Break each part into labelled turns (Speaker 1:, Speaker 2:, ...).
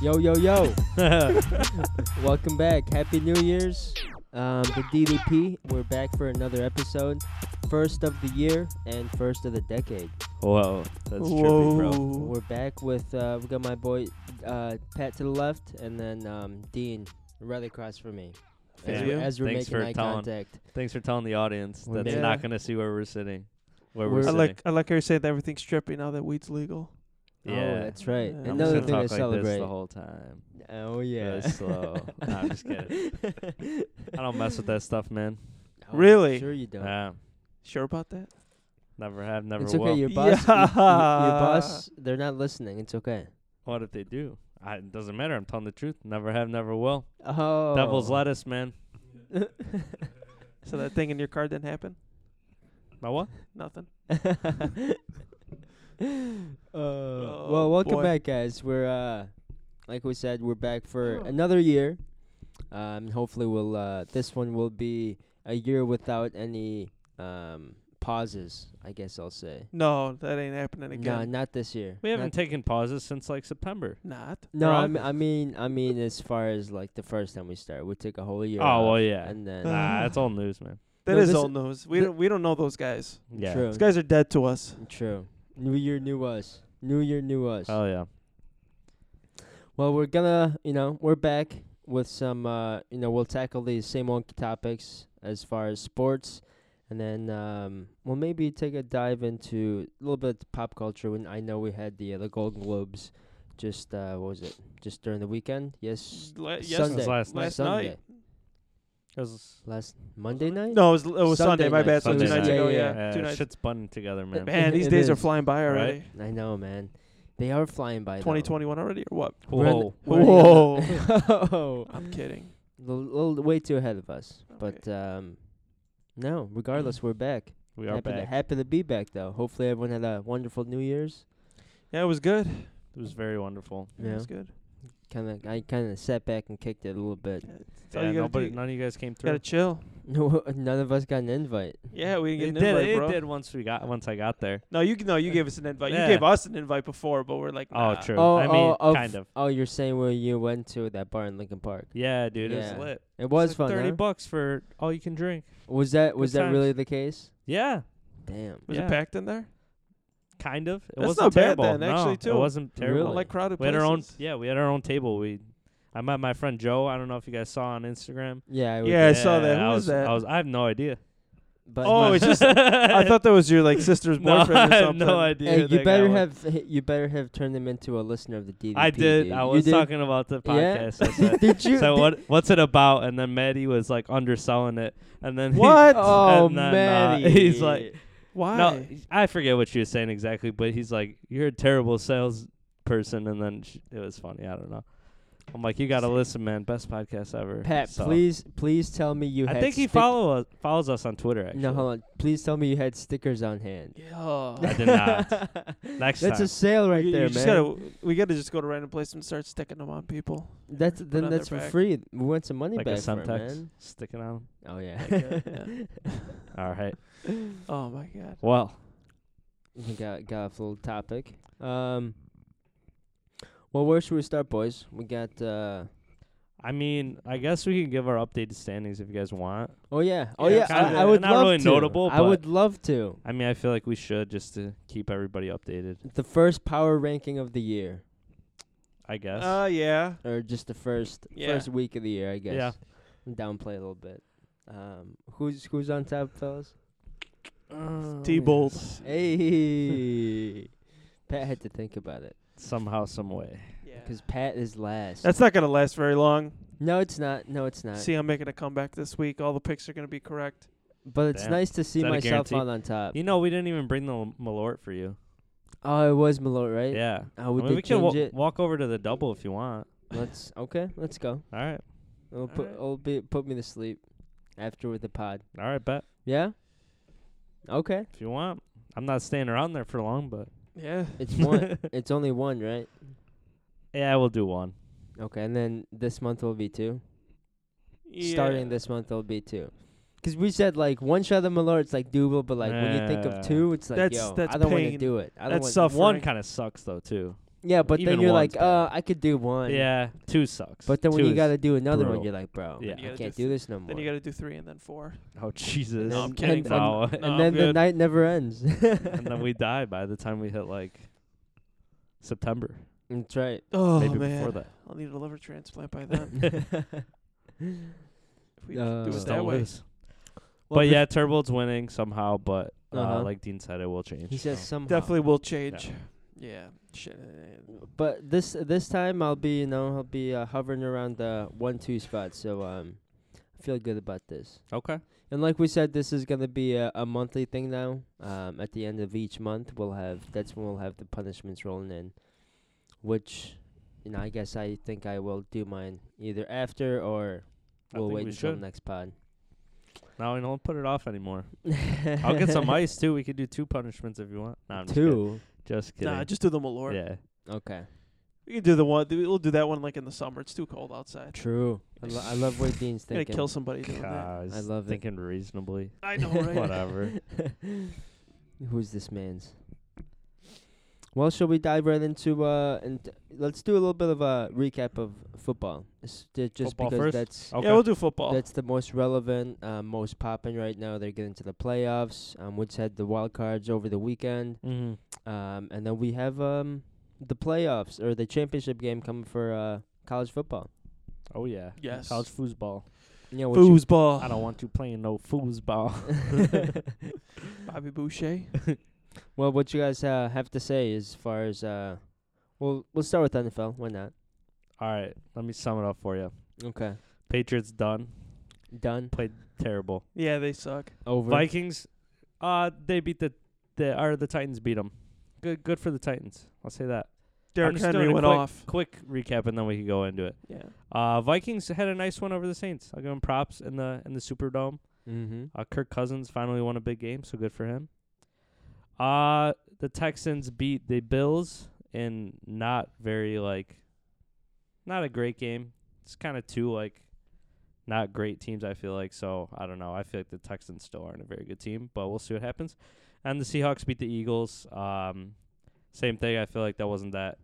Speaker 1: Yo, yo, yo. Welcome back. Happy New Year's. Um, the DDP. We're back for another episode. First of the year and first of the decade.
Speaker 2: Whoa, that's trippy, bro.
Speaker 1: We're back with, uh, we got my boy uh, Pat to the left and then um, Dean right across from me. As
Speaker 2: Thank
Speaker 1: we're,
Speaker 2: you.
Speaker 1: as we're
Speaker 2: Thanks
Speaker 1: making
Speaker 2: for
Speaker 1: eye
Speaker 2: telling.
Speaker 1: contact.
Speaker 2: Thanks for telling the audience
Speaker 1: We're
Speaker 2: that's
Speaker 1: back.
Speaker 2: not gonna see where we're sitting. Where we're,
Speaker 1: We're-
Speaker 3: I
Speaker 2: sitting.
Speaker 3: like I like how you're saying that everything's trippy now that weed's legal.
Speaker 1: Oh,
Speaker 2: Yeah.
Speaker 1: that's right.
Speaker 3: I'm
Speaker 2: I'm just
Speaker 1: Another
Speaker 2: gonna
Speaker 1: thing
Speaker 2: talk
Speaker 1: to
Speaker 2: like
Speaker 1: celebrate.
Speaker 2: this the whole time.
Speaker 1: oh, yeah.
Speaker 2: Really slow. Nah, I'm just kidding. I don't mess with that stuff, man.
Speaker 1: Oh,
Speaker 3: Really?
Speaker 1: Sure you don't.
Speaker 2: Nah,
Speaker 3: Sure about that?
Speaker 2: never have, never
Speaker 1: it's
Speaker 2: will.
Speaker 1: okay. Your boss, y- y- your
Speaker 3: Yeah.
Speaker 1: boss, they're not listening. It's okay.
Speaker 2: what if they do? I, it doesn't matter. I'm telling the truth. Never have, never will.
Speaker 1: Oh,
Speaker 2: Devil's lettuce, man.
Speaker 3: So that thing in your car didn't happen?
Speaker 2: My what?
Speaker 3: Nothing.
Speaker 1: Oh.
Speaker 2: Oh,
Speaker 1: well, welcome
Speaker 3: boy.
Speaker 1: back, guys. We're uh, like we said, we're back
Speaker 2: Oh.
Speaker 1: for another year. Um, hopefully, we'll uh, this one will be a year without any um pauses. I guess I'll say.
Speaker 3: No, that ain't happening
Speaker 1: No,
Speaker 3: again.
Speaker 1: not this year.
Speaker 2: We haven't
Speaker 1: Not-
Speaker 2: taken pauses since like September.
Speaker 3: Not.
Speaker 1: no, I
Speaker 2: wrong.
Speaker 1: mean, I mean, I mean, as far as like the first time we started, we took a whole year.
Speaker 2: Oh well,
Speaker 1: off,
Speaker 2: yeah.
Speaker 1: and then
Speaker 2: Nah, that's all news, man.
Speaker 3: That
Speaker 1: No,
Speaker 3: is
Speaker 1: this-
Speaker 3: old news. We
Speaker 1: thi-
Speaker 3: don't we don't know those guys.
Speaker 2: Yeah.
Speaker 1: true,
Speaker 3: Those guys are dead to us.
Speaker 1: true. New year, new us. New year, new us.
Speaker 2: Hell yeah.
Speaker 1: Well, we're gonna, you know, we're back with some, uh, you know, we'll tackle these same old topics as far as sports, and then um, we'll maybe take a dive into a little bit of pop culture. When I know we had the uh, the Golden Globes, just uh, what was it? Just during the weekend? Yes,
Speaker 3: Le- Uh, yes,
Speaker 1: Sunday.
Speaker 2: Since last night.
Speaker 3: last
Speaker 1: Sunday.
Speaker 3: night.
Speaker 2: Cause
Speaker 1: Last Monday night?
Speaker 3: No, it was, it was Sunday.
Speaker 1: Sunday
Speaker 3: My
Speaker 1: night.
Speaker 3: bad. So
Speaker 1: Sunday
Speaker 3: two nights
Speaker 1: night.
Speaker 3: ago.
Speaker 1: Yeah,
Speaker 3: Yeah,
Speaker 1: yeah,
Speaker 2: uh,
Speaker 3: two nights.
Speaker 2: shit's bunning together, man.
Speaker 3: Man, these
Speaker 1: It
Speaker 3: days are
Speaker 1: is.
Speaker 3: flying by
Speaker 2: Right?
Speaker 3: already.
Speaker 1: I know, man. They are flying by. though.
Speaker 3: 2021 already or what?
Speaker 1: We're in the-
Speaker 2: Whoa.
Speaker 1: we're in the-
Speaker 3: Whoa.
Speaker 1: Whoa.
Speaker 3: I'm kidding.
Speaker 1: A little way too ahead of us,
Speaker 3: Okay.
Speaker 1: but um, no. Regardless, we're back.
Speaker 2: We are
Speaker 1: happy, To,
Speaker 2: back.
Speaker 1: happy to be back, though. Hopefully, everyone had a wonderful New Year's.
Speaker 3: Yeah, it was good.
Speaker 2: It was very wonderful.
Speaker 3: Yeah,
Speaker 1: Yeah.
Speaker 3: it was good.
Speaker 1: Kind of, I kind of sat back and kicked it a little bit.
Speaker 3: That's all
Speaker 2: Yeah,
Speaker 3: you gotta
Speaker 2: nobody,
Speaker 3: do.
Speaker 2: none of you guys came
Speaker 3: You
Speaker 2: through.
Speaker 3: gotta chill.
Speaker 1: No, none of us got an invite.
Speaker 3: Yeah, we
Speaker 2: It
Speaker 3: didn't
Speaker 2: did.
Speaker 3: get an invite,
Speaker 2: it
Speaker 3: bro.
Speaker 2: did once we got once I got there.
Speaker 3: No, you no, you gave us an invite.
Speaker 2: Yeah.
Speaker 3: You gave us an invite before, but we're like, nah.
Speaker 2: Oh, true.
Speaker 1: Oh,
Speaker 2: I mean,
Speaker 1: oh,
Speaker 2: kind of.
Speaker 1: Oh, you're saying where you went to that bar in Lincoln Park?
Speaker 2: Yeah, dude, it
Speaker 1: Yeah.
Speaker 2: was lit.
Speaker 1: It was
Speaker 2: like
Speaker 1: fun.
Speaker 2: Thirty
Speaker 1: huh?
Speaker 2: bucks for all you can drink.
Speaker 1: Was that was
Speaker 2: Good
Speaker 1: that really the case?
Speaker 2: Yeah,
Speaker 1: Damn.
Speaker 3: Was
Speaker 2: Yeah.
Speaker 3: it packed in there?
Speaker 2: kind of. It
Speaker 3: That's
Speaker 2: wasn't
Speaker 3: not bad
Speaker 2: terrible.
Speaker 3: then,
Speaker 2: no,
Speaker 3: actually,
Speaker 2: it
Speaker 3: too.
Speaker 2: wasn't terrible.
Speaker 1: Really?
Speaker 3: I like crowded
Speaker 2: we had our own.
Speaker 3: places.
Speaker 2: Yeah, we had our own table. We, I met my friend Joe. I don't know if you guys saw on Instagram.
Speaker 1: Yeah. I would-
Speaker 3: Yeah, I saw that. Who
Speaker 2: I
Speaker 3: was
Speaker 2: was,
Speaker 3: that?
Speaker 2: I was. I have no idea.
Speaker 1: But
Speaker 3: Oh, it's just- I thought that was your like sister's
Speaker 2: No,
Speaker 3: boyfriend or
Speaker 2: I have
Speaker 3: something.
Speaker 2: no idea.
Speaker 1: Hey,
Speaker 2: who
Speaker 1: you
Speaker 2: that guy
Speaker 1: better
Speaker 2: was.
Speaker 1: have you better have turned him into a listener of the DDP.
Speaker 2: I did.
Speaker 1: Dude.
Speaker 2: I
Speaker 1: You
Speaker 2: was
Speaker 1: did?
Speaker 2: talking about the
Speaker 1: Yeah.
Speaker 2: podcast. I said-
Speaker 1: did you?
Speaker 2: so
Speaker 1: did-
Speaker 2: what what's it about? And then Maddie was like underselling it, and then he-
Speaker 3: What?
Speaker 1: Oh,
Speaker 2: and then, uh,
Speaker 1: man.
Speaker 2: he's like,
Speaker 3: Why?
Speaker 2: no, I forget what she was saying exactly, but he's like, you're a terrible salesperson, and then sh it was funny. I don't know. I'm like, you gotta listen, man. Best podcast ever.
Speaker 1: Pat,
Speaker 2: So-
Speaker 1: please, please tell me you.
Speaker 2: I
Speaker 1: had
Speaker 2: think he
Speaker 1: stick-
Speaker 2: follow us, follows us on Twitter. Actually,
Speaker 1: No, hold on. Please tell me you had stickers on hand.
Speaker 2: I
Speaker 3: Yeah.
Speaker 2: did not. Next
Speaker 1: That's
Speaker 2: time,
Speaker 1: a sale right
Speaker 3: You- you
Speaker 1: there, man.
Speaker 3: just gotta, we gotta just go to random place and start sticking them on people.
Speaker 1: That's
Speaker 3: on
Speaker 1: then
Speaker 3: their
Speaker 1: that's for
Speaker 3: back.
Speaker 1: free. We want some money
Speaker 2: like a
Speaker 1: back for it,
Speaker 2: Semtex
Speaker 1: man.
Speaker 2: sticking on. 'em.
Speaker 1: Oh yeah.
Speaker 2: All right.
Speaker 3: Oh my god.
Speaker 2: Well,
Speaker 1: We got got a little topic. Um. Well, where should we start, boys? We got. uh
Speaker 2: I mean, I guess we can give our updated standings if you guys want.
Speaker 1: Oh yeah. Oh yeah.
Speaker 3: Yeah,
Speaker 1: I,
Speaker 3: kinda.
Speaker 1: I would
Speaker 2: Not
Speaker 1: love
Speaker 2: really
Speaker 1: to.
Speaker 2: notable,
Speaker 1: I
Speaker 2: but-
Speaker 1: would love to.
Speaker 2: I mean, I feel like we should just to keep everybody updated.
Speaker 1: The first power ranking of the year,
Speaker 2: I guess.
Speaker 3: Uh yeah.
Speaker 1: or just the first
Speaker 3: Yeah.
Speaker 1: first week of the year, I guess.
Speaker 2: Yeah.
Speaker 1: Downplay a little bit. Um, who's who's on top, fellas? Oh,
Speaker 2: Oh,
Speaker 3: T-Bolt.
Speaker 1: Hey. Pat had to think about it
Speaker 2: Somehow, some way.
Speaker 3: Yeah.
Speaker 1: because Pat is last.
Speaker 3: That's not gonna last very long.
Speaker 1: no, it's not. No, it's not.
Speaker 3: See, I'm making a comeback this week. All the picks are gonna be correct.
Speaker 1: but it's
Speaker 2: Damn.
Speaker 1: nice to see
Speaker 2: that a
Speaker 1: myself
Speaker 2: guarantee?
Speaker 1: out on top.
Speaker 2: You know, we didn't even bring the l- Malort for you.
Speaker 1: Oh, it was Malort, right?
Speaker 2: Yeah.
Speaker 1: Oh, we
Speaker 2: I mean,
Speaker 1: did
Speaker 2: we can
Speaker 1: change
Speaker 2: wa-
Speaker 1: it.
Speaker 2: walk over to the double if you want.
Speaker 1: Let's okay. Let's go.
Speaker 2: All right.
Speaker 1: It'll put
Speaker 3: Alright.
Speaker 1: it'll be put me to sleep after with the pod.
Speaker 2: All right, bet.
Speaker 1: Yeah. Okay.
Speaker 2: If you want. I'm not staying around there for long, but.
Speaker 3: Yeah.
Speaker 1: It's one. it's only one, right?
Speaker 2: Yeah, we'll do one.
Speaker 1: Okay, and then this month will be two.
Speaker 3: yeah.
Speaker 1: Starting this month will be two. Cause we said like one shot of Malort, it's like doable, but like when you think
Speaker 2: Nah.
Speaker 1: of two, it's like
Speaker 3: That's-
Speaker 1: yo,
Speaker 3: that's
Speaker 1: I don't want to
Speaker 3: pain.
Speaker 1: do it. I don't
Speaker 3: That's
Speaker 1: want.
Speaker 3: suffering.
Speaker 2: One kind of sucks, though, too.
Speaker 1: Yeah, but
Speaker 2: Even
Speaker 1: then you're like,
Speaker 2: one's bad.
Speaker 1: uh, I could do one.
Speaker 2: yeah, two sucks.
Speaker 1: But then when
Speaker 2: Two
Speaker 1: you
Speaker 2: is-
Speaker 1: gotta do another one,
Speaker 2: brutal.
Speaker 1: you're like, bro,
Speaker 2: Yeah. Then
Speaker 1: I
Speaker 2: you
Speaker 3: gotta
Speaker 1: can't
Speaker 3: do
Speaker 1: do this no more.
Speaker 3: Then you got to do three and then four.
Speaker 2: oh Jesus,
Speaker 1: No, I'm
Speaker 3: kidding,
Speaker 2: No.
Speaker 3: fuck.
Speaker 1: and
Speaker 3: No, I'm
Speaker 1: then the
Speaker 3: good.
Speaker 1: night never ends.
Speaker 2: and then we die by the time we hit like September,
Speaker 1: That's right.
Speaker 3: Oh
Speaker 2: maybe
Speaker 3: man,
Speaker 2: before that.
Speaker 3: I'll need a liver transplant by then. if we d-
Speaker 1: Uh,
Speaker 3: do it
Speaker 1: Just
Speaker 3: that
Speaker 2: Don't
Speaker 3: way.
Speaker 2: lose.
Speaker 1: Well,
Speaker 2: but
Speaker 1: the-
Speaker 2: yeah, Turbo's winning somehow. But uh,
Speaker 1: Uh-huh.
Speaker 2: like Dean said, it will change.
Speaker 1: he says
Speaker 2: so.
Speaker 1: somehow.
Speaker 3: Definitely will change. Yeah. Shit.
Speaker 1: But this this time I'll be you know I'll be uh, hovering around the one two spot, so um, I feel good about this.
Speaker 2: Okay.
Speaker 1: And like we said, this is gonna be a, a monthly thing now. Um, at the end of each month, we'll have that's when we'll have the punishments rolling in, which, you know, I guess I think I will do mine either after or
Speaker 2: I
Speaker 1: we'll
Speaker 2: think
Speaker 1: wait
Speaker 2: we
Speaker 1: until
Speaker 2: should.
Speaker 1: next pod.
Speaker 2: No, we don't put it off anymore. I'll get some ice too. We could do two punishments if you want. No, I'm just kidding.
Speaker 1: Two.
Speaker 2: Just kidding.
Speaker 3: Nah, just do the Malort.
Speaker 2: yeah.
Speaker 1: Okay.
Speaker 3: We can do the one. do- We'll do that one like in the summer. It's too cold outside.
Speaker 1: True. I, lo- I love what Dean's
Speaker 3: Gonna
Speaker 1: thinking.
Speaker 3: kill somebody doing that.
Speaker 2: God,
Speaker 1: I love it.
Speaker 2: thinking reasonably.
Speaker 3: I know, right?
Speaker 2: Whatever.
Speaker 1: Who's this man's? Well, shall we dive right into uh and let's do a little bit of a recap of football. It's ju- just
Speaker 2: Football
Speaker 1: because
Speaker 2: first?
Speaker 1: that's
Speaker 2: Okay.
Speaker 3: Yeah, we'll do football.
Speaker 1: that's the most relevant, uh, most popping right now. They're getting to the playoffs. Um, which had the wild cards over the weekend.
Speaker 2: hmm
Speaker 1: Um, and then we have um the playoffs or the championship game coming for uh college football.
Speaker 2: Oh yeah.
Speaker 3: Yes.
Speaker 2: College foosball.
Speaker 1: Yeah, what you-
Speaker 3: Foosball.
Speaker 2: I don't want you playing no foosball.
Speaker 3: Bobby Boucher.
Speaker 1: well, what you guys uh, have to say as far as uh, well, we'll start with NFL. Why not?
Speaker 2: All right. Let me sum it up for you.
Speaker 1: Okay,
Speaker 2: Patriots done.
Speaker 1: done.
Speaker 2: Played terrible.
Speaker 3: yeah, they suck.
Speaker 1: Over.
Speaker 2: Vikings, uh, they beat the the or the Titans beat them. Good, good for the Titans. I'll say that. I'm
Speaker 3: Derrick
Speaker 2: just doing
Speaker 3: Henry
Speaker 2: a
Speaker 3: went
Speaker 2: quick-
Speaker 3: off.
Speaker 2: Quick recap, and then we can go into it.
Speaker 3: Yeah.
Speaker 2: Uh, Vikings had a nice one over the Saints. I'll give them props in the in the Superdome.
Speaker 1: Mm-hmm.
Speaker 2: Uh, Kirk Cousins finally won a big game, so good for him. Uh the Texans beat the Bills in not very like, not a great game. It's kind of two like, not great teams. I feel like so. I don't know. I feel like the Texans still aren't a very good team, but we'll see what happens. And the Seahawks beat the Eagles. Um, same thing. I feel like that wasn't that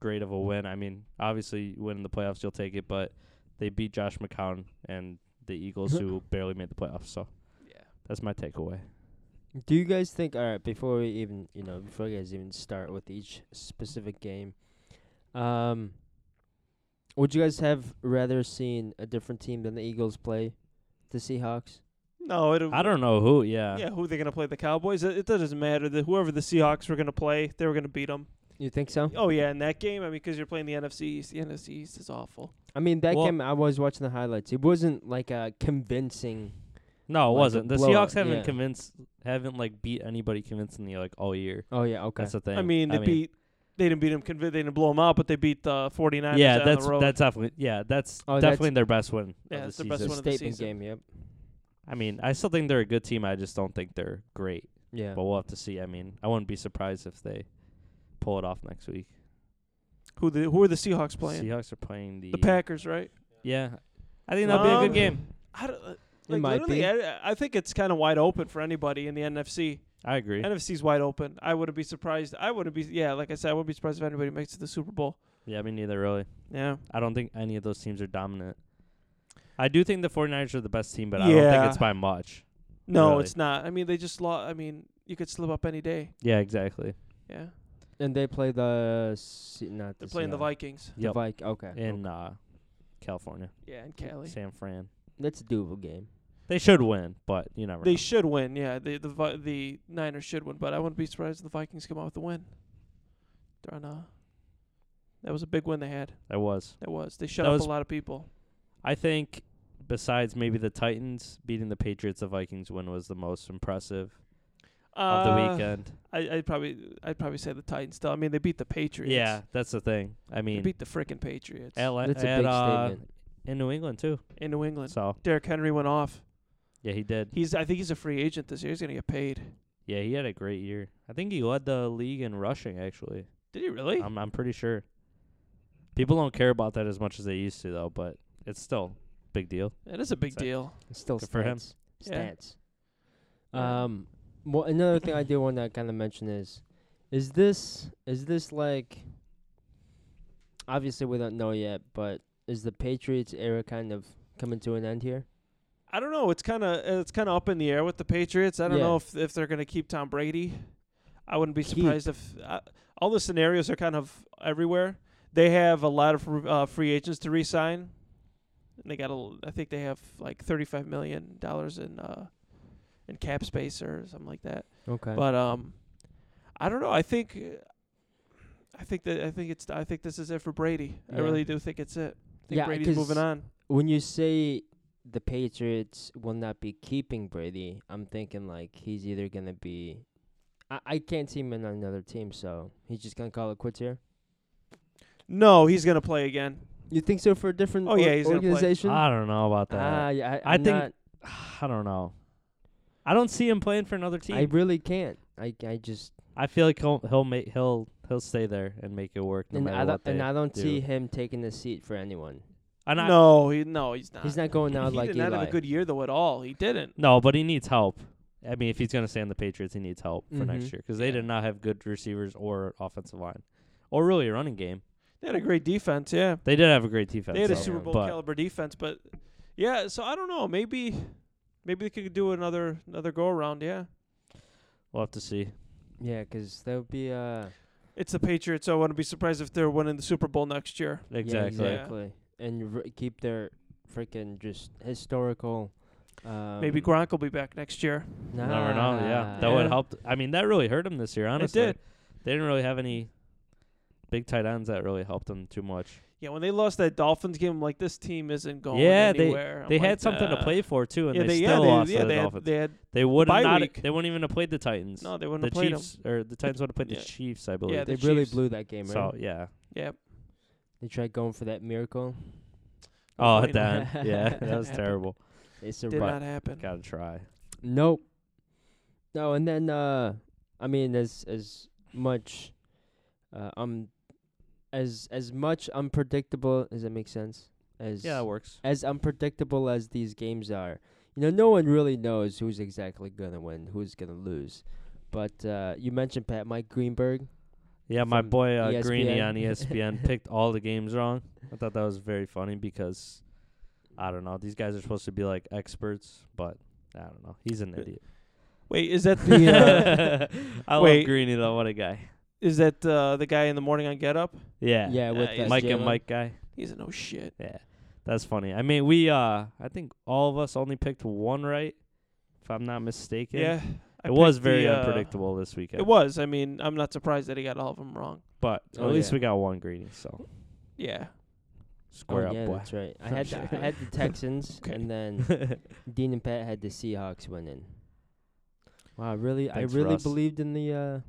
Speaker 2: great of a win. I mean, obviously, you win in the playoffs, you'll take it, but they beat Josh McCown and the Eagles, who barely made the playoffs. So
Speaker 3: Yeah.
Speaker 2: that's my takeaway.
Speaker 1: Do you guys think? All right, before we even you know before you guys even start with each specific game, um, would you guys have rather seen a different team than the Eagles play the Seahawks?
Speaker 3: No, it.
Speaker 2: I don't know who. Yeah.
Speaker 3: Yeah, who they gonna play? The Cowboys? It, it doesn't matter. The, whoever the Seahawks were gonna play, they were gonna beat them.
Speaker 1: You think so?
Speaker 3: Oh yeah, in that game, I mean, because you're playing the NFC East. The NFC East is awful.
Speaker 1: I mean, that
Speaker 2: Well-
Speaker 1: game I was watching the highlights. It wasn't like a convincing.
Speaker 2: No, it
Speaker 1: Like a
Speaker 2: wasn't. The
Speaker 1: blowout,
Speaker 2: Seahawks haven't
Speaker 1: yeah.
Speaker 2: convinced, haven't like beat anybody convincingly like all year.
Speaker 1: Oh yeah, okay.
Speaker 2: That's the thing.
Speaker 3: I mean, they beat. They didn't beat them. Conv- they didn't blow them out, but they beat the 49ers
Speaker 2: Yeah,
Speaker 3: on
Speaker 2: that's
Speaker 3: the road.
Speaker 2: that's definitely yeah, that's
Speaker 1: Oh, that's-
Speaker 2: definitely their best win.
Speaker 3: Yeah,
Speaker 2: of
Speaker 3: it's
Speaker 2: the
Speaker 3: their best
Speaker 2: season.
Speaker 1: a
Speaker 3: one of the
Speaker 1: statement
Speaker 3: season.
Speaker 1: game. Yep.
Speaker 2: I mean, I still think they're a good team. I just don't think they're great.
Speaker 1: Yeah.
Speaker 2: But we'll have to see. I mean, I wouldn't be surprised if they pull it off next week.
Speaker 3: who the who are the Seahawks playing?
Speaker 2: Seahawks are playing the
Speaker 3: The Packers, right?
Speaker 2: Yeah, I think that'll be a
Speaker 3: Um,
Speaker 2: good game.
Speaker 3: I don't. uh,
Speaker 1: It
Speaker 3: Like,
Speaker 1: might
Speaker 3: literally,
Speaker 1: be.
Speaker 3: I, I think it's kind of wide open for anybody in the NFC.
Speaker 2: I agree.
Speaker 3: NFC's wide open. I wouldn't be surprised. I wouldn't be. Yeah, like I said, I wouldn't be surprised if anybody makes it to the Super Bowl.
Speaker 2: Yeah, me neither, really.
Speaker 3: Yeah.
Speaker 2: I don't think any of those teams are dominant. I do think the 49ers are the best team, but I don't think
Speaker 3: Yeah.
Speaker 2: it's by much.
Speaker 3: No,
Speaker 2: Really.
Speaker 3: it's not. I mean, they just lost. I mean, you could slip up any day.
Speaker 2: Yeah, exactly.
Speaker 3: Yeah.
Speaker 1: And they play the Se- not.
Speaker 3: They're
Speaker 1: the
Speaker 3: playing the
Speaker 1: Seahawks.
Speaker 3: Vikings.
Speaker 1: The
Speaker 2: Yep.
Speaker 1: Vike. Okay.
Speaker 2: In uh, California,
Speaker 3: Yeah, and Cali.
Speaker 2: San Fran.
Speaker 1: That's a doable game.
Speaker 2: They should win, but you never
Speaker 3: They
Speaker 2: know.
Speaker 3: should win. Yeah, the the Vi- the Niners should win, but I wouldn't be surprised if the Vikings come out with a win. They're on a. That was a big win they had.
Speaker 2: That was.
Speaker 3: That was. They shut
Speaker 2: That
Speaker 3: up
Speaker 2: was-
Speaker 3: a lot of people.
Speaker 2: I think besides maybe the Titans beating the Patriots, the Vikings win was the most impressive of the
Speaker 3: Uh,
Speaker 2: weekend.
Speaker 3: I, I'd probably I'd probably say the Titans. Still, I mean, they beat the Patriots.
Speaker 2: Yeah, that's the thing. I
Speaker 3: They
Speaker 2: mean,
Speaker 3: beat the frickin' Patriots
Speaker 2: at, La-
Speaker 1: That's a
Speaker 2: at,
Speaker 1: big
Speaker 2: uh,
Speaker 1: statement.
Speaker 2: in New England too.
Speaker 3: in New England.
Speaker 2: So
Speaker 3: Derrick Henry went off.
Speaker 2: yeah, he did.
Speaker 3: He's I think he's a free agent this year. He's gonna get paid.
Speaker 2: Yeah, he had a great year. I think he led the league in rushing. Actually,
Speaker 3: Did he really?
Speaker 2: I'm I'm pretty sure. People don't care about that as much as they used to, though. But it's still big deal.
Speaker 3: that is a big
Speaker 2: Sorry.
Speaker 3: deal.
Speaker 1: It's Still
Speaker 2: Good for him.
Speaker 1: stats.
Speaker 3: Yeah.
Speaker 1: Stats.
Speaker 3: Yeah.
Speaker 1: Um. Well, another thing I do want to kind of mention is, is this is this like obviously we don't know yet, but is the Patriots era kind of coming to an end here?
Speaker 3: I don't know. It's kind of it's kind of up in the air with the Patriots. I don't
Speaker 1: Yeah.
Speaker 3: know if if they're going to keep Tom Brady. I wouldn't be
Speaker 1: Keep.
Speaker 3: surprised if uh, all the scenarios are kind of everywhere. They have a lot of fr- uh, free agents to re-sign, and they got a. l- I think they have like thirty-five million dollars in uh, in cap space or something like that.
Speaker 1: Okay.
Speaker 3: But um, I don't know. I think, I think that I think it's I think this is it for Brady. I
Speaker 1: Yeah.
Speaker 3: really do think it's it. I think
Speaker 1: Yeah,
Speaker 3: Brady's
Speaker 1: 'cause
Speaker 3: moving on.
Speaker 1: when you say the Patriots will not be keeping Brady, I'm thinking like he's either gonna be. I, I can't see him in another team, so he's just gonna call it quits here.
Speaker 3: No, he's gonna play again.
Speaker 1: You think so for a different
Speaker 3: Oh, yeah, he's gonna play.
Speaker 1: organization?
Speaker 2: I don't know about
Speaker 1: Ah,
Speaker 2: that.
Speaker 1: yeah, I,
Speaker 2: I
Speaker 1: I'm
Speaker 2: think-
Speaker 1: not-
Speaker 2: I don't know. I don't see him playing for another team.
Speaker 1: I really can't. I I just
Speaker 2: I feel like he'll he'll make he'll he'll stay there and make it work no
Speaker 1: and
Speaker 2: matter
Speaker 1: I don't
Speaker 2: what. They,
Speaker 1: and I don't
Speaker 2: do.
Speaker 1: see him taking the seat for anyone.
Speaker 2: and I-
Speaker 3: no, he no, he's
Speaker 2: Uh,
Speaker 3: not.
Speaker 1: He's not going out
Speaker 3: he
Speaker 1: like
Speaker 3: did
Speaker 1: Eli.
Speaker 3: not have a good year though at all. He didn't.
Speaker 2: no, but he needs help. I mean, if he's going to stay on the Patriots, he needs help for
Speaker 1: Mhm.
Speaker 2: next year because they did
Speaker 3: Yeah.
Speaker 2: not have good receivers or offensive line, or really a running game.
Speaker 3: They had a great defense. Yeah,
Speaker 2: They did have a great defense.
Speaker 3: they had a
Speaker 1: so-
Speaker 2: though,
Speaker 3: Super Bowl
Speaker 2: but
Speaker 3: caliber defense, but yeah. So I don't know. Maybe, maybe they could do another another go around. Yeah,
Speaker 2: We'll have to see.
Speaker 1: Yeah, 'cause that would be uh
Speaker 3: it's the Patriots. So I wouldn't be surprised if they're winning the Super Bowl next year.
Speaker 1: yeah,
Speaker 2: Exactly.
Speaker 1: exactly. and r- keep their freaking just historical. Um,
Speaker 3: maybe Gronk will be back next year.
Speaker 2: You Never know. Yeah, that
Speaker 1: nah.
Speaker 2: would
Speaker 3: Ah, Yeah.
Speaker 2: help. I mean, that really hurt him this year. Honestly,
Speaker 3: did.
Speaker 2: They didn't really have any big tight ends that really helped them too much.
Speaker 3: Yeah, when they lost that Dolphins game, I'm like this team isn't going
Speaker 2: Yeah, they-
Speaker 3: anywhere. I'm
Speaker 2: they
Speaker 3: like,
Speaker 2: had something to
Speaker 3: "Nah."
Speaker 2: play for too, and
Speaker 3: yeah,
Speaker 2: they,
Speaker 3: they,
Speaker 2: still
Speaker 3: yeah,
Speaker 2: lost
Speaker 3: they,
Speaker 2: to
Speaker 3: yeah,
Speaker 2: the
Speaker 3: they had,
Speaker 2: Dolphins.
Speaker 3: they had
Speaker 2: They would
Speaker 3: bye
Speaker 2: have not.
Speaker 3: week.
Speaker 2: They wouldn't even have played the Titans.
Speaker 3: no, they wouldn't
Speaker 2: the
Speaker 3: have played them.
Speaker 2: Chiefs or the Titans would have played
Speaker 3: Yeah.
Speaker 2: the Chiefs, I
Speaker 3: Yeah,
Speaker 2: believe.
Speaker 1: they
Speaker 3: the
Speaker 1: really
Speaker 3: Chiefs.
Speaker 1: blew that game, right?
Speaker 2: so yeah.
Speaker 3: Yeah,
Speaker 1: They tried going for that miracle.
Speaker 2: Oh,
Speaker 3: Wait,
Speaker 2: at the end.
Speaker 1: no.
Speaker 2: Yeah, that was
Speaker 3: Happened.
Speaker 2: terrible.
Speaker 1: They
Speaker 3: did
Speaker 1: survived.
Speaker 3: not happen.
Speaker 2: Gotta try.
Speaker 1: Nope. No, and then uh, I mean, as as much, uh, um, as as much unpredictable. Does that make sense? As
Speaker 2: Yeah, that works.
Speaker 1: as unpredictable as these games are, you know, no one really knows who's exactly gonna win, who's gonna lose. But uh, you mentioned Pat Mike Greenberg.
Speaker 2: Yeah, my
Speaker 1: From
Speaker 2: boy
Speaker 3: E
Speaker 2: uh, Greeny
Speaker 1: ESPN.
Speaker 2: on ESPN picked all the games wrong. I thought that was very funny because I don't know. These guys are supposed to be like experts, but I don't know. He's an
Speaker 3: But-
Speaker 2: idiot.
Speaker 3: Wait, is that the uh,
Speaker 2: I
Speaker 3: Wait.
Speaker 2: love Greeny though. What a guy.
Speaker 3: is that uh, the guy in the morning on Get Up?
Speaker 2: Yeah.
Speaker 1: Yeah, with
Speaker 3: Uh,
Speaker 1: uh,
Speaker 2: Mike and
Speaker 1: Jalen.
Speaker 2: Mike guy.
Speaker 3: He's a no shit.
Speaker 2: Yeah. That's funny. I mean, we uh I think all of us only picked one right, if I'm not mistaken.
Speaker 3: Yeah, I
Speaker 2: It was
Speaker 3: picked the,
Speaker 2: very
Speaker 3: uh,
Speaker 2: unpredictable this weekend.
Speaker 3: It was. I mean, I'm not surprised that he got all of them wrong.
Speaker 2: But
Speaker 1: Oh,
Speaker 2: at least
Speaker 1: yeah.
Speaker 2: we got one Greeny, so
Speaker 3: Yeah,
Speaker 2: square
Speaker 1: oh,
Speaker 2: up
Speaker 1: yeah,
Speaker 2: boy.
Speaker 1: that's right. I had the, I had the Texans,
Speaker 3: Okay.
Speaker 1: and then Dean and Pat had the Seahawks winning. Wow, really? I
Speaker 2: Thanks for
Speaker 1: really
Speaker 2: us.
Speaker 1: believed in the. uh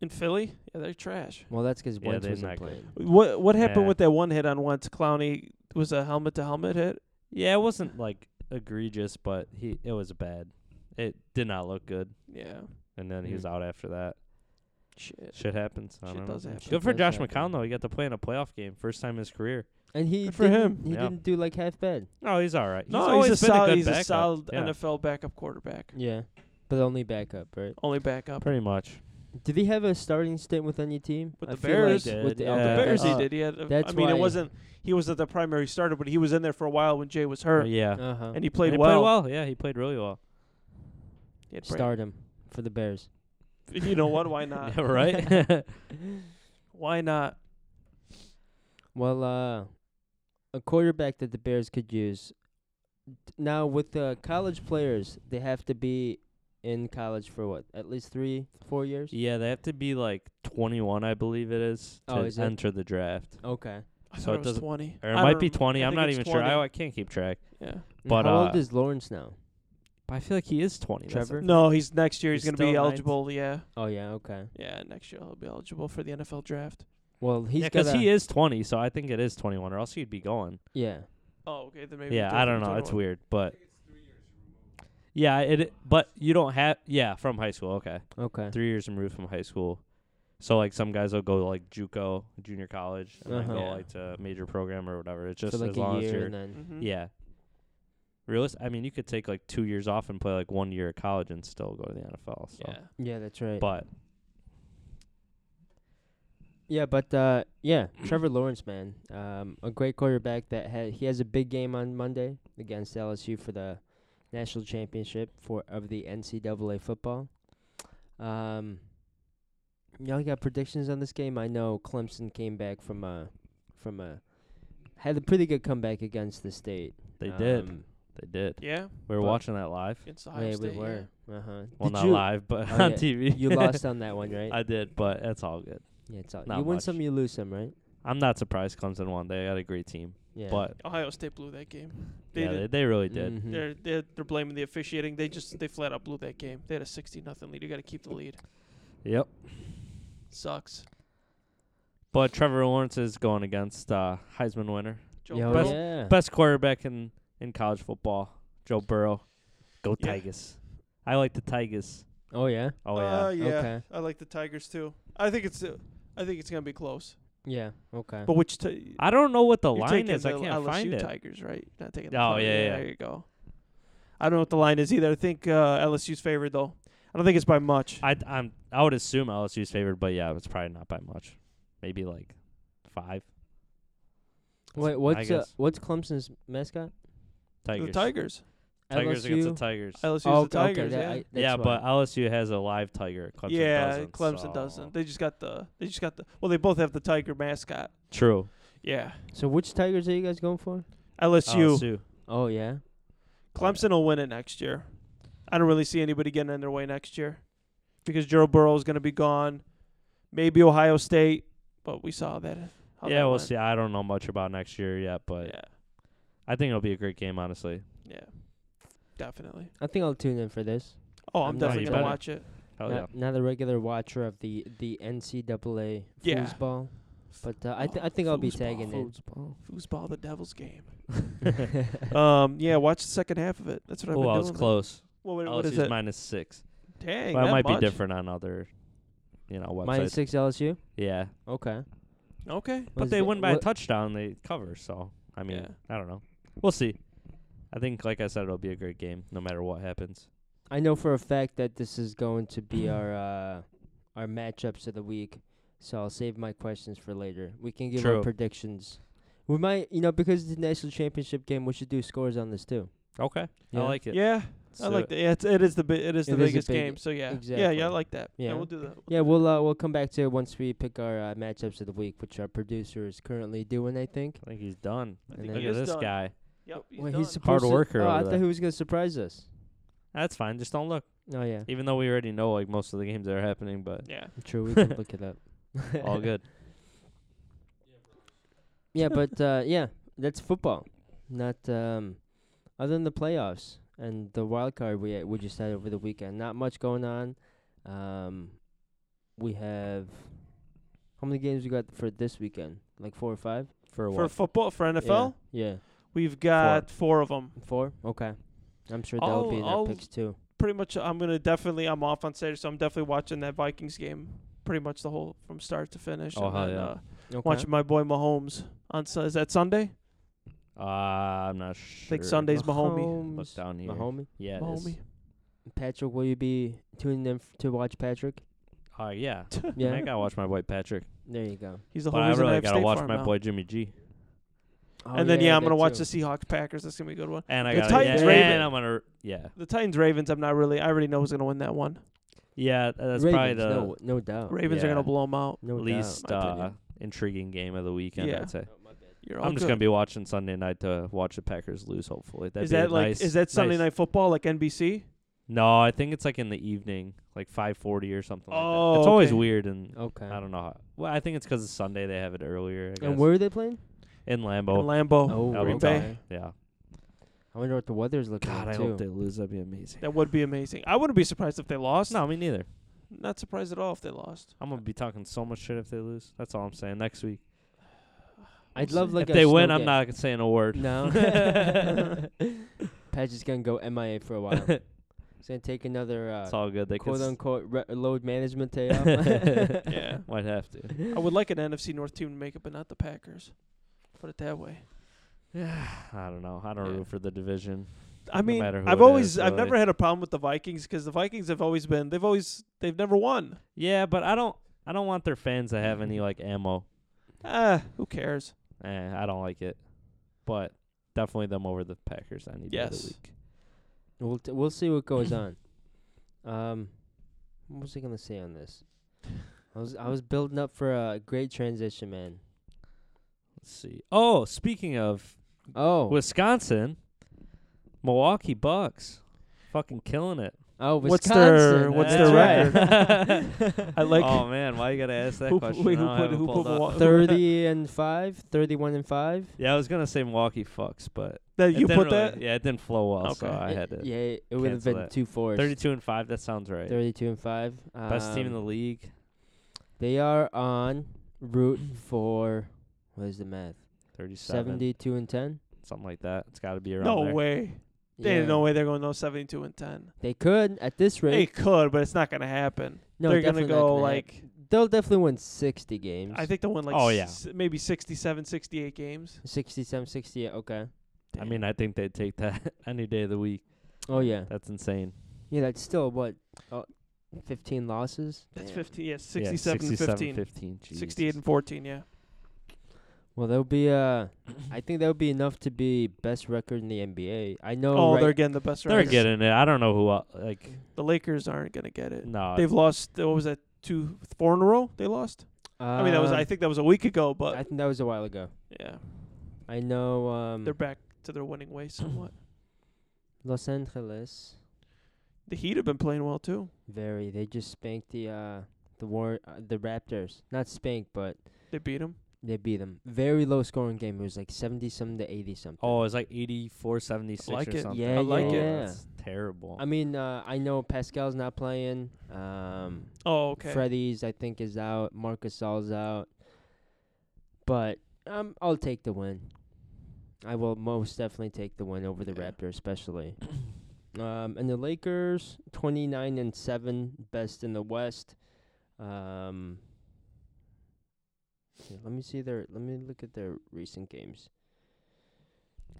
Speaker 3: in Philly, yeah, they're trash.
Speaker 1: Well, that's 'cause
Speaker 2: Yeah,
Speaker 1: Wentz
Speaker 2: they're
Speaker 1: wasn't
Speaker 2: not good.
Speaker 1: playing.
Speaker 3: What what happened
Speaker 2: Yeah.
Speaker 3: with that one hit on once? Clowney it was a helmet to helmet hit.
Speaker 2: Yeah, it wasn't like egregious, but he it was bad. It did not look good,
Speaker 3: Yeah,
Speaker 2: and then he
Speaker 1: Mm.
Speaker 2: was out after that.
Speaker 3: shit.
Speaker 2: Shit happens. I
Speaker 3: Shit
Speaker 2: don't know.
Speaker 3: does happen.
Speaker 2: Good
Speaker 1: Shit
Speaker 2: for
Speaker 1: does
Speaker 2: Josh
Speaker 1: happen.
Speaker 2: McCown though. He got to play in a playoff game, first time in his career.
Speaker 1: And he
Speaker 3: Good for
Speaker 1: didn't-
Speaker 3: him.
Speaker 1: He
Speaker 2: Yeah.
Speaker 1: didn't do like half bad.
Speaker 2: No, he's all right. He's
Speaker 3: no,
Speaker 2: always
Speaker 3: he's a
Speaker 2: been
Speaker 3: solid.
Speaker 2: good
Speaker 3: he's
Speaker 2: backup.
Speaker 3: a solid
Speaker 2: Yeah,
Speaker 3: NFL backup quarterback.
Speaker 1: Yeah, but only backup, right?
Speaker 3: Only backup.
Speaker 2: pretty much.
Speaker 1: Did he have a starting stint with any team?
Speaker 3: With
Speaker 1: I
Speaker 3: the
Speaker 1: feel like
Speaker 3: Bears.
Speaker 1: with
Speaker 2: Did,
Speaker 1: the, okay,
Speaker 2: yeah.
Speaker 3: the Bears, he
Speaker 1: that's-
Speaker 3: did. He had. a- I
Speaker 1: that's
Speaker 3: mean,
Speaker 1: why-
Speaker 3: it wasn't. He wasn't the primary starter, but he was in there for a while when Jay was hurt,
Speaker 2: Uh, yeah,
Speaker 1: Uh-huh.
Speaker 3: and he played
Speaker 2: And he
Speaker 3: well.
Speaker 2: Yeah, he played really well.
Speaker 3: He had Brad-
Speaker 1: Stardom for the Bears.
Speaker 3: You know what? Why not?
Speaker 2: Yeah, right.
Speaker 3: Why not?
Speaker 1: Well, uh, a quarterback that the Bears could use. T- Now with the college players, they have to be in college for what? At least three, four years.
Speaker 2: yeah, they have to be like 21, I believe it is, to
Speaker 1: Oh, is it?
Speaker 2: enter the draft.
Speaker 1: Okay.
Speaker 3: I
Speaker 2: So
Speaker 3: thought
Speaker 2: it
Speaker 3: it was
Speaker 2: doesn't-
Speaker 3: twenty.
Speaker 2: Or it
Speaker 3: I
Speaker 2: might
Speaker 3: don't
Speaker 2: be
Speaker 3: rem-
Speaker 2: 20.
Speaker 3: I
Speaker 2: I'm
Speaker 3: think
Speaker 2: not
Speaker 3: it's
Speaker 2: even sure.
Speaker 3: 20.
Speaker 2: I, I can't keep track.
Speaker 3: Yeah.
Speaker 1: And
Speaker 2: But,
Speaker 1: how old
Speaker 2: uh,
Speaker 1: is Lawrence now?
Speaker 2: But I feel like he is 20. That's the
Speaker 1: Trevor?
Speaker 3: No, he's next year. He's,
Speaker 2: He's
Speaker 3: going to be
Speaker 2: still ninth.
Speaker 3: eligible. Yeah.
Speaker 1: Oh yeah, okay.
Speaker 3: Yeah. Next year he'll be eligible for the NFL draft.
Speaker 1: Well, he's
Speaker 2: yeah, because
Speaker 1: gotta-
Speaker 2: he is 20, so I think it is 21, or else he'd be going.
Speaker 1: Yeah.
Speaker 3: Oh, okay. Then maybe.
Speaker 2: yeah,
Speaker 3: it
Speaker 2: I
Speaker 3: does
Speaker 2: don't
Speaker 3: need
Speaker 2: know. It's
Speaker 3: 21.
Speaker 2: weird, but yeah, it. But you don't have yeah from high school. Okay,
Speaker 1: Okay.
Speaker 2: three years removed from high school. So like some guys will go like JUCO, junior college, and
Speaker 1: Uh-huh.
Speaker 2: then go
Speaker 3: Yeah.
Speaker 2: like to major program or whatever. It's just
Speaker 1: for like
Speaker 2: as
Speaker 1: a
Speaker 2: long as
Speaker 1: year
Speaker 2: you're
Speaker 1: and then.
Speaker 3: Mhm.
Speaker 2: yeah. Realist. I mean, you could take like two years off and play like one year at college and still go to the NFL. So,
Speaker 3: Yeah.
Speaker 1: Yeah, that's right.
Speaker 2: but
Speaker 1: Yeah, but uh, yeah, Trevor Lawrence, man, um, a great quarterback that ha- he has a big game on Monday against LSU for the national championship for of the NCAA football. Um, y'all got predictions on this game? I know Clemson came back from a from a had a pretty good comeback against the state.
Speaker 2: They did.
Speaker 1: Um,
Speaker 2: They did.
Speaker 3: Yeah,
Speaker 2: We were
Speaker 1: but-
Speaker 2: watching that live.
Speaker 3: it's Ohio
Speaker 1: yeah, we
Speaker 3: State.
Speaker 1: were. Uh huh.
Speaker 2: Well, not live, but
Speaker 1: Oh,
Speaker 2: on
Speaker 1: yeah.
Speaker 2: TV.
Speaker 1: You lost on that one, right?
Speaker 2: I did, but that's all good.
Speaker 1: yeah, it's all,
Speaker 2: not
Speaker 1: you win
Speaker 2: much.
Speaker 1: some, you lose some, right?
Speaker 2: I'm not surprised Clemson won. They got a great team,
Speaker 1: Yeah.
Speaker 2: but
Speaker 3: Yeah. Ohio State blew that game. They
Speaker 2: yeah,
Speaker 3: did.
Speaker 2: they, they really did.
Speaker 1: Mhm.
Speaker 3: They're, they're they're blaming the officiating. They just they flat out blew that game. They had a sixty nothing lead. You got to keep the lead.
Speaker 2: Yep.
Speaker 3: Sucks.
Speaker 2: But Trevor Lawrence is going against uh, Heisman winner,
Speaker 3: Joe
Speaker 1: Yo,
Speaker 3: Burrow.
Speaker 1: yeah.
Speaker 2: best quarterback in in college football, Joe Burrow. Go
Speaker 3: Yeah.
Speaker 2: Tigers! I like the Tigers.
Speaker 1: oh yeah.
Speaker 2: Oh yeah.
Speaker 3: Uh, yeah.
Speaker 1: Okay.
Speaker 3: I like the Tigers too. I think it's uh, I think it's gonna be close.
Speaker 1: Yeah. Okay.
Speaker 3: But which t-
Speaker 2: I don't know what the
Speaker 3: you're
Speaker 2: line
Speaker 3: taking
Speaker 2: is. I
Speaker 3: the
Speaker 2: can't
Speaker 3: LSU
Speaker 2: find it.
Speaker 3: Tigers, right? You're not taking. The
Speaker 2: Oh,
Speaker 3: Tigers.
Speaker 2: yeah, yeah.
Speaker 3: There you go. I don't know what the line is either. I think uh, LSU's favored though. I don't think it's by much.
Speaker 2: I I'm I would assume LSU's favored, but yeah, it's probably not by much. Maybe like five.
Speaker 1: Wait, what's uh,
Speaker 2: guess.
Speaker 1: what's Clemson's mascot?
Speaker 2: Tigers.
Speaker 3: The Tigers.
Speaker 2: Tigers
Speaker 1: LSU?
Speaker 2: against the Tigers.
Speaker 3: LSU's
Speaker 1: Oh,
Speaker 3: the Tigers.
Speaker 1: that-
Speaker 3: yeah.
Speaker 1: I- that's
Speaker 2: yeah,
Speaker 1: why.
Speaker 2: but uh, LSU has a live tiger. Clemson
Speaker 3: yeah,
Speaker 2: doesn't.
Speaker 3: Clemson
Speaker 2: so-
Speaker 3: doesn't. They just got the. They just got the. Well, they both have the tiger mascot.
Speaker 2: True.
Speaker 3: Yeah,
Speaker 1: so which Tigers are you guys going for?
Speaker 3: LSU.
Speaker 2: LSU.
Speaker 1: Oh yeah.
Speaker 3: Clemson will win it next year. I don't really see anybody getting in their way next year because Joe Burrow is going to be gone. Maybe Ohio State, but we saw that. how
Speaker 2: Yeah,
Speaker 3: that
Speaker 2: we'll
Speaker 3: went.
Speaker 2: see. I don't know much about next year yet, but
Speaker 3: Yeah,
Speaker 2: I think it'll be a great game, honestly.
Speaker 3: yeah, definitely.
Speaker 1: I think I'll tune in for this.
Speaker 3: Oh, I'm
Speaker 1: No,
Speaker 3: definitely
Speaker 2: you
Speaker 3: going to
Speaker 2: better.
Speaker 3: watch it.
Speaker 2: Hell
Speaker 1: not,
Speaker 2: Oh, yeah.
Speaker 1: not a regular watcher of the the NCAA
Speaker 3: Yeah.
Speaker 1: foosball, but uh, I th- I think I'll be tagging in.
Speaker 2: Foosball.
Speaker 3: Foosball, the Devils game. um, yeah, watch the second half of it. That's what I've
Speaker 2: Oh,
Speaker 3: been
Speaker 2: I
Speaker 3: doing.
Speaker 2: was close.
Speaker 3: Well, what, what
Speaker 2: LSU's
Speaker 3: is it?
Speaker 2: minus six.
Speaker 3: Dang,
Speaker 2: Well, it
Speaker 3: that
Speaker 2: might
Speaker 3: much?
Speaker 2: be different on other, you know, websites.
Speaker 1: Minus six LSU.
Speaker 2: Yeah,
Speaker 1: Okay.
Speaker 3: Okay,
Speaker 2: but
Speaker 1: is
Speaker 2: they
Speaker 1: it-
Speaker 2: win by a
Speaker 1: what-
Speaker 2: touchdown. They cover, so I mean,
Speaker 3: Yeah.
Speaker 2: I don't know. We'll see. I think, like I said, it'll be a great game no matter what happens.
Speaker 1: I know for a fact that this is going to be our uh, our matchups of the week, so I'll save my questions for later. We can give
Speaker 2: True.
Speaker 1: our predictions. We might, you know, because it's the national championship game, we should do scores on this too.
Speaker 2: Okay,
Speaker 1: Yeah.
Speaker 2: I like it.
Speaker 3: yeah,
Speaker 2: Let's
Speaker 3: I
Speaker 2: do
Speaker 3: like
Speaker 2: it.
Speaker 3: that. Yeah, it's, it is the bi- it is the
Speaker 1: It is a
Speaker 3: biggest
Speaker 1: big-
Speaker 3: game. So yeah, yeah,
Speaker 1: exactly.
Speaker 3: yeah, I like that. Yeah,
Speaker 1: Yeah.
Speaker 3: we'll do that.
Speaker 1: Yeah, we'll uh, we'll come back to it once we pick our uh, matchups of the week, which our producer is currently doing, I think.
Speaker 2: I think he's done.
Speaker 3: I
Speaker 1: And
Speaker 3: think
Speaker 1: then-
Speaker 2: Look
Speaker 3: he
Speaker 2: at
Speaker 3: is
Speaker 2: this
Speaker 3: done.
Speaker 2: guy.
Speaker 3: Yep, he's
Speaker 1: Well,
Speaker 3: done.
Speaker 1: he's supposed to-
Speaker 2: worker
Speaker 1: Oh, I
Speaker 2: over
Speaker 1: thought
Speaker 2: there.
Speaker 1: he was gonna surprise us.
Speaker 2: That's fine. Just don't look.
Speaker 1: Oh yeah,
Speaker 2: Even though we already know like most of the games that are happening, but
Speaker 3: yeah.
Speaker 1: true. We can look it up.
Speaker 2: all good.
Speaker 1: Yeah, but uh, yeah, that's football. Not um, other than the playoffs and the wild card we we just had over the weekend. Not much going on. Um, we have how many games we got for this weekend? Like four or five?
Speaker 2: For
Speaker 3: for
Speaker 2: what?
Speaker 3: football for NFL,
Speaker 1: Yeah,
Speaker 3: we've got four. of 'em.
Speaker 1: yeah. four. Okay, I'm sure that'll be in
Speaker 3: I'll-
Speaker 1: our
Speaker 3: I'll-
Speaker 1: picks too.
Speaker 3: Pretty much, I'm gonna definitely. I'm off on Saturday, so I'm definitely watching that Vikings game. Pretty much the whole from start to finish.
Speaker 2: Oh,
Speaker 3: and
Speaker 2: hell
Speaker 3: then,
Speaker 2: yeah.
Speaker 3: uh,
Speaker 1: Okay.
Speaker 3: Watching my boy Mahomes on Sun- is that Sunday?
Speaker 2: Uh, I'm not sure.
Speaker 3: I think Sunday's Mahomes.
Speaker 2: Look down here.
Speaker 1: Mahomie.
Speaker 2: Yeah, it is.
Speaker 3: Mahomes.
Speaker 1: Patrick, will you be tuning in f- to watch Patrick?
Speaker 2: Uh, yeah. yeah. I
Speaker 1: Yeah.
Speaker 2: gotta watch my boy Patrick.
Speaker 1: There you go.
Speaker 3: He's the
Speaker 2: But
Speaker 3: whole
Speaker 2: I
Speaker 3: reason
Speaker 2: really
Speaker 3: have
Speaker 2: gotta
Speaker 3: State
Speaker 2: watch
Speaker 3: Farm
Speaker 2: my
Speaker 3: now.
Speaker 2: boy Jimmy G.
Speaker 1: Oh,
Speaker 3: And then yeah, I'm
Speaker 1: that
Speaker 3: gonna watch
Speaker 1: too.
Speaker 3: the Seahawks Packers. That's gonna be a good one.
Speaker 2: And I
Speaker 3: The
Speaker 2: gotta
Speaker 3: Titans,
Speaker 2: yeah,
Speaker 3: Ravens-
Speaker 2: and I'm gonna yeah.
Speaker 3: The Titans Ravens. I'm not really. I already know who's gonna win that one.
Speaker 2: Yeah, that's probably
Speaker 1: Ravens,
Speaker 2: the
Speaker 1: no, no doubt.
Speaker 3: Ravens are
Speaker 2: Oh, yeah.
Speaker 3: gonna blow them out.
Speaker 1: No doubt.
Speaker 2: least
Speaker 3: my
Speaker 2: uh,
Speaker 3: opinion.
Speaker 2: intriguing game of the weekend,
Speaker 3: Yeah.
Speaker 2: I'd say.
Speaker 3: You're all
Speaker 2: I'm just
Speaker 3: good.
Speaker 2: gonna be watching Sunday night to watch the Packers lose, hopefully. That'd
Speaker 3: is
Speaker 2: be a
Speaker 3: that like
Speaker 2: nice-
Speaker 3: is that Sunday
Speaker 2: nice-
Speaker 3: night football like NBC?
Speaker 2: No, I think it's like in the evening, like five forty or something like that.
Speaker 3: Oh,
Speaker 2: It's always
Speaker 3: okay.
Speaker 2: weird and
Speaker 1: Okay.
Speaker 2: I don't know how well I think it's 'cause it's Sunday they have it earlier, I guess. Oh,
Speaker 1: And where are they playing?
Speaker 2: in
Speaker 3: In
Speaker 2: Lambeau.
Speaker 3: Lambeau.
Speaker 2: that'll
Speaker 3: Green
Speaker 2: be
Speaker 3: Bay.
Speaker 2: tough. Yeah.
Speaker 1: I wonder what the weather's looking
Speaker 2: God, I
Speaker 1: like
Speaker 2: hope
Speaker 1: too.
Speaker 2: they lose. That'd be amazing.
Speaker 3: That would be amazing. I wouldn't be surprised if they lost.
Speaker 2: No, me neither.
Speaker 3: Not surprised at all if they lost.
Speaker 2: I'm gonna be talking so much shit if they lose. That's all I'm saying. Next week,
Speaker 1: I'd love like
Speaker 2: if
Speaker 1: a
Speaker 2: they
Speaker 1: snow
Speaker 2: win, I'm
Speaker 1: game.
Speaker 2: not saying a word.
Speaker 1: No. Pat's just gonna go MIA for a while. He's gonna take another
Speaker 2: It's
Speaker 1: uh,
Speaker 2: all good. They
Speaker 1: quote
Speaker 2: could
Speaker 1: unquote re- load management day off.
Speaker 2: yeah,
Speaker 3: Yeah.
Speaker 2: might have to.
Speaker 3: I would like an NFC North team to make it, but not the Packers. Put it that way.
Speaker 2: I don't know. I don't
Speaker 3: Yeah.
Speaker 2: root for the division.
Speaker 3: I
Speaker 2: No
Speaker 3: mean,
Speaker 2: matter who
Speaker 3: I've
Speaker 2: it
Speaker 3: always,
Speaker 2: is,
Speaker 3: I've
Speaker 2: really.
Speaker 3: never had a problem with the Vikings because the Vikings have always been, they've always, they've never won.
Speaker 2: Yeah, but I don't. I don't want their fans to have any like ammo.
Speaker 3: Ah, who cares?
Speaker 2: Eh, I don't like it. But definitely them over the Packers any day of
Speaker 3: Yes.
Speaker 2: the week.
Speaker 1: We'll t- we'll see what goes on. Um, what was I gonna say on this? I was I was building up for a great transition, man.
Speaker 2: Let's see. Oh, speaking of
Speaker 1: Oh,
Speaker 2: Wisconsin, Milwaukee Bucks, fucking killing it.
Speaker 1: oh, Wisconsin.
Speaker 3: what's their- what's
Speaker 1: that's right.
Speaker 3: their
Speaker 2: record?
Speaker 3: I like
Speaker 2: oh man, why you gotta ask that
Speaker 3: who,
Speaker 2: question?
Speaker 3: wait,
Speaker 2: I
Speaker 3: who
Speaker 2: don't
Speaker 3: put
Speaker 2: have it
Speaker 3: who put
Speaker 2: pulled up.
Speaker 3: Milwaukee?
Speaker 1: Thirty and five, thirty-one and five.
Speaker 2: Yeah, I was gonna say Milwaukee fucks, but
Speaker 3: That
Speaker 2: it
Speaker 3: you
Speaker 2: didn't
Speaker 3: put
Speaker 2: really-
Speaker 3: that?
Speaker 2: Yeah, it didn't flow well, so
Speaker 3: Okay.
Speaker 2: I
Speaker 1: It-
Speaker 2: had it.
Speaker 1: Yeah, it would have
Speaker 2: cancel
Speaker 1: been
Speaker 2: that.
Speaker 1: two fours.
Speaker 2: Thirty-two and five. That sounds right.
Speaker 1: 32 and five.
Speaker 2: Best team in the
Speaker 1: Um,
Speaker 2: league.
Speaker 1: They are on route for. What is the math?
Speaker 2: Thirty-seven.
Speaker 1: 72 and 10.
Speaker 2: Something like that. It's got to be around
Speaker 3: No
Speaker 2: there.
Speaker 3: way. There's no way they're going no 72 and 10.
Speaker 1: They could at this rate.
Speaker 3: They could, but it's not going to happen.
Speaker 1: no,
Speaker 3: they're
Speaker 1: definitely
Speaker 3: going to
Speaker 1: not
Speaker 3: go
Speaker 1: gonna
Speaker 3: like
Speaker 1: happen. They'll definitely win 60 games.
Speaker 3: I think they'll win like
Speaker 2: Oh, yeah.
Speaker 3: s- maybe 67, 68 games.
Speaker 1: 67, 68. Okay.
Speaker 2: I mean, I think they'd take that any day of the week.
Speaker 1: Oh, yeah.
Speaker 2: That's insane.
Speaker 1: Yeah, that's still what? Oh, 15 losses?
Speaker 3: that's
Speaker 1: Damn.
Speaker 3: 15. Yeah,
Speaker 2: Yeah,
Speaker 3: 67,
Speaker 2: 67
Speaker 3: 15.
Speaker 2: 15.
Speaker 3: 68 and 14, yeah.
Speaker 1: Well, that'll be. uh I think that'll be enough to be best record in the NBA. I know.
Speaker 3: Oh,
Speaker 1: right-
Speaker 3: they're getting the best
Speaker 2: They're
Speaker 3: record.
Speaker 2: getting it. I don't know who. el- Like
Speaker 3: The Lakers aren't going to get it.
Speaker 2: no.
Speaker 3: They've lost what was that? Two four in a row they lost? I mean, that was
Speaker 1: um,
Speaker 3: I think uh, that was a week ago, but
Speaker 1: I think that was a while ago.
Speaker 3: yeah.
Speaker 1: I know. Um,
Speaker 3: They're back to their winning ways somewhat.
Speaker 1: Los Angeles.
Speaker 3: the Heat have been playing well too.
Speaker 1: Very. They just spanked the uh the war uh, the Raptors. Not spanked, but
Speaker 3: They beat them.
Speaker 1: they beat them. Very low scoring game. It was like seventy something to eighty something.
Speaker 2: oh, it's like 84, 76
Speaker 3: Like
Speaker 2: or
Speaker 3: it.
Speaker 2: something.
Speaker 1: Yeah, I
Speaker 3: like yeah, it.
Speaker 1: yeah.
Speaker 2: That's terrible.
Speaker 1: I mean, uh, I know Pascal's not playing. Um,
Speaker 3: Oh, okay.
Speaker 1: Freddie's I think is out. Marcus All's out. But um, I'll take the win. I will most definitely take the win over the
Speaker 3: Yeah.
Speaker 1: Raptors, especially. Um, and the Lakers, twenty nine and seven, best in the West. Um, here, let me see their. Let me look at their recent games.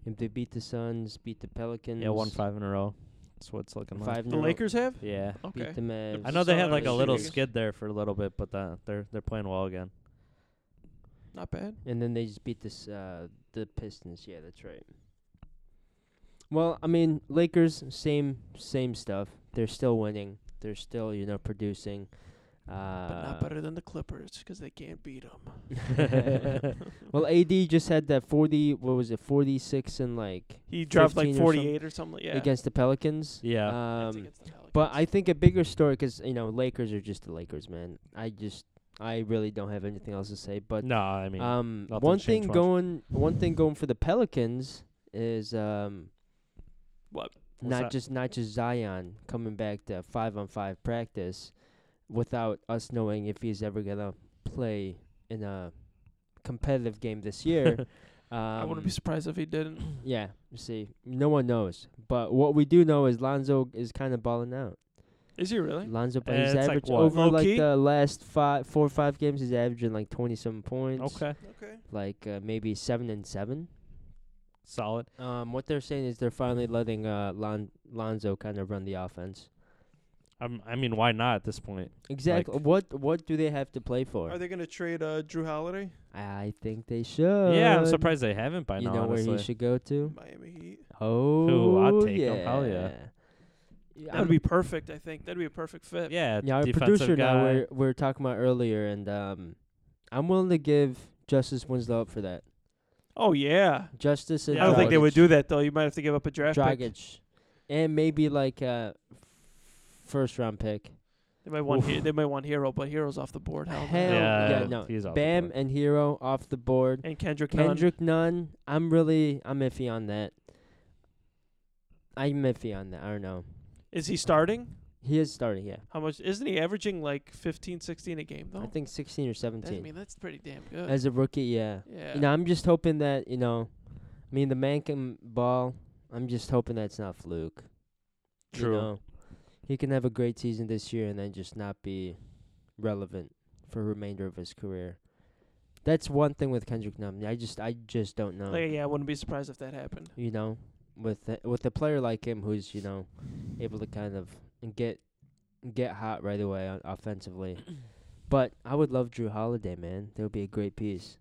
Speaker 1: If they beat the Suns, beat the Pelicans.
Speaker 2: yeah, won five in a row. That's what it's looking like.
Speaker 1: Five in
Speaker 3: The
Speaker 1: a row,
Speaker 3: Lakers have?
Speaker 2: Yeah.
Speaker 1: beat
Speaker 3: Okay.
Speaker 1: the Mavs.
Speaker 2: I know they
Speaker 3: saw
Speaker 2: had
Speaker 3: that
Speaker 2: like a
Speaker 3: recently,
Speaker 2: little
Speaker 3: I guess.
Speaker 2: skid there for a little bit, but uh, they're they're playing well again.
Speaker 3: Not bad.
Speaker 1: And then they just beat this uh the Pistons. Yeah, that's right. Well, I mean, Lakers same same stuff. They're still winning. They're still, you know, producing. Uh
Speaker 3: But not better than the Clippers because they can't beat them.
Speaker 1: well, AD just had that 40, what was it? 46 and like
Speaker 3: He dropped like
Speaker 1: 15 or some-
Speaker 3: 48 or something. Yeah.
Speaker 1: against the Pelicans.
Speaker 2: Yeah.
Speaker 3: That's
Speaker 1: Um
Speaker 3: against the
Speaker 1: but I
Speaker 3: Pelicans.
Speaker 1: think a bigger story cuz you know, Lakers are just the Lakers, man. I just I really don't have anything else to say, but
Speaker 2: no, I mean
Speaker 1: um,
Speaker 2: nothing
Speaker 1: one
Speaker 2: changed
Speaker 1: thing
Speaker 2: much.
Speaker 1: going, one thing going for the Pelicans is um,
Speaker 3: What?
Speaker 2: What's
Speaker 1: not
Speaker 2: that?
Speaker 1: just not just Zion coming back to five on five practice, without us knowing if he's ever gonna play in a competitive game this year. um,
Speaker 3: I wouldn't be surprised if he didn't.
Speaker 1: yeah, you see, no one knows, but what we do know is Lonzo is kind of balling out.
Speaker 3: Is he really?
Speaker 1: Lonzo,
Speaker 2: Uh,
Speaker 1: but he's
Speaker 2: it's like
Speaker 1: average
Speaker 2: what?
Speaker 1: over
Speaker 3: Low
Speaker 1: like
Speaker 3: key?
Speaker 1: the last five, four or five games, he's averaging like twenty some points.
Speaker 2: okay,
Speaker 3: Okay.
Speaker 1: like uh, maybe seven and seven.
Speaker 2: solid.
Speaker 1: Um, what they're saying is they're finally letting uh Lon- Lonzo kind of run the offense.
Speaker 2: Um, I mean, why not at this point?
Speaker 1: Exactly. what What do they have to play for?
Speaker 3: Are they going to trade uh, Drew Holiday?
Speaker 1: I think they should.
Speaker 2: yeah, I'm surprised they haven't by
Speaker 1: Uh, You
Speaker 2: now.
Speaker 1: know
Speaker 2: honestly.
Speaker 1: where he should go to?
Speaker 3: Miami Heat.
Speaker 1: Oh,
Speaker 2: I'd take
Speaker 1: yeah.
Speaker 2: him. Hell yeah.
Speaker 1: yeah.
Speaker 3: That would be perfect, I think. That'd be a perfect fit.
Speaker 2: Yeah,
Speaker 1: Yeah, our
Speaker 2: defensive
Speaker 1: producer
Speaker 2: guy.
Speaker 1: now we're we're talking about earlier, and um, I'm willing to give Justice Winslow up for that.
Speaker 3: Oh, yeah.
Speaker 1: Justice and
Speaker 2: Yeah,
Speaker 3: I don't think they would
Speaker 1: Dragic.
Speaker 3: do that, though. You might have to give up a draft pick.
Speaker 1: Dragic, and maybe like a first round pick.
Speaker 3: They might want
Speaker 2: Oof.
Speaker 3: he- they might want Hero, but Hero's off the board. Hell, no.
Speaker 1: Hell yeah,
Speaker 2: Yeah,
Speaker 1: no.
Speaker 2: he's off the
Speaker 1: Bam
Speaker 2: board.
Speaker 1: and Hero off the board.
Speaker 3: And Kendrick Nunn.
Speaker 1: Kendrick Nunn, I'm really I'm iffy on that. I'm iffy on that. I don't know.
Speaker 3: Is he starting?
Speaker 1: He is starting, yeah.
Speaker 3: How much? Isn't he averaging like 15, 16 a game though?
Speaker 1: I think 16 or
Speaker 3: That's, I
Speaker 1: 17
Speaker 3: mean, that's pretty damn good.
Speaker 1: as a rookie. Yeah.
Speaker 3: yeah.
Speaker 1: You know, I'm just hoping that you know, I mean, the man can ball. I'm just hoping that's not fluke. you
Speaker 2: True.
Speaker 1: know? He can have a great season this year and then just not be relevant for the remainder of his career. That's one thing with Kendrick Nunn. I just I just don't know.
Speaker 3: Like, yeah, I wouldn't be surprised if that happened.
Speaker 1: you know, with a, with a player like him who's you know able to kind of get get hot right away on offensively. But I would love Drew Holiday, man. That would be a great piece.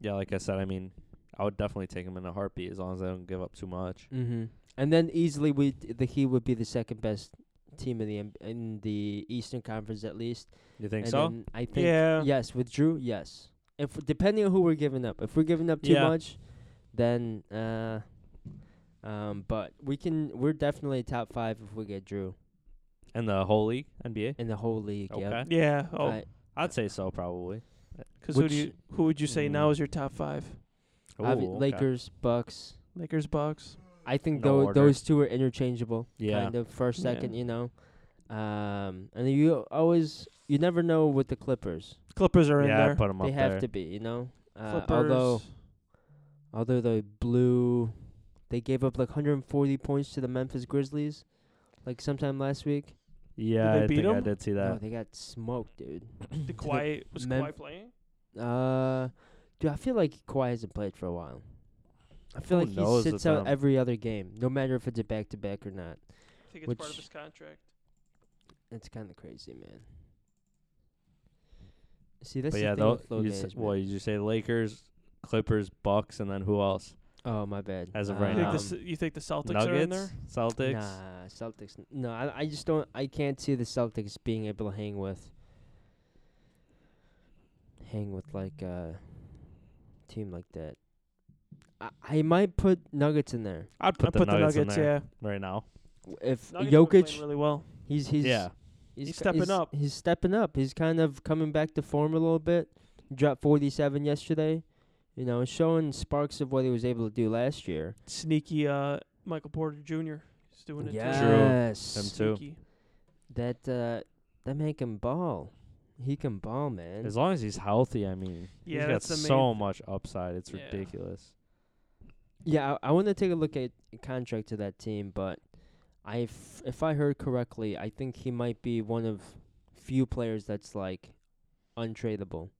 Speaker 2: Yeah, like I said, I mean, I would definitely take him in a heartbeat as long as I don't give up too much.
Speaker 1: Mm-hmm. And then easily we the Heat would be the second best team in the M- in the Eastern Conference at least.
Speaker 2: You think
Speaker 1: and
Speaker 2: so?
Speaker 1: then I think
Speaker 3: Yeah.
Speaker 1: yes with Drew, yes. If depending on who we're giving up, if we're giving up too
Speaker 2: Yeah.
Speaker 1: much, then uh, um, but we can we're definitely top five if we get Drew
Speaker 2: in the whole league, NBA?
Speaker 1: in the whole league.
Speaker 2: Okay.
Speaker 1: Yep.
Speaker 3: Yeah. Oh,
Speaker 1: I-
Speaker 2: I'd say so, probably.
Speaker 3: because who
Speaker 1: which-
Speaker 3: do you who would you say now
Speaker 1: Mm.
Speaker 2: Hmm.
Speaker 3: is your top five?
Speaker 1: obvi-
Speaker 2: Ooh, okay.
Speaker 1: Lakers, Bucks.
Speaker 3: Lakers, Bucks.
Speaker 1: I think
Speaker 2: No
Speaker 1: tho-
Speaker 2: order.
Speaker 1: those two are interchangeable.
Speaker 2: Yeah.
Speaker 1: Kind of first,
Speaker 3: Yeah.
Speaker 1: second, you know. Um, and you always, you never know with the Clippers.
Speaker 3: Clippers are in
Speaker 2: Yeah, I
Speaker 3: there.
Speaker 2: put him up
Speaker 1: they have
Speaker 2: there.
Speaker 1: to be, you know. Uh,
Speaker 3: Clippers.
Speaker 1: although, although they blew, they gave up like 140 points to the Memphis Grizzlies, like sometime last week.
Speaker 2: Yeah,
Speaker 3: they
Speaker 2: I
Speaker 3: beat
Speaker 2: think I
Speaker 3: him?
Speaker 2: did see
Speaker 1: No,
Speaker 2: that.
Speaker 1: they got smoked, dude.
Speaker 3: the Kawhi was
Speaker 1: Mem-
Speaker 3: Kawhi playing?
Speaker 1: Uh, dude, I feel like Kawhi hasn't played for a while. I feel
Speaker 2: Who
Speaker 1: like he
Speaker 2: knows with
Speaker 1: sits out
Speaker 2: them?
Speaker 1: every other game, no matter if it's a back to back or not.
Speaker 3: I think it's part
Speaker 1: Which-
Speaker 3: of his contract.
Speaker 1: It's kind of crazy, man. See, that's
Speaker 2: But
Speaker 1: the
Speaker 2: yeah,
Speaker 1: thing
Speaker 2: though,
Speaker 1: with load
Speaker 2: you said,
Speaker 1: management.
Speaker 2: well, you say Lakers, Clippers, Bucks, and then who else?
Speaker 1: oh, my bad.
Speaker 2: as of right
Speaker 3: you,
Speaker 2: now.
Speaker 3: think the, Ce- you think the Celtics are in there?
Speaker 2: Nuggets, Celtics.
Speaker 1: Nah, Celtics. n- No, I, I just don't. I can't see the Celtics being able to hang with, hang with like a team like that. I, I might put Nuggets in there
Speaker 2: I'd put,
Speaker 3: I
Speaker 2: the,
Speaker 3: put
Speaker 2: nuggets
Speaker 3: the Nuggets.
Speaker 2: in there
Speaker 3: Yeah,
Speaker 2: right now.
Speaker 1: W- if
Speaker 3: Nuggets have been
Speaker 1: Jokic.
Speaker 3: playing really well.
Speaker 1: he's he's
Speaker 2: yeah,
Speaker 3: He's
Speaker 1: ki-
Speaker 3: stepping up.
Speaker 1: He's stepping up. He's kind of coming back to form a little bit. He dropped 47 yesterday. You know, showing sparks of what he was able to do last year.
Speaker 3: Sneaky uh, Michael Porter Jr. is doing it.
Speaker 1: yes.
Speaker 2: True. Him
Speaker 3: Too.
Speaker 2: too.
Speaker 3: Sneaky.
Speaker 1: That uh that man can ball. He can ball, man.
Speaker 2: As long as he's healthy, I mean,
Speaker 3: Yeah,
Speaker 2: he's got
Speaker 3: that's the main
Speaker 2: so
Speaker 3: th-
Speaker 2: much upside. It's
Speaker 3: Yeah.
Speaker 2: ridiculous.
Speaker 1: yeah, I, I want to take a look at a contract to that team, but I f- if I heard correctly, I think he might be one of few players that's like untradeable.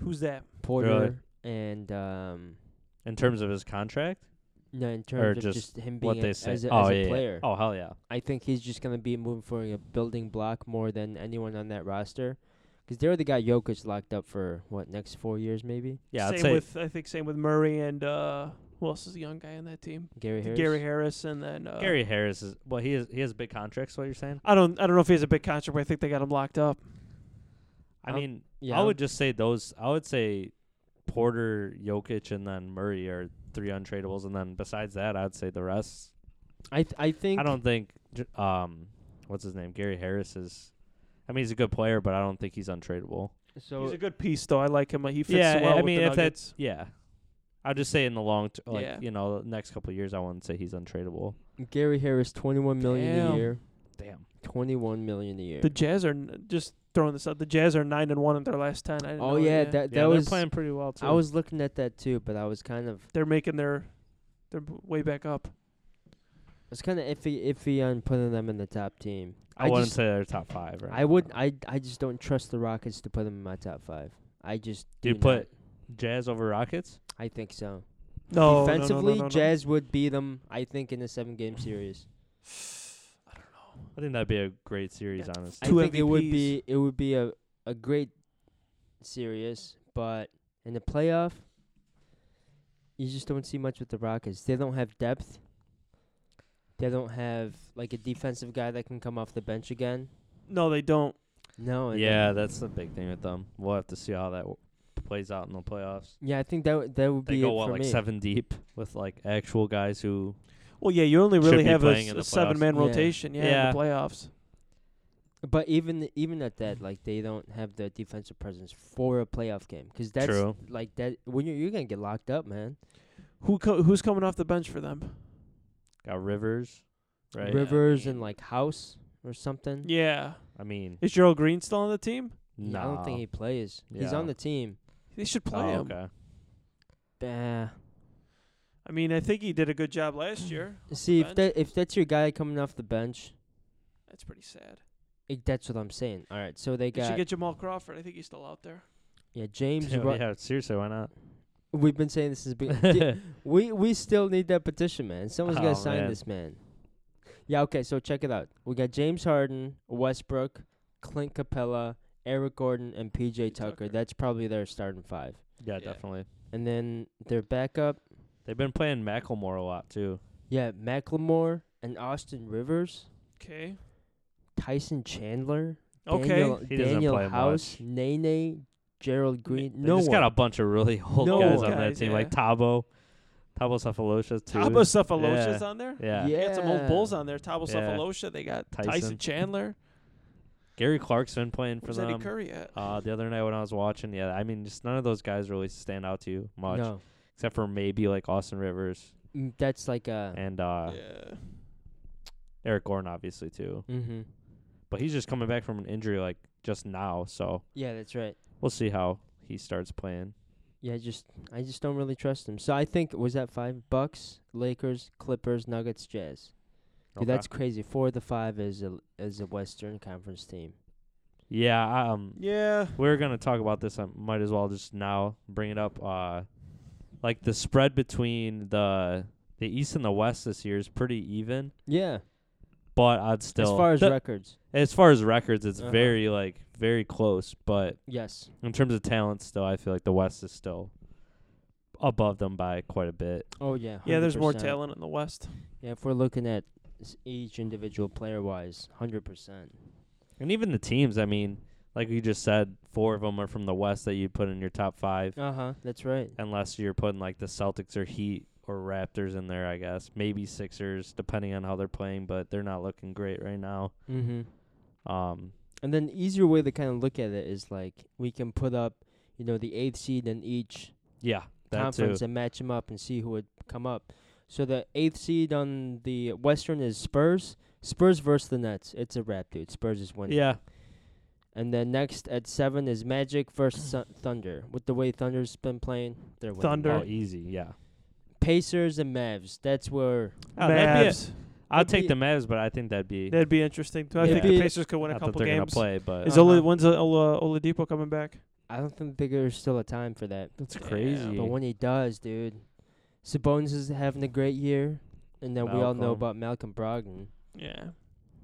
Speaker 3: Who's that?
Speaker 1: Porter and um
Speaker 2: In terms of his contract,
Speaker 1: no, in terms of
Speaker 2: just
Speaker 1: just him being
Speaker 2: what
Speaker 1: a,
Speaker 2: they say.
Speaker 1: as a,
Speaker 2: oh
Speaker 1: as a
Speaker 2: yeah, yeah.
Speaker 1: player.
Speaker 2: Oh hell yeah.
Speaker 1: I think he's just gonna be moving for a building block more than anyone on that roster. 'Cause they already got Jokic locked up for what next four years, maybe.
Speaker 2: Yeah,
Speaker 3: same
Speaker 2: I'd say
Speaker 3: with I think same with Murray and uh, who else is the young guy on that team?
Speaker 1: Gary Harris.
Speaker 3: Gary Harris and then uh,
Speaker 2: Gary Harris is. Well, he is. He has a big contract. So what you're saying?
Speaker 3: I don't I don't know if he has a big contract, but I think they got him locked up.
Speaker 2: I
Speaker 1: Um,
Speaker 2: mean,
Speaker 1: yeah.
Speaker 2: I would just say those. I would say Porter, Jokic, and then Murray are three untradeables, and then besides that, I'd say the rest.
Speaker 1: I th- I think
Speaker 2: I don't think. j- Um, what's his name? Gary Harris is. I mean, he's a good player, but I don't think he's untradeable.
Speaker 3: He's
Speaker 1: so.
Speaker 3: a good piece though. I like him. He fits
Speaker 2: yeah,
Speaker 3: well
Speaker 2: I
Speaker 3: with
Speaker 2: mean,
Speaker 3: the
Speaker 2: if that's
Speaker 3: Nuggets.
Speaker 2: yeah, I'd just say in the long, t- like
Speaker 3: Yeah.
Speaker 2: you know, the next couple of years, I wouldn't say he's untradeable.
Speaker 1: Gary Harris, twenty one million a
Speaker 3: Damn.
Speaker 1: year.
Speaker 2: Damn.
Speaker 1: Twenty one million a year.
Speaker 3: the Jazz are n- just throwing this out. The Jazz are nine and one in their last ten. I didn't
Speaker 1: oh
Speaker 3: know
Speaker 1: yeah, that that
Speaker 2: yeah,
Speaker 1: was.
Speaker 2: they're playing pretty well too.
Speaker 1: I was looking at that too, but I was kind of
Speaker 3: they're making their they're way back up.
Speaker 1: I was kind of iffy iffy on putting them in the top team.
Speaker 2: I, wouldn't
Speaker 1: just,
Speaker 2: say they're top five. Right
Speaker 1: I would. I I just don't trust the Rockets to put them in my top five. I just
Speaker 2: Do you
Speaker 1: do
Speaker 2: put
Speaker 1: not-
Speaker 2: Jazz over Rockets?
Speaker 1: I think so.
Speaker 3: No,
Speaker 1: Defensively,
Speaker 3: no, no, no, no, no.
Speaker 1: Jazz would beat them. I think in a seven-game series.
Speaker 2: I think that'd be a great series,
Speaker 3: Yeah.
Speaker 1: I
Speaker 2: honestly.
Speaker 3: Two
Speaker 1: think it would
Speaker 3: MVPs.
Speaker 1: be it would be a a great series, but in the playoff, you just don't see much with the Rockets. They don't have depth. They don't have like a defensive guy that can come off the bench again.
Speaker 3: No, they don't.
Speaker 1: No. and
Speaker 2: yeah,
Speaker 1: then-
Speaker 2: that's the big thing with them. We'll have to see how that w- plays out in the playoffs.
Speaker 1: yeah, I think that w- that would
Speaker 2: They
Speaker 1: be
Speaker 2: go
Speaker 1: it
Speaker 2: what
Speaker 1: for
Speaker 2: like
Speaker 1: me.
Speaker 2: seven deep with like actual guys who.
Speaker 3: Well, yeah, you only
Speaker 2: Should
Speaker 3: really
Speaker 2: be
Speaker 3: have a,
Speaker 2: playing in the playoffs.
Speaker 3: seven man
Speaker 1: Yeah.
Speaker 3: rotation. Yeah,
Speaker 2: Yeah.
Speaker 3: in the playoffs.
Speaker 1: But even even at that, like they don't have the defensive presence for a playoff game, 'cause that's
Speaker 2: True.
Speaker 1: like that when you're you're gonna get locked up, man.
Speaker 3: Who co- who's coming off the bench for them?
Speaker 2: Got Rivers, right?
Speaker 1: Rivers and like House or something.
Speaker 3: Yeah,
Speaker 2: I mean,
Speaker 3: is Gerald Green still on the team?
Speaker 1: Yeah, I don't think he plays. He's
Speaker 2: Yeah.
Speaker 1: on the team.
Speaker 3: They should play him.
Speaker 2: Oh, okay.
Speaker 1: Bah.
Speaker 3: I mean, I think he did a good job last year.
Speaker 1: See if
Speaker 3: bench?
Speaker 1: that if that's your guy coming off the bench,
Speaker 3: That's pretty sad.
Speaker 1: it, that's what I'm saying. All right, so they
Speaker 3: They should
Speaker 1: got
Speaker 3: get Jamal Crawford. I think he's still out there.
Speaker 1: yeah James.
Speaker 2: Yeah,
Speaker 1: Ru-
Speaker 2: yeah, seriously, why not?
Speaker 1: We've been saying this is big. we we still need that petition, man. Someone's
Speaker 2: Oh,
Speaker 1: got to sign
Speaker 2: man.
Speaker 1: this man. Yeah, okay. So check it out. We got James Harden, Westbrook, Clint Capella, Eric Gordon and PJ Tucker.
Speaker 3: Tucker.
Speaker 1: That's probably their starting five.
Speaker 2: Yeah,
Speaker 3: Yeah.
Speaker 2: definitely.
Speaker 1: And then their backup,
Speaker 2: They've been playing Macklemore a lot too.
Speaker 1: yeah, Macklemore and Austin Rivers,
Speaker 3: Okay.
Speaker 1: Tyson Chandler,
Speaker 3: Okay.
Speaker 1: Daniel,
Speaker 2: He doesn't
Speaker 1: Daniel
Speaker 2: play
Speaker 1: House, Nene, Gerald Green.
Speaker 2: They
Speaker 1: no
Speaker 2: just
Speaker 1: one.
Speaker 2: got a bunch of really old
Speaker 1: No
Speaker 2: guys
Speaker 1: one.
Speaker 2: on that
Speaker 3: Guys,
Speaker 2: team,
Speaker 3: yeah.
Speaker 2: like Tabo, Tabo Safalosha too.
Speaker 3: Tabo Cephalosha's on there.
Speaker 2: yeah.
Speaker 1: Yeah.
Speaker 3: They got some old bulls on there. Tabo
Speaker 2: Yeah.
Speaker 3: Cephalosha. They got Tyson,
Speaker 2: Tyson.
Speaker 3: Chandler.
Speaker 2: Gary Clarkson playing for
Speaker 3: Where's Eddie
Speaker 2: them.
Speaker 3: Curry at?
Speaker 2: Uh, the other night when I was watching, yeah, I mean, just none of those guys really stand out to you much,
Speaker 1: No,
Speaker 2: except for maybe like Austin Rivers
Speaker 1: Mm, that's like a.
Speaker 2: and uh,
Speaker 3: yeah.
Speaker 2: Eric Gordon, obviously too.
Speaker 1: Mm-hmm.
Speaker 2: But he's just coming back from an injury like just now, so
Speaker 1: Yeah, that's right.
Speaker 2: we'll see how he starts playing.
Speaker 1: Yeah, just I just don't really trust them. So I think was that five Bucks, Lakers, Clippers, Nuggets, Jazz. Dude,
Speaker 2: Okay.
Speaker 1: that's crazy. Four of the five is a is a Western Conference team.
Speaker 2: yeah. I, Um,
Speaker 3: Yeah.
Speaker 2: we are gonna talk about this. I might as well just now bring it up. Uh, like the spread between the the East and the West this year is pretty even,
Speaker 1: Yeah,
Speaker 2: but I'd still
Speaker 1: as far as
Speaker 2: the-
Speaker 1: records,
Speaker 2: as far as records, it's
Speaker 1: Uh-huh.
Speaker 2: very like very close. But
Speaker 1: yes.
Speaker 2: in terms of talent, still I feel like the West is still above them by quite a bit.
Speaker 1: Oh yeah.
Speaker 3: Yeah, there's more
Speaker 1: 100%.
Speaker 3: talent in the West.
Speaker 1: Yeah, if we're looking at s- each individual player wise, hundred percent.
Speaker 2: And even the teams, I mean, like you just said, four of them are from the West that you put in your top five,
Speaker 1: Uh
Speaker 3: Uh-huh.
Speaker 1: huh. That's right.
Speaker 2: unless you're putting like the Celtics or Heat or Raptors in there, I guess. Maybe Sixers, depending on how they're playing, but they're not looking great right now.
Speaker 1: Mm-hmm.
Speaker 2: Um,
Speaker 1: And then easier way to kind of look at it is like we can put up, you know, the eighth seed in each
Speaker 2: yeah, that too.
Speaker 1: conference and match them up and see who would come up. So the eighth seed on the Western is Spurs. Spurs versus the Nets. It's a wrap, dude. Spurs is winning.
Speaker 2: Yeah,
Speaker 1: And then next at seven is Magic versus Sun- Thunder. With the way Thunder's been playing, they're winning.
Speaker 3: Thunder.
Speaker 2: oh, easy, yeah.
Speaker 1: Pacers and Mavs. That's where
Speaker 2: Oh, that'd be a-
Speaker 3: Mavs.
Speaker 2: I'll
Speaker 1: It'd
Speaker 2: take
Speaker 1: be-
Speaker 2: the Mavs, but I think that'd be
Speaker 3: That'd be interesting too. I
Speaker 2: Yeah.
Speaker 3: think
Speaker 1: It'd
Speaker 3: the
Speaker 1: be-
Speaker 3: Pacers could win a
Speaker 2: not that
Speaker 3: couple
Speaker 2: they're gonna
Speaker 3: games.
Speaker 2: play, but
Speaker 3: Is
Speaker 1: Uh-huh.
Speaker 3: Ola, when's Ola, Oladipo coming back?
Speaker 1: I don't think that there's still a time for that.
Speaker 2: that's
Speaker 3: Yeah,
Speaker 2: crazy.
Speaker 1: But when he does, dude, Sabonis is having a great year. And then we all know
Speaker 2: Malcolm.
Speaker 1: about Malcolm Brogdon.
Speaker 3: Yeah.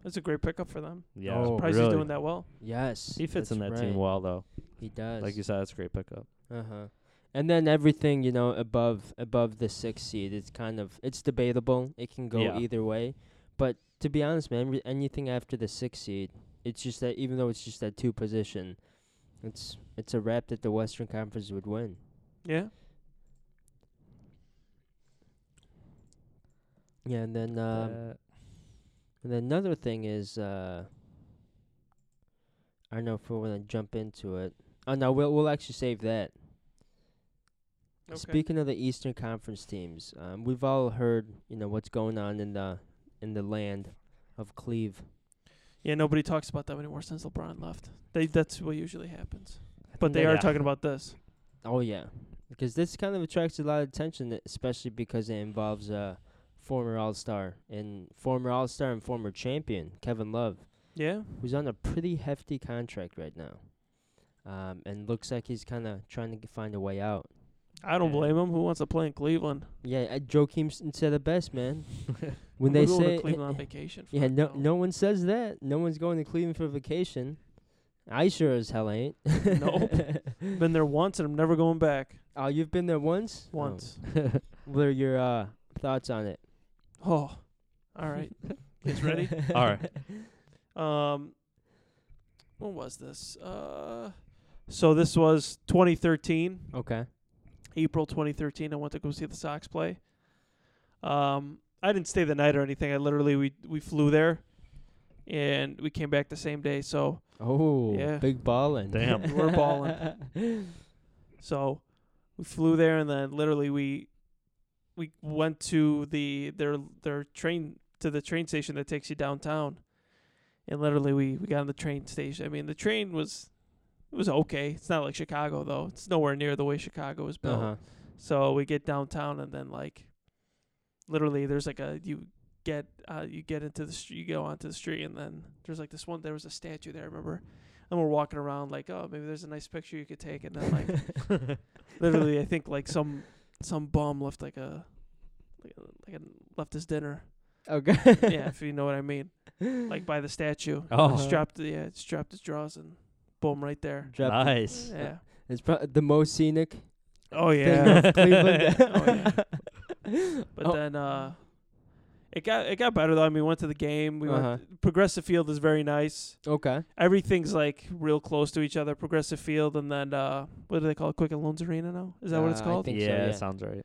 Speaker 3: That's a great pickup for them.
Speaker 2: yeah,
Speaker 1: Oh,
Speaker 3: Surprised
Speaker 2: really.
Speaker 3: he's doing that well.
Speaker 1: Yes.
Speaker 2: He fits in that
Speaker 1: that's
Speaker 2: team
Speaker 1: right.
Speaker 2: well, though.
Speaker 1: He does.
Speaker 2: Like you said, that's a great pickup.
Speaker 1: Uh huh. And then everything you know above above the sixth seed, it's kind of it's debatable. It can go
Speaker 2: Yeah.
Speaker 1: either way. But to be honest, man, re- anything after the sixth seed, it's just that even though it's just that two position, it's it's a wrap that the Western Conference would win.
Speaker 3: Yeah.
Speaker 1: Yeah, and then um,
Speaker 2: Uh,
Speaker 1: and then another thing is uh, I don't know if we want to jump into it. Oh no, we'll we'll actually save that.
Speaker 3: Okay.
Speaker 1: Speaking of the Eastern Conference teams, um, we've all heard, you know, what's going on in the in the land of Cleve.
Speaker 3: Yeah, nobody talks about them anymore since LeBron left. They that's what usually happens. But
Speaker 1: think
Speaker 3: they
Speaker 1: that-
Speaker 3: are
Speaker 2: yeah.
Speaker 3: talking about this.
Speaker 1: Oh yeah, because this kind of attracts a lot of attention, especially because it involves a former All Star and former All Star and former champion Kevin Love,
Speaker 3: Yeah.
Speaker 1: who's on a pretty hefty contract right now, um, and looks like he's kind of trying to g- find a way out.
Speaker 3: I don't
Speaker 2: Yeah.
Speaker 3: blame him. Who wants to play in Cleveland?
Speaker 1: Yeah, uh, Joakim s- said it best, man. when they
Speaker 3: We're going
Speaker 1: say
Speaker 3: to Cleveland on vacation.
Speaker 1: Yeah,
Speaker 3: fuck
Speaker 1: no, no one says that. No one's going to Cleveland for vacation. I sure as hell ain't.
Speaker 3: Nope. Been there once and I'm never going back.
Speaker 1: Oh, you've been there once. Oh,
Speaker 3: Once.
Speaker 1: What are your uh, thoughts on it?
Speaker 3: Oh. All right. It's ready.
Speaker 2: All right.
Speaker 3: Um when was this? Uh so this was 2013.
Speaker 1: Okay.
Speaker 3: April 2013. I went to go see the Sox play. Um, I didn't stay the night or anything. I literally we we flew there, and we came back the same day. So
Speaker 1: Oh,
Speaker 3: Yeah.
Speaker 1: big ballin'.
Speaker 2: Damn.
Speaker 3: We're so we flew there, and then literally we we went to the their their train to the train station that takes you downtown, and literally we we got on the train station. I mean the train was. It was okay. It's not like Chicago though. It's nowhere near the way Chicago is built.
Speaker 1: Uh huh.
Speaker 3: So we get downtown and then like literally there's like a you get uh you get into the street you go onto the street and then there's like this one there was a statue there, I remember? And we're walking around like, oh maybe there's a nice picture you could take and then like literally I think like some some bum left like a like a, like a left his dinner.
Speaker 1: Okay.
Speaker 3: yeah, if you know what I mean. Like by the statue.
Speaker 1: Uh-huh.
Speaker 2: Oh.
Speaker 3: Strapped yeah, strapped his drawers and Boom, right there.
Speaker 1: Drop the-
Speaker 2: Nice.
Speaker 3: Yeah.
Speaker 1: It's pro- the most scenic.
Speaker 3: Oh
Speaker 1: yeah.
Speaker 3: yeah.
Speaker 1: of Cleveland.
Speaker 3: oh, yeah. But
Speaker 1: Oh.
Speaker 3: then uh it got it got better though. I mean, we went to the game. We
Speaker 1: Uh-huh.
Speaker 3: went Progressive Field is very nice.
Speaker 1: Okay.
Speaker 3: Everything's like real close to each other. Progressive Field and then uh what do they call it? Quicken Loans Arena now? Is that what it's
Speaker 1: Uh, I
Speaker 3: called?
Speaker 1: think- so,
Speaker 2: yeah,
Speaker 1: yeah.
Speaker 2: sounds right.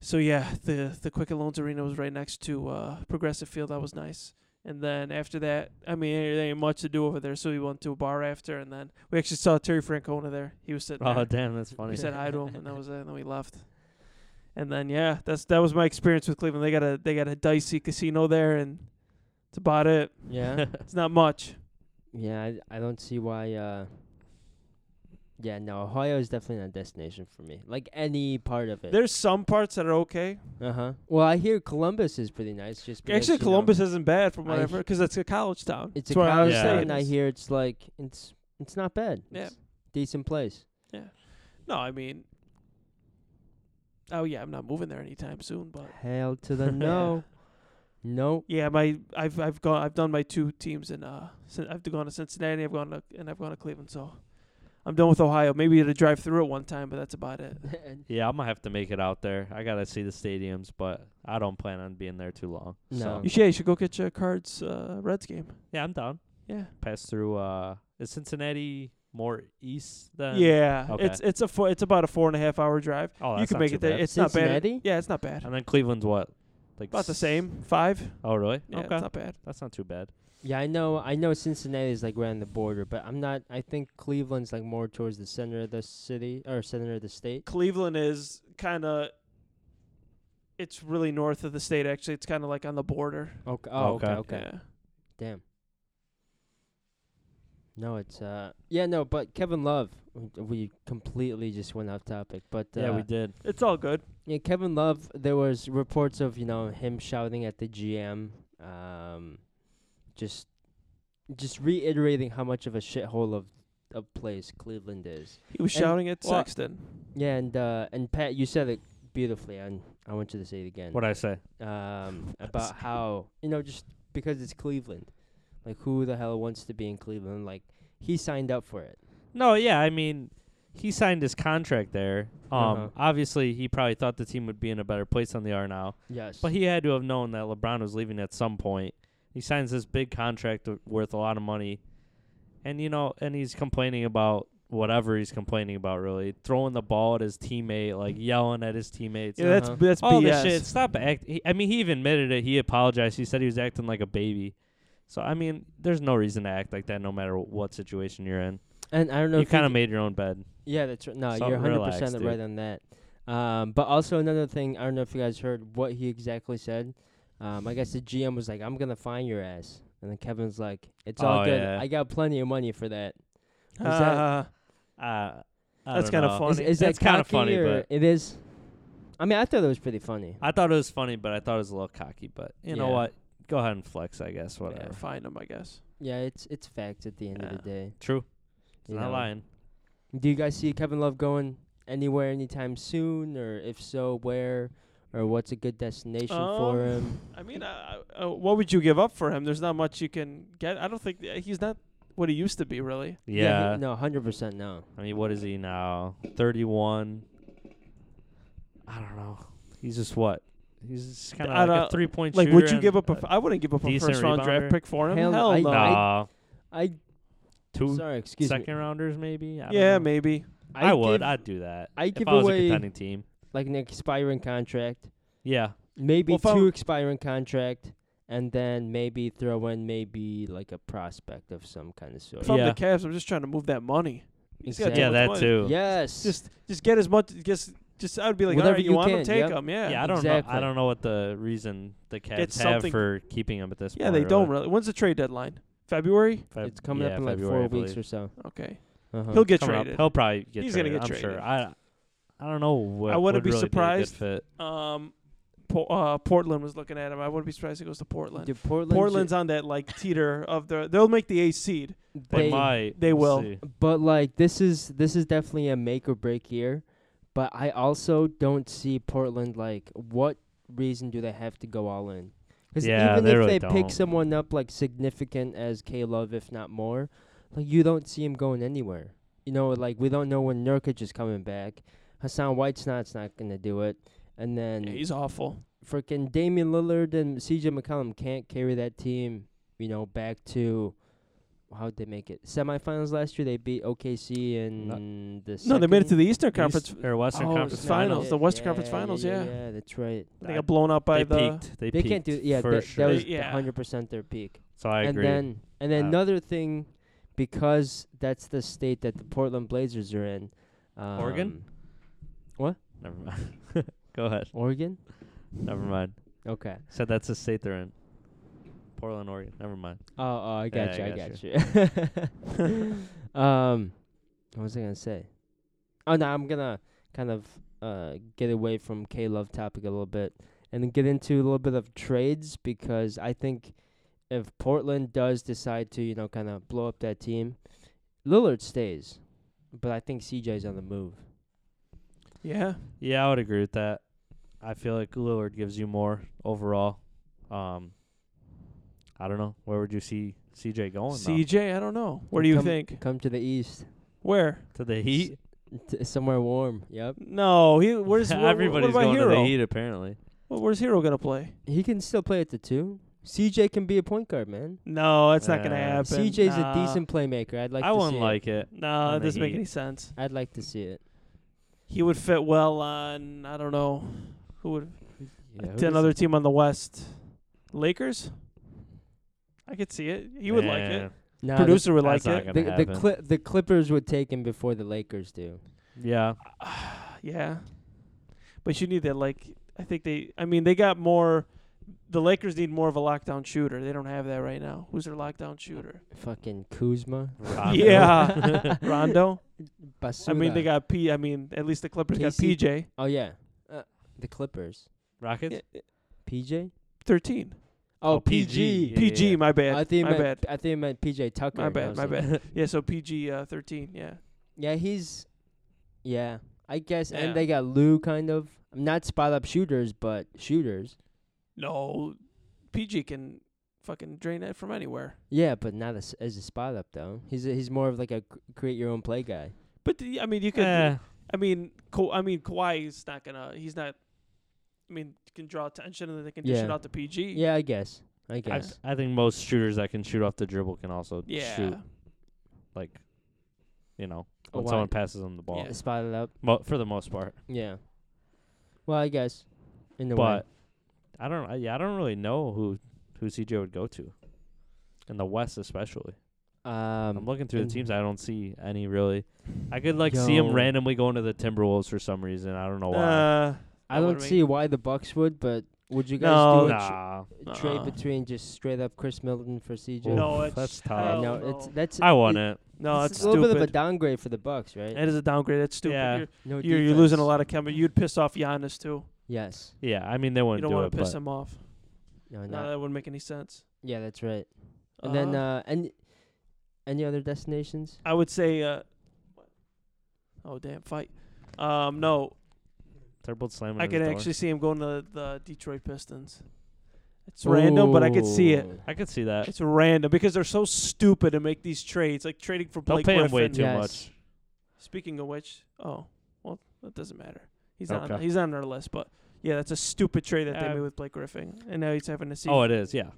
Speaker 3: So yeah, the the Quicken Loans Arena was right next to uh, Progressive Field. That was nice. And then after that, I mean, there ain't much to do over there, so we went to a bar after, and then we actually saw Terry Francona there. He was sitting
Speaker 2: Oh,
Speaker 3: there.
Speaker 2: damn, that's funny.
Speaker 3: We said hi to him, and that was it. And then we left. And then yeah, that's that was my experience with Cleveland. They got a they got a dicey casino there, and that's about it.
Speaker 1: Yeah.
Speaker 3: It's not much.
Speaker 1: yeah. I, I don't see why. Uh, yeah. No. Ohio is definitely not a destination for me. Like any part of it.
Speaker 3: There's some parts that are okay.
Speaker 1: Uh huh. Well, I hear Columbus is pretty nice. Just because,
Speaker 3: Actually,
Speaker 1: you know,
Speaker 3: Columbus isn't bad from what
Speaker 1: I
Speaker 3: I've
Speaker 1: he-
Speaker 3: heard, 'cause it's a college town.
Speaker 1: It's
Speaker 3: That's
Speaker 1: a
Speaker 3: where I
Speaker 1: college
Speaker 3: was
Speaker 1: town,
Speaker 2: Yeah.
Speaker 3: staying.
Speaker 1: and I hear it's like it's it's not bad.
Speaker 3: Yeah.
Speaker 1: It's decent place.
Speaker 3: No, I mean, oh yeah, I'm not moving there anytime soon. But
Speaker 1: Hell to the no. Nope.
Speaker 3: yeah, my I've I've gone I've done my two teams in uh Cin- I've gone to Cincinnati, I've gone to and I've gone to Cleveland. So I'm done with Ohio. Maybe to drive through it one time, but that's about it.
Speaker 2: Yeah, I'm gonna have to make it out there. I gotta see the stadiums, but I don't plan on being there too long.
Speaker 1: No.
Speaker 2: So.
Speaker 3: You should yeah, you should go get your Cards uh, Reds game.
Speaker 2: Yeah, I'm down.
Speaker 3: Yeah.
Speaker 2: Pass through. uh Is Cincinnati more east than?
Speaker 3: yeah,
Speaker 2: Uh, okay.
Speaker 3: it's it's a four, it's about a four and a half hour drive.
Speaker 2: Oh,
Speaker 3: you
Speaker 2: that's
Speaker 3: can
Speaker 2: not
Speaker 3: make
Speaker 2: too
Speaker 3: it there.
Speaker 2: bad.
Speaker 3: It's not
Speaker 1: Cincinnati?
Speaker 3: bad. Yeah, it's not bad.
Speaker 2: And then Cleveland's what? Like
Speaker 3: About the
Speaker 2: s-
Speaker 3: same five.
Speaker 2: Oh, really?
Speaker 3: Yeah,
Speaker 2: okay,
Speaker 3: it's not bad.
Speaker 2: that's not too bad.
Speaker 1: Yeah, I know. I know Cincinnati is like right on the border, but I'm not. I think Cleveland's like more towards the center of the city or center of the state.
Speaker 3: Cleveland is kind of. It's really north of the state. Actually, it's kind of like on the border.
Speaker 1: Okay. Oh, okay.
Speaker 2: Okay.
Speaker 1: Okay. Damn. No, it's uh. Yeah, no, but Kevin Love. we- We completely just went off topic, but uh,
Speaker 2: yeah, we did.
Speaker 3: Yeah, it's all good.
Speaker 1: Yeah, Kevin Love. There was reports of you know him shouting at the GM, um, just, just reiterating how much of a shithole of, of place Cleveland is.
Speaker 3: He was
Speaker 1: And-
Speaker 3: shouting at
Speaker 1: well,
Speaker 3: Sexton.
Speaker 1: Yeah, and uh, and Pat, you said it beautifully, and I want you to say it again.
Speaker 2: What I say?
Speaker 1: um, about how you know just because it's Cleveland, like who the hell wants to be in Cleveland? Like he signed up for it.
Speaker 2: No, yeah, I mean, he signed his contract there. Um,
Speaker 1: Uh-huh.
Speaker 2: obviously, he probably thought the team would be in a better place than they are now.
Speaker 1: Yes,
Speaker 2: But he had to have known that LeBron was leaving at some point. He signs this big contract w- worth a lot of money, and you know, and he's complaining about whatever he's complaining about. Really, throwing the ball at his teammate, like yelling at his teammates.
Speaker 3: Yeah,
Speaker 1: Uh-huh.
Speaker 3: that's that's
Speaker 2: all
Speaker 3: BS.
Speaker 2: this shit. Stop acting. I mean, he even admitted it. He apologized. He said he was acting like a baby. So I mean, there's no reason to act like that, no matter what situation you're in.
Speaker 1: and I don't know.
Speaker 2: you
Speaker 1: if you
Speaker 2: kind of
Speaker 1: d-
Speaker 2: made your own bed.
Speaker 1: Yeah, that's right. No,
Speaker 2: So
Speaker 1: you're 100
Speaker 2: relax,
Speaker 1: percent
Speaker 2: dude.
Speaker 1: right on that. Um, but also another thing, I don't know if you guys heard what he exactly said. Um, I guess the GM was like, "I'm gonna fine your ass," and then Kevin's like, "It's all
Speaker 2: Oh,
Speaker 1: good.
Speaker 2: yeah.
Speaker 1: I got plenty of money for that." Is that-
Speaker 3: Uh,
Speaker 2: Uh, I
Speaker 3: That's
Speaker 2: don't
Speaker 3: kinda
Speaker 2: know.
Speaker 3: fun.
Speaker 1: Is-
Speaker 3: Funny.
Speaker 1: is
Speaker 2: That's
Speaker 1: that
Speaker 2: kinda
Speaker 1: cocky
Speaker 2: funny,
Speaker 1: or-
Speaker 2: but-
Speaker 1: it is. I mean, I thought that was pretty funny.
Speaker 2: I thought it was funny, but I thought it was a little cocky. But you know
Speaker 1: Yeah.
Speaker 2: what? Go ahead and flex, I guess. Whatever.
Speaker 3: yeah, find him, I guess.
Speaker 1: Yeah, it's it's fact at the end
Speaker 3: Yeah.
Speaker 1: of the day.
Speaker 2: True. It's
Speaker 1: you
Speaker 2: not
Speaker 1: know.
Speaker 2: lying.
Speaker 1: Do you guys see Kevin Love going anywhere anytime soon, or if so, where, or what's a good destination for
Speaker 3: Um,
Speaker 1: him?
Speaker 3: I mean, uh, uh, what would you give up for him? There's not much you can get. I don't think uh, he's not what he used to be. Really,
Speaker 2: Yeah.
Speaker 1: he- no, hundred percent no.
Speaker 2: I mean, what is he now? Thirty-one. I don't know. He's just what? He's just kind
Speaker 3: I
Speaker 2: of like a
Speaker 3: don't-
Speaker 2: three-point
Speaker 3: like,
Speaker 2: shooter.
Speaker 3: would you give
Speaker 2: and,
Speaker 3: up? a f- I wouldn't give up a
Speaker 2: decent
Speaker 3: first round
Speaker 2: rebounder?
Speaker 3: draft pick for him.
Speaker 1: Hell,
Speaker 3: Hell,
Speaker 1: I-
Speaker 3: no.
Speaker 1: I-
Speaker 2: Nah,
Speaker 1: I
Speaker 2: two
Speaker 1: sorry, excuse me.
Speaker 2: second rounders maybe. I don't
Speaker 3: yeah,
Speaker 2: know.
Speaker 3: maybe.
Speaker 2: I, would.
Speaker 1: give-
Speaker 2: I'd do that.
Speaker 1: I
Speaker 2: if
Speaker 1: give
Speaker 2: I was a
Speaker 1: away-
Speaker 2: contending team.
Speaker 1: like an expiring contract,
Speaker 2: Yeah.
Speaker 1: maybe
Speaker 3: Well, if I
Speaker 1: two
Speaker 3: w-
Speaker 1: expiring contract, and then maybe throw in maybe like a prospect of some kind of sort.
Speaker 3: If I'm
Speaker 2: Yeah.
Speaker 3: the Cavs, I'm just trying to move that money. He's got
Speaker 1: Exactly.
Speaker 3: too
Speaker 2: Yeah,
Speaker 3: much
Speaker 2: that
Speaker 3: money.
Speaker 2: too.
Speaker 1: Yes.
Speaker 3: Just just get as much. Just just I would be like,
Speaker 1: Whatever
Speaker 3: all right, you,
Speaker 1: you
Speaker 3: want
Speaker 1: can,
Speaker 3: him, take
Speaker 1: yep.
Speaker 3: him. Yeah.
Speaker 2: Yeah, I don't know.
Speaker 1: exactly.
Speaker 2: I don't know what the reason the Cavs
Speaker 3: It's
Speaker 2: have
Speaker 3: something-
Speaker 2: for keeping him at this
Speaker 3: Yeah,
Speaker 2: point.
Speaker 3: they don't really. When's the trade deadline? February.
Speaker 2: Feb-
Speaker 1: it's coming
Speaker 2: uh, yeah,
Speaker 1: up in like
Speaker 2: February, I
Speaker 1: four weeks
Speaker 2: believe.
Speaker 1: or so.
Speaker 3: Okay,
Speaker 1: Uh-huh.
Speaker 3: he'll get
Speaker 2: Coming up.
Speaker 3: traded.
Speaker 2: He'll probably get
Speaker 3: He's gonna
Speaker 2: traded.
Speaker 3: get
Speaker 2: I'm
Speaker 3: traded.
Speaker 2: Sure. I I don't know what
Speaker 3: I
Speaker 2: would
Speaker 3: wouldn't be
Speaker 2: really a good
Speaker 3: surprised.
Speaker 2: fit.
Speaker 3: Um, po- uh, Portland was looking at him. I wouldn't be surprised if he goes to Portland.
Speaker 1: Dude, Portland's,
Speaker 3: Portland's on that like teeter of the. They'll make the eighth seed.
Speaker 2: They,
Speaker 1: they-
Speaker 2: might.
Speaker 3: they
Speaker 2: We'll
Speaker 3: will.
Speaker 2: see.
Speaker 1: But like this is this is definitely a make or break year. But I also don't see Portland like what reason do they have to go all in? Because
Speaker 2: Yeah,
Speaker 1: even
Speaker 2: they
Speaker 1: if
Speaker 2: really
Speaker 1: they
Speaker 2: don't.
Speaker 1: pick someone up like significant as K Love, if not more, like you don't see him going anywhere. You know, like we don't know when Nurkic is coming back. Hassan White's not, it's not gonna do it. And then
Speaker 3: Yeah, he's awful.
Speaker 1: freaking Damian Lillard and CJ McCollum can't carry that team, you know, back to how'd they make it? Semifinals last year they beat OKC and the
Speaker 3: No, they made it to
Speaker 1: second-
Speaker 3: the Eastern Conference.
Speaker 2: East- or Western
Speaker 3: Oh,
Speaker 2: Conference
Speaker 3: it's finals.
Speaker 2: Finals.
Speaker 3: the Western Conference Finals,
Speaker 1: Yeah,
Speaker 3: yeah.
Speaker 1: yeah, that's right.
Speaker 3: They got blown out
Speaker 2: they
Speaker 3: by the.
Speaker 2: peaked. They,
Speaker 1: They
Speaker 2: peaked
Speaker 1: can't do yeah,
Speaker 2: for
Speaker 1: that, that
Speaker 2: sure.
Speaker 1: was
Speaker 3: Yeah.
Speaker 1: hundred percent their peak.
Speaker 2: so I
Speaker 1: and
Speaker 2: agree.
Speaker 1: then and then
Speaker 2: Uh,
Speaker 1: another thing, because that's the state that the Portland Blazers are in. Um,
Speaker 2: Oregon? Never mind. Go ahead.
Speaker 1: um, Oregon.
Speaker 2: Never mind.
Speaker 1: Okay.
Speaker 2: Said that's the state they're in. Portland, Oregon. Never mind.
Speaker 1: Oh, oh I got
Speaker 2: Yeah,
Speaker 1: you. I
Speaker 2: I
Speaker 1: got you. um, what was I gonna say? Oh no, I'm gonna kind of uh get away from K Love topic a little bit and get into a little bit of trades because I think if Portland does decide to you know kind of blow up that team, Lillard stays, but I think CJ's on the move.
Speaker 3: Yeah.
Speaker 2: Yeah, I would agree with that. I feel like Lillard gives you more overall. Um, I don't know. Where would you see CJ going? though?
Speaker 3: CJ, I don't know. Where do you
Speaker 1: Come-
Speaker 3: think?
Speaker 1: Come to the east,
Speaker 3: Where?
Speaker 2: to the Heat.
Speaker 1: t- somewhere warm. Yep,
Speaker 3: No, he. Where's wh- wh-
Speaker 2: everybody's
Speaker 3: what about
Speaker 2: going
Speaker 3: Hero?
Speaker 2: to the Heat apparently?
Speaker 3: Wh- Where's Hero gonna play?
Speaker 1: he can still play at the two. CJ can be a point guard, man.
Speaker 3: No, that's not gonna
Speaker 2: Uh,
Speaker 3: happen.
Speaker 1: CJ's
Speaker 3: nah.
Speaker 1: a decent playmaker. I'd like.
Speaker 2: I
Speaker 1: to
Speaker 2: wouldn't
Speaker 1: see it.
Speaker 2: like it.
Speaker 3: No,
Speaker 2: on
Speaker 3: that
Speaker 2: the
Speaker 3: doesn't make
Speaker 2: Heat.
Speaker 3: any sense.
Speaker 1: I'd like to see it.
Speaker 3: He would fit well on. I don't know. Who would?
Speaker 1: Yeah,
Speaker 3: to another team on the West. Lakers. I could see it. He would like it.
Speaker 1: no,
Speaker 3: Producer would like
Speaker 2: Eh, that's not
Speaker 3: it.
Speaker 1: The,
Speaker 2: gonna
Speaker 1: the, the,
Speaker 2: happen.
Speaker 1: Cli- the Clippers would take him before the Lakers do.
Speaker 2: Yeah,
Speaker 3: Yeah. But you need that like I think they I mean they got more the Lakers need more of a lockdown shooter. They don't have that right now. Who's their lockdown shooter?
Speaker 1: Fucking Kuzma.
Speaker 2: Rondo.
Speaker 3: Yeah. Rondo.
Speaker 1: Basura.
Speaker 3: I mean they got P I mean at least the Clippers got
Speaker 1: KC?
Speaker 3: PJ.
Speaker 1: Oh yeah. Uh, the Clippers.
Speaker 2: Rockets.
Speaker 1: PJ.
Speaker 3: 13.
Speaker 1: Oh,
Speaker 2: Oh, PG.
Speaker 1: PG.
Speaker 2: Yeah,
Speaker 3: PG,
Speaker 2: yeah.
Speaker 3: my bad.
Speaker 1: I think you
Speaker 3: my
Speaker 1: meant,
Speaker 3: bad.
Speaker 1: I think you meant PJ Tucker.
Speaker 3: My
Speaker 1: and I
Speaker 3: bad,
Speaker 1: was
Speaker 3: my
Speaker 1: like,
Speaker 3: bad. Yeah, so PG uh, 13, yeah.
Speaker 1: Yeah, he's. Yeah, I guess.
Speaker 3: Yeah.
Speaker 1: And they got Lou, kind of. Not spot up shooters, but shooters.
Speaker 3: No, PG can fucking drain it from anywhere.
Speaker 1: Yeah, but not as, as a spot up though. He's a, he's more of like a cr- create your own play guy.
Speaker 3: But the- I mean, you could
Speaker 2: Eh,
Speaker 3: I mean, Ka- I mean, Kawhi's not gonna. He's not. I mean, you can draw attention and then they can dish
Speaker 1: Yeah.
Speaker 3: it out to PG.
Speaker 1: Yeah, I guess. I
Speaker 2: I,
Speaker 1: guess.
Speaker 2: I think most shooters that can shoot off the dribble can also
Speaker 3: Yeah.
Speaker 2: shoot like, you know,
Speaker 1: A
Speaker 2: when someone
Speaker 1: wide-
Speaker 2: passes them the ball.
Speaker 3: Yeah.
Speaker 1: Spot it up.
Speaker 2: Mo- for the most part.
Speaker 1: Yeah. Well, I guess. In a way.
Speaker 2: but I don't. I, yeah, I don't really know who who CJ would go to in the West, especially. I'm
Speaker 1: Um,
Speaker 2: looking through
Speaker 1: and-
Speaker 2: the teams. I don't see any really. I could like see him
Speaker 1: Yo.
Speaker 2: randomly going to the Timberwolves for some reason. I don't know why.
Speaker 3: Uh,
Speaker 1: I
Speaker 3: that would
Speaker 1: don't
Speaker 3: make-
Speaker 1: see why the Bucks would, but would you guys
Speaker 3: No,
Speaker 1: do a tr-
Speaker 2: nah,
Speaker 1: a trade
Speaker 3: Uh-uh.
Speaker 1: between just straight up Chris Milton for CJ?
Speaker 2: Oof,
Speaker 3: no, it's
Speaker 2: that's
Speaker 1: Yeah,
Speaker 2: tough.
Speaker 3: hell
Speaker 1: no,
Speaker 3: no.
Speaker 1: it's that's
Speaker 2: I
Speaker 1: it-
Speaker 2: want it.
Speaker 3: no,
Speaker 1: it's
Speaker 3: it's
Speaker 1: a little
Speaker 3: stupid.
Speaker 1: bit of a downgrade for the Bucks, right?
Speaker 3: it is a downgrade. That's stupid.
Speaker 2: Yeah.
Speaker 3: You're,
Speaker 1: no,
Speaker 3: you're, you're losing a
Speaker 1: defense.
Speaker 3: lot of chemistry. You'd piss off Giannis too.
Speaker 1: Yes.
Speaker 2: Yeah, I mean they
Speaker 3: you
Speaker 2: wouldn't
Speaker 3: don't
Speaker 2: do
Speaker 3: want
Speaker 2: it,
Speaker 3: to piss
Speaker 2: but
Speaker 3: him off.
Speaker 1: No,
Speaker 3: No,
Speaker 1: not.
Speaker 3: that wouldn't make any sense.
Speaker 1: yeah, that's right. And then uh, any any other destinations?
Speaker 3: I would say, uh, oh damn, fight. Um, no,
Speaker 2: they're both slamming.
Speaker 3: I
Speaker 2: his
Speaker 3: could
Speaker 2: door.
Speaker 3: actually see him going to the Detroit Pistons. It's random, but I could see it.
Speaker 1: Ooh.
Speaker 2: I could see that.
Speaker 3: It's random because they're so stupid to make these trades, like trading for
Speaker 2: They'll
Speaker 3: Blake
Speaker 2: pay him way
Speaker 3: Griffin.
Speaker 2: too
Speaker 1: Yes.
Speaker 2: much.
Speaker 3: Speaking of which, oh well, that doesn't matter. He's not on,
Speaker 2: Okay.
Speaker 3: he's not on our list, but yeah, that's a stupid trade that they
Speaker 2: Uh,
Speaker 3: made with Blake Griffin, and now he's having to see.
Speaker 2: Oh, it is. Yeah,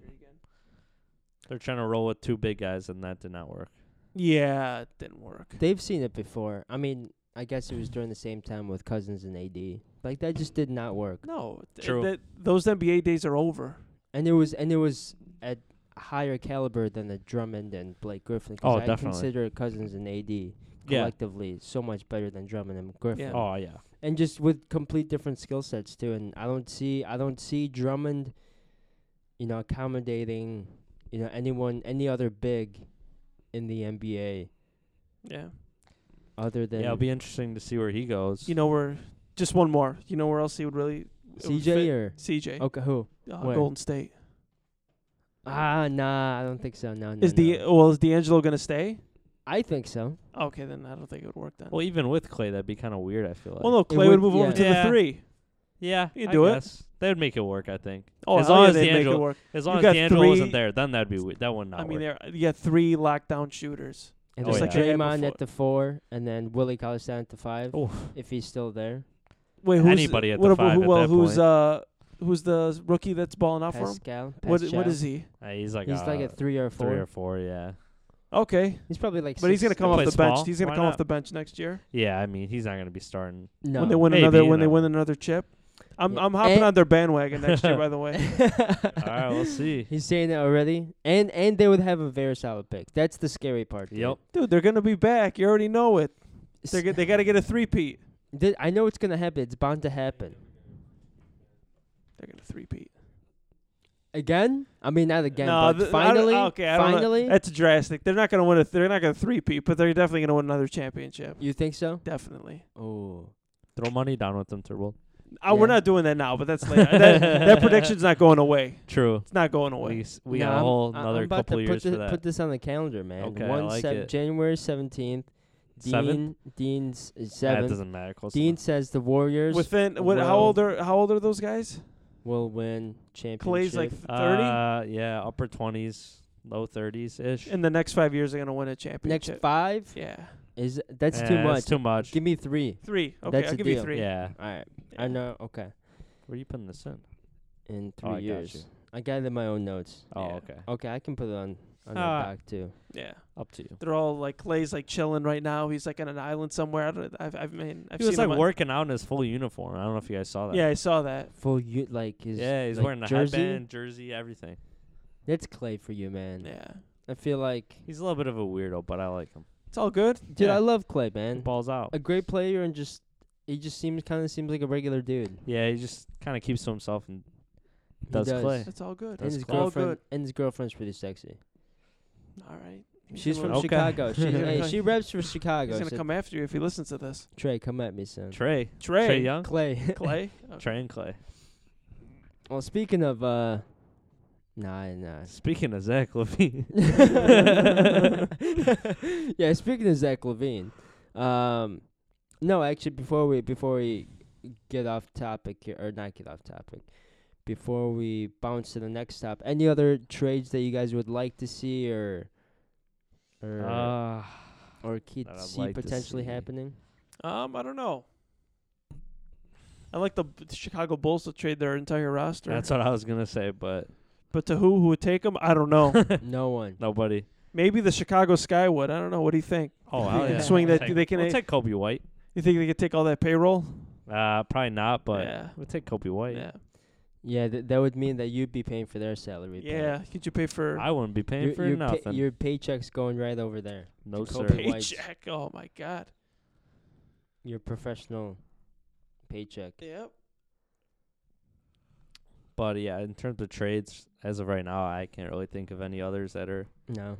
Speaker 2: they're trying to roll with two big guys, and that did not work.
Speaker 3: yeah, it didn't work.
Speaker 1: They've seen it before. I mean, I guess it was during the same time with Cousins and AD. Like that just did not work.
Speaker 3: No, th-
Speaker 2: True.
Speaker 3: that- those NBA days are over.
Speaker 1: and it was and it was at higher caliber than the Drummond and Blake Griffin. 'cause
Speaker 2: Oh,
Speaker 1: I
Speaker 2: definitely.
Speaker 1: consider Cousins and AD
Speaker 2: Yeah.
Speaker 1: collectively so much better than Drummond and Griffin.
Speaker 3: Yeah.
Speaker 2: Oh yeah.
Speaker 1: And just with complete different skill sets too. And I don't see I don't see Drummond, you know, accommodating, you know, anyone any other big in the NBA
Speaker 3: Yeah,
Speaker 1: other than
Speaker 2: Yeah, it'll be interesting to see where he goes.
Speaker 3: you know where. Just one more. You know where else he would really it would
Speaker 1: CJ
Speaker 3: fit?
Speaker 1: or Oh,
Speaker 3: CJ
Speaker 1: okay who?
Speaker 3: uh,
Speaker 1: where?
Speaker 3: Golden State.
Speaker 1: Ah, nah, I don't think so. No, no.
Speaker 3: Is
Speaker 1: no.
Speaker 3: the well is D'Angelo gonna stay?
Speaker 1: I think so.
Speaker 3: Okay, then I don't think it would work then.
Speaker 2: Well, even with Clay, that'd be kind of weird. I feel like.
Speaker 3: Well, no, Clay would,
Speaker 1: would-
Speaker 3: move over
Speaker 1: yeah.
Speaker 3: to
Speaker 2: Yeah.
Speaker 3: the three.
Speaker 2: yeah,
Speaker 3: you
Speaker 2: I
Speaker 3: do it.
Speaker 2: guess. They'd make it work, I think.
Speaker 3: Oh,
Speaker 2: as
Speaker 3: hell
Speaker 2: long
Speaker 3: yeah,
Speaker 2: as
Speaker 3: they'd make it
Speaker 2: D'Angelo,
Speaker 3: work.
Speaker 2: as long
Speaker 3: You
Speaker 2: as
Speaker 3: got
Speaker 2: D'Angelo
Speaker 3: three-
Speaker 2: wasn't there, then that'd be weird. That would not
Speaker 3: I mean,
Speaker 2: work.
Speaker 3: there you got three lockdown shooters.
Speaker 1: And
Speaker 2: Oh,
Speaker 1: it's
Speaker 2: yeah.
Speaker 1: like
Speaker 3: They had
Speaker 1: Draymond at
Speaker 3: before.
Speaker 1: the four, and then Willie Collins down at the five,
Speaker 2: Oh,
Speaker 1: if he's still there.
Speaker 3: Wait, who's
Speaker 2: Anybody at
Speaker 3: what
Speaker 2: the
Speaker 3: about
Speaker 2: five
Speaker 3: who,
Speaker 2: at
Speaker 3: well,
Speaker 2: that
Speaker 3: who's
Speaker 2: point.
Speaker 3: uh who's the rookie that's balling out for him?
Speaker 1: Pascal,
Speaker 3: What
Speaker 1: Pascal.
Speaker 3: what is he?
Speaker 2: uh, he's like
Speaker 1: He's
Speaker 2: a
Speaker 1: like at three or four.
Speaker 2: three or four. Yeah,
Speaker 3: Okay,
Speaker 1: He's probably like.
Speaker 3: but he's gonna
Speaker 1: six-
Speaker 3: come
Speaker 2: Play
Speaker 3: off the
Speaker 2: small.
Speaker 3: bench. He's gonna
Speaker 2: Why
Speaker 3: come off
Speaker 2: not?
Speaker 3: the bench next year
Speaker 2: yeah. I mean, he's not gonna be starting.
Speaker 1: No.
Speaker 3: when they win
Speaker 2: Maybe,
Speaker 3: another
Speaker 2: you
Speaker 3: when they
Speaker 2: know.
Speaker 3: win another chip. I'm
Speaker 1: Yeah.
Speaker 3: I'm hopping
Speaker 1: Eh.
Speaker 3: on their bandwagon next year. By the way,
Speaker 2: All right, we'll see.
Speaker 1: He's saying that already, and and they would have a very solid pick. That's the scary part. dude.
Speaker 2: Yep.
Speaker 3: dude, they're gonna be back. You already know it.
Speaker 1: S-
Speaker 3: They're, g- they got to get a three-peat.
Speaker 1: Th- I know it's gonna happen. It's bound to happen
Speaker 3: They're gonna three-peat.
Speaker 1: again. I mean, not again,
Speaker 3: No,
Speaker 1: but
Speaker 3: th- I don't- ah,
Speaker 1: finally,
Speaker 3: okay, I don't know.
Speaker 1: finally,
Speaker 3: That's drastic. They're not gonna win a. Th- they're not gonna three-peat, but they're definitely gonna win another championship.
Speaker 1: you think so?
Speaker 3: Definitely.
Speaker 1: Oh,
Speaker 2: Throw money down with them, Turbo.
Speaker 3: Uh, We're
Speaker 1: Yeah.
Speaker 3: not doing that now, but that's later. that, that prediction's not going away.
Speaker 2: True.
Speaker 3: It's not going
Speaker 2: We
Speaker 3: away.
Speaker 2: s- we
Speaker 1: No,
Speaker 2: got a
Speaker 1: I'm-
Speaker 2: whole
Speaker 1: I-
Speaker 2: another
Speaker 1: I'm about
Speaker 2: couple
Speaker 1: to put
Speaker 2: years for
Speaker 1: thi-
Speaker 2: that.
Speaker 1: Put this on the calendar, man.
Speaker 2: Okay, I
Speaker 1: One
Speaker 2: like
Speaker 1: sev-
Speaker 2: it.
Speaker 1: January seventeenth.
Speaker 2: Seventh?
Speaker 1: Dean, Dean's uh,
Speaker 2: That
Speaker 1: seventh.
Speaker 2: doesn't matter. Close
Speaker 1: Dean
Speaker 2: enough.
Speaker 1: says the Warriors
Speaker 3: Within what? How
Speaker 1: Well-
Speaker 3: old are How old are those guys?
Speaker 1: will win championship.
Speaker 3: Clay's like thirty.
Speaker 2: Uh, yeah, upper twenties, low thirties ish.
Speaker 3: In the next five years, they're gonna win a championship.
Speaker 1: next five
Speaker 3: Yeah,
Speaker 1: is that's
Speaker 2: Eh,
Speaker 1: too much.
Speaker 2: That's too much.
Speaker 1: Give me three.
Speaker 3: three. Okay,
Speaker 1: That's
Speaker 3: I'll
Speaker 1: a
Speaker 3: give you
Speaker 1: deal.
Speaker 3: three.
Speaker 2: Yeah.
Speaker 1: All right,
Speaker 3: Yeah.
Speaker 1: I know. Okay,
Speaker 2: Where are you putting this in?
Speaker 1: in
Speaker 2: Oh,
Speaker 1: three
Speaker 2: I got
Speaker 1: years,
Speaker 2: you.
Speaker 1: I gathered my own notes.
Speaker 2: Oh,
Speaker 3: Yeah.
Speaker 2: okay.
Speaker 1: Okay, I can put it on on
Speaker 2: Uh,
Speaker 1: the back too.
Speaker 3: Yeah.
Speaker 2: Up to you.
Speaker 3: They're all like Clay's like chilling right now. He's like on an island somewhere. I don't. I've I've mean I've
Speaker 2: He
Speaker 3: seen
Speaker 2: was like
Speaker 3: him on-
Speaker 2: working out in his full uniform. I don't know if you guys saw that.
Speaker 3: Yeah, I saw that.
Speaker 1: Full you like his
Speaker 2: Yeah, he's
Speaker 1: like,
Speaker 2: wearing a
Speaker 1: jersey.
Speaker 2: headband, jersey, everything.
Speaker 1: That's Clay for you, man.
Speaker 3: Yeah,
Speaker 1: I feel like
Speaker 2: He's a little bit of a weirdo, but I like him.
Speaker 3: it's all good.
Speaker 1: dude,
Speaker 2: Yeah.
Speaker 1: I love Clay,
Speaker 2: He
Speaker 1: man.
Speaker 2: balls out.
Speaker 1: A great player and just he just seems kind of seems like a regular dude.
Speaker 2: Yeah, he just kind of keeps to himself and
Speaker 1: He
Speaker 2: does, Clay.
Speaker 3: It's all good.
Speaker 1: And
Speaker 2: That's
Speaker 1: his
Speaker 2: Clay.
Speaker 3: all
Speaker 1: girlfriend
Speaker 3: good.
Speaker 1: and his girlfriend's pretty sexy.
Speaker 3: All right. He's
Speaker 1: She's
Speaker 3: gonna-
Speaker 1: from
Speaker 2: Okay.
Speaker 1: Chicago. She's, hey,
Speaker 3: Okay.
Speaker 1: she reps for Chicago.
Speaker 3: He's gonna
Speaker 1: so
Speaker 3: come after you if he listens to this.
Speaker 1: Trey, come at me, son.
Speaker 2: Trey,
Speaker 3: Trey,
Speaker 2: Young,
Speaker 1: Clay.
Speaker 3: Clay. Okay.
Speaker 2: Trey and Clay.
Speaker 1: well, speaking of uh, nah, nah.
Speaker 2: Speaking of Zach Levine,
Speaker 1: yeah, speaking of Zach Levine, um, no, actually, before we before we get off topic here, or not get off topic, before we bounce to the next stop, any other trades that you guys would like to see or or
Speaker 2: uh,
Speaker 1: or could
Speaker 2: that I'd
Speaker 1: see
Speaker 2: like to
Speaker 1: potentially
Speaker 2: see.
Speaker 1: happening?
Speaker 3: Um, I don't know. I like the B- the Chicago Bulls to trade their entire roster.
Speaker 2: that's what I was gonna say, but
Speaker 3: but to who who would take them? I don't know.
Speaker 1: no one.
Speaker 2: nobody.
Speaker 3: Maybe the Chicago Sky would. I don't know. What do you think?
Speaker 2: Oh,
Speaker 1: They
Speaker 2: hell
Speaker 1: can
Speaker 2: yeah.
Speaker 1: swing
Speaker 2: We'll
Speaker 3: that-
Speaker 2: take-
Speaker 3: they can
Speaker 2: We'll
Speaker 3: a-
Speaker 2: take Kobe White.
Speaker 3: You think they could take all that payroll?
Speaker 2: Uh, probably not, but
Speaker 3: Yeah.
Speaker 2: we'll take Kobe White.
Speaker 3: Yeah.
Speaker 1: Yeah, th- that would mean that you'd be paying for their salary. Pat.
Speaker 3: Yeah. Could you pay for
Speaker 2: I wouldn't be paying
Speaker 1: Your-
Speaker 2: for
Speaker 1: your, pa-
Speaker 2: nothing.
Speaker 1: your paycheck's going right over there.
Speaker 2: no
Speaker 1: Kobe
Speaker 2: sir.
Speaker 1: White. Whites.
Speaker 3: paycheck? Oh my God.
Speaker 1: Your professional paycheck.
Speaker 3: Yep.
Speaker 2: But yeah, in terms of trades, as of right now, I can't really think of any others that are
Speaker 1: No.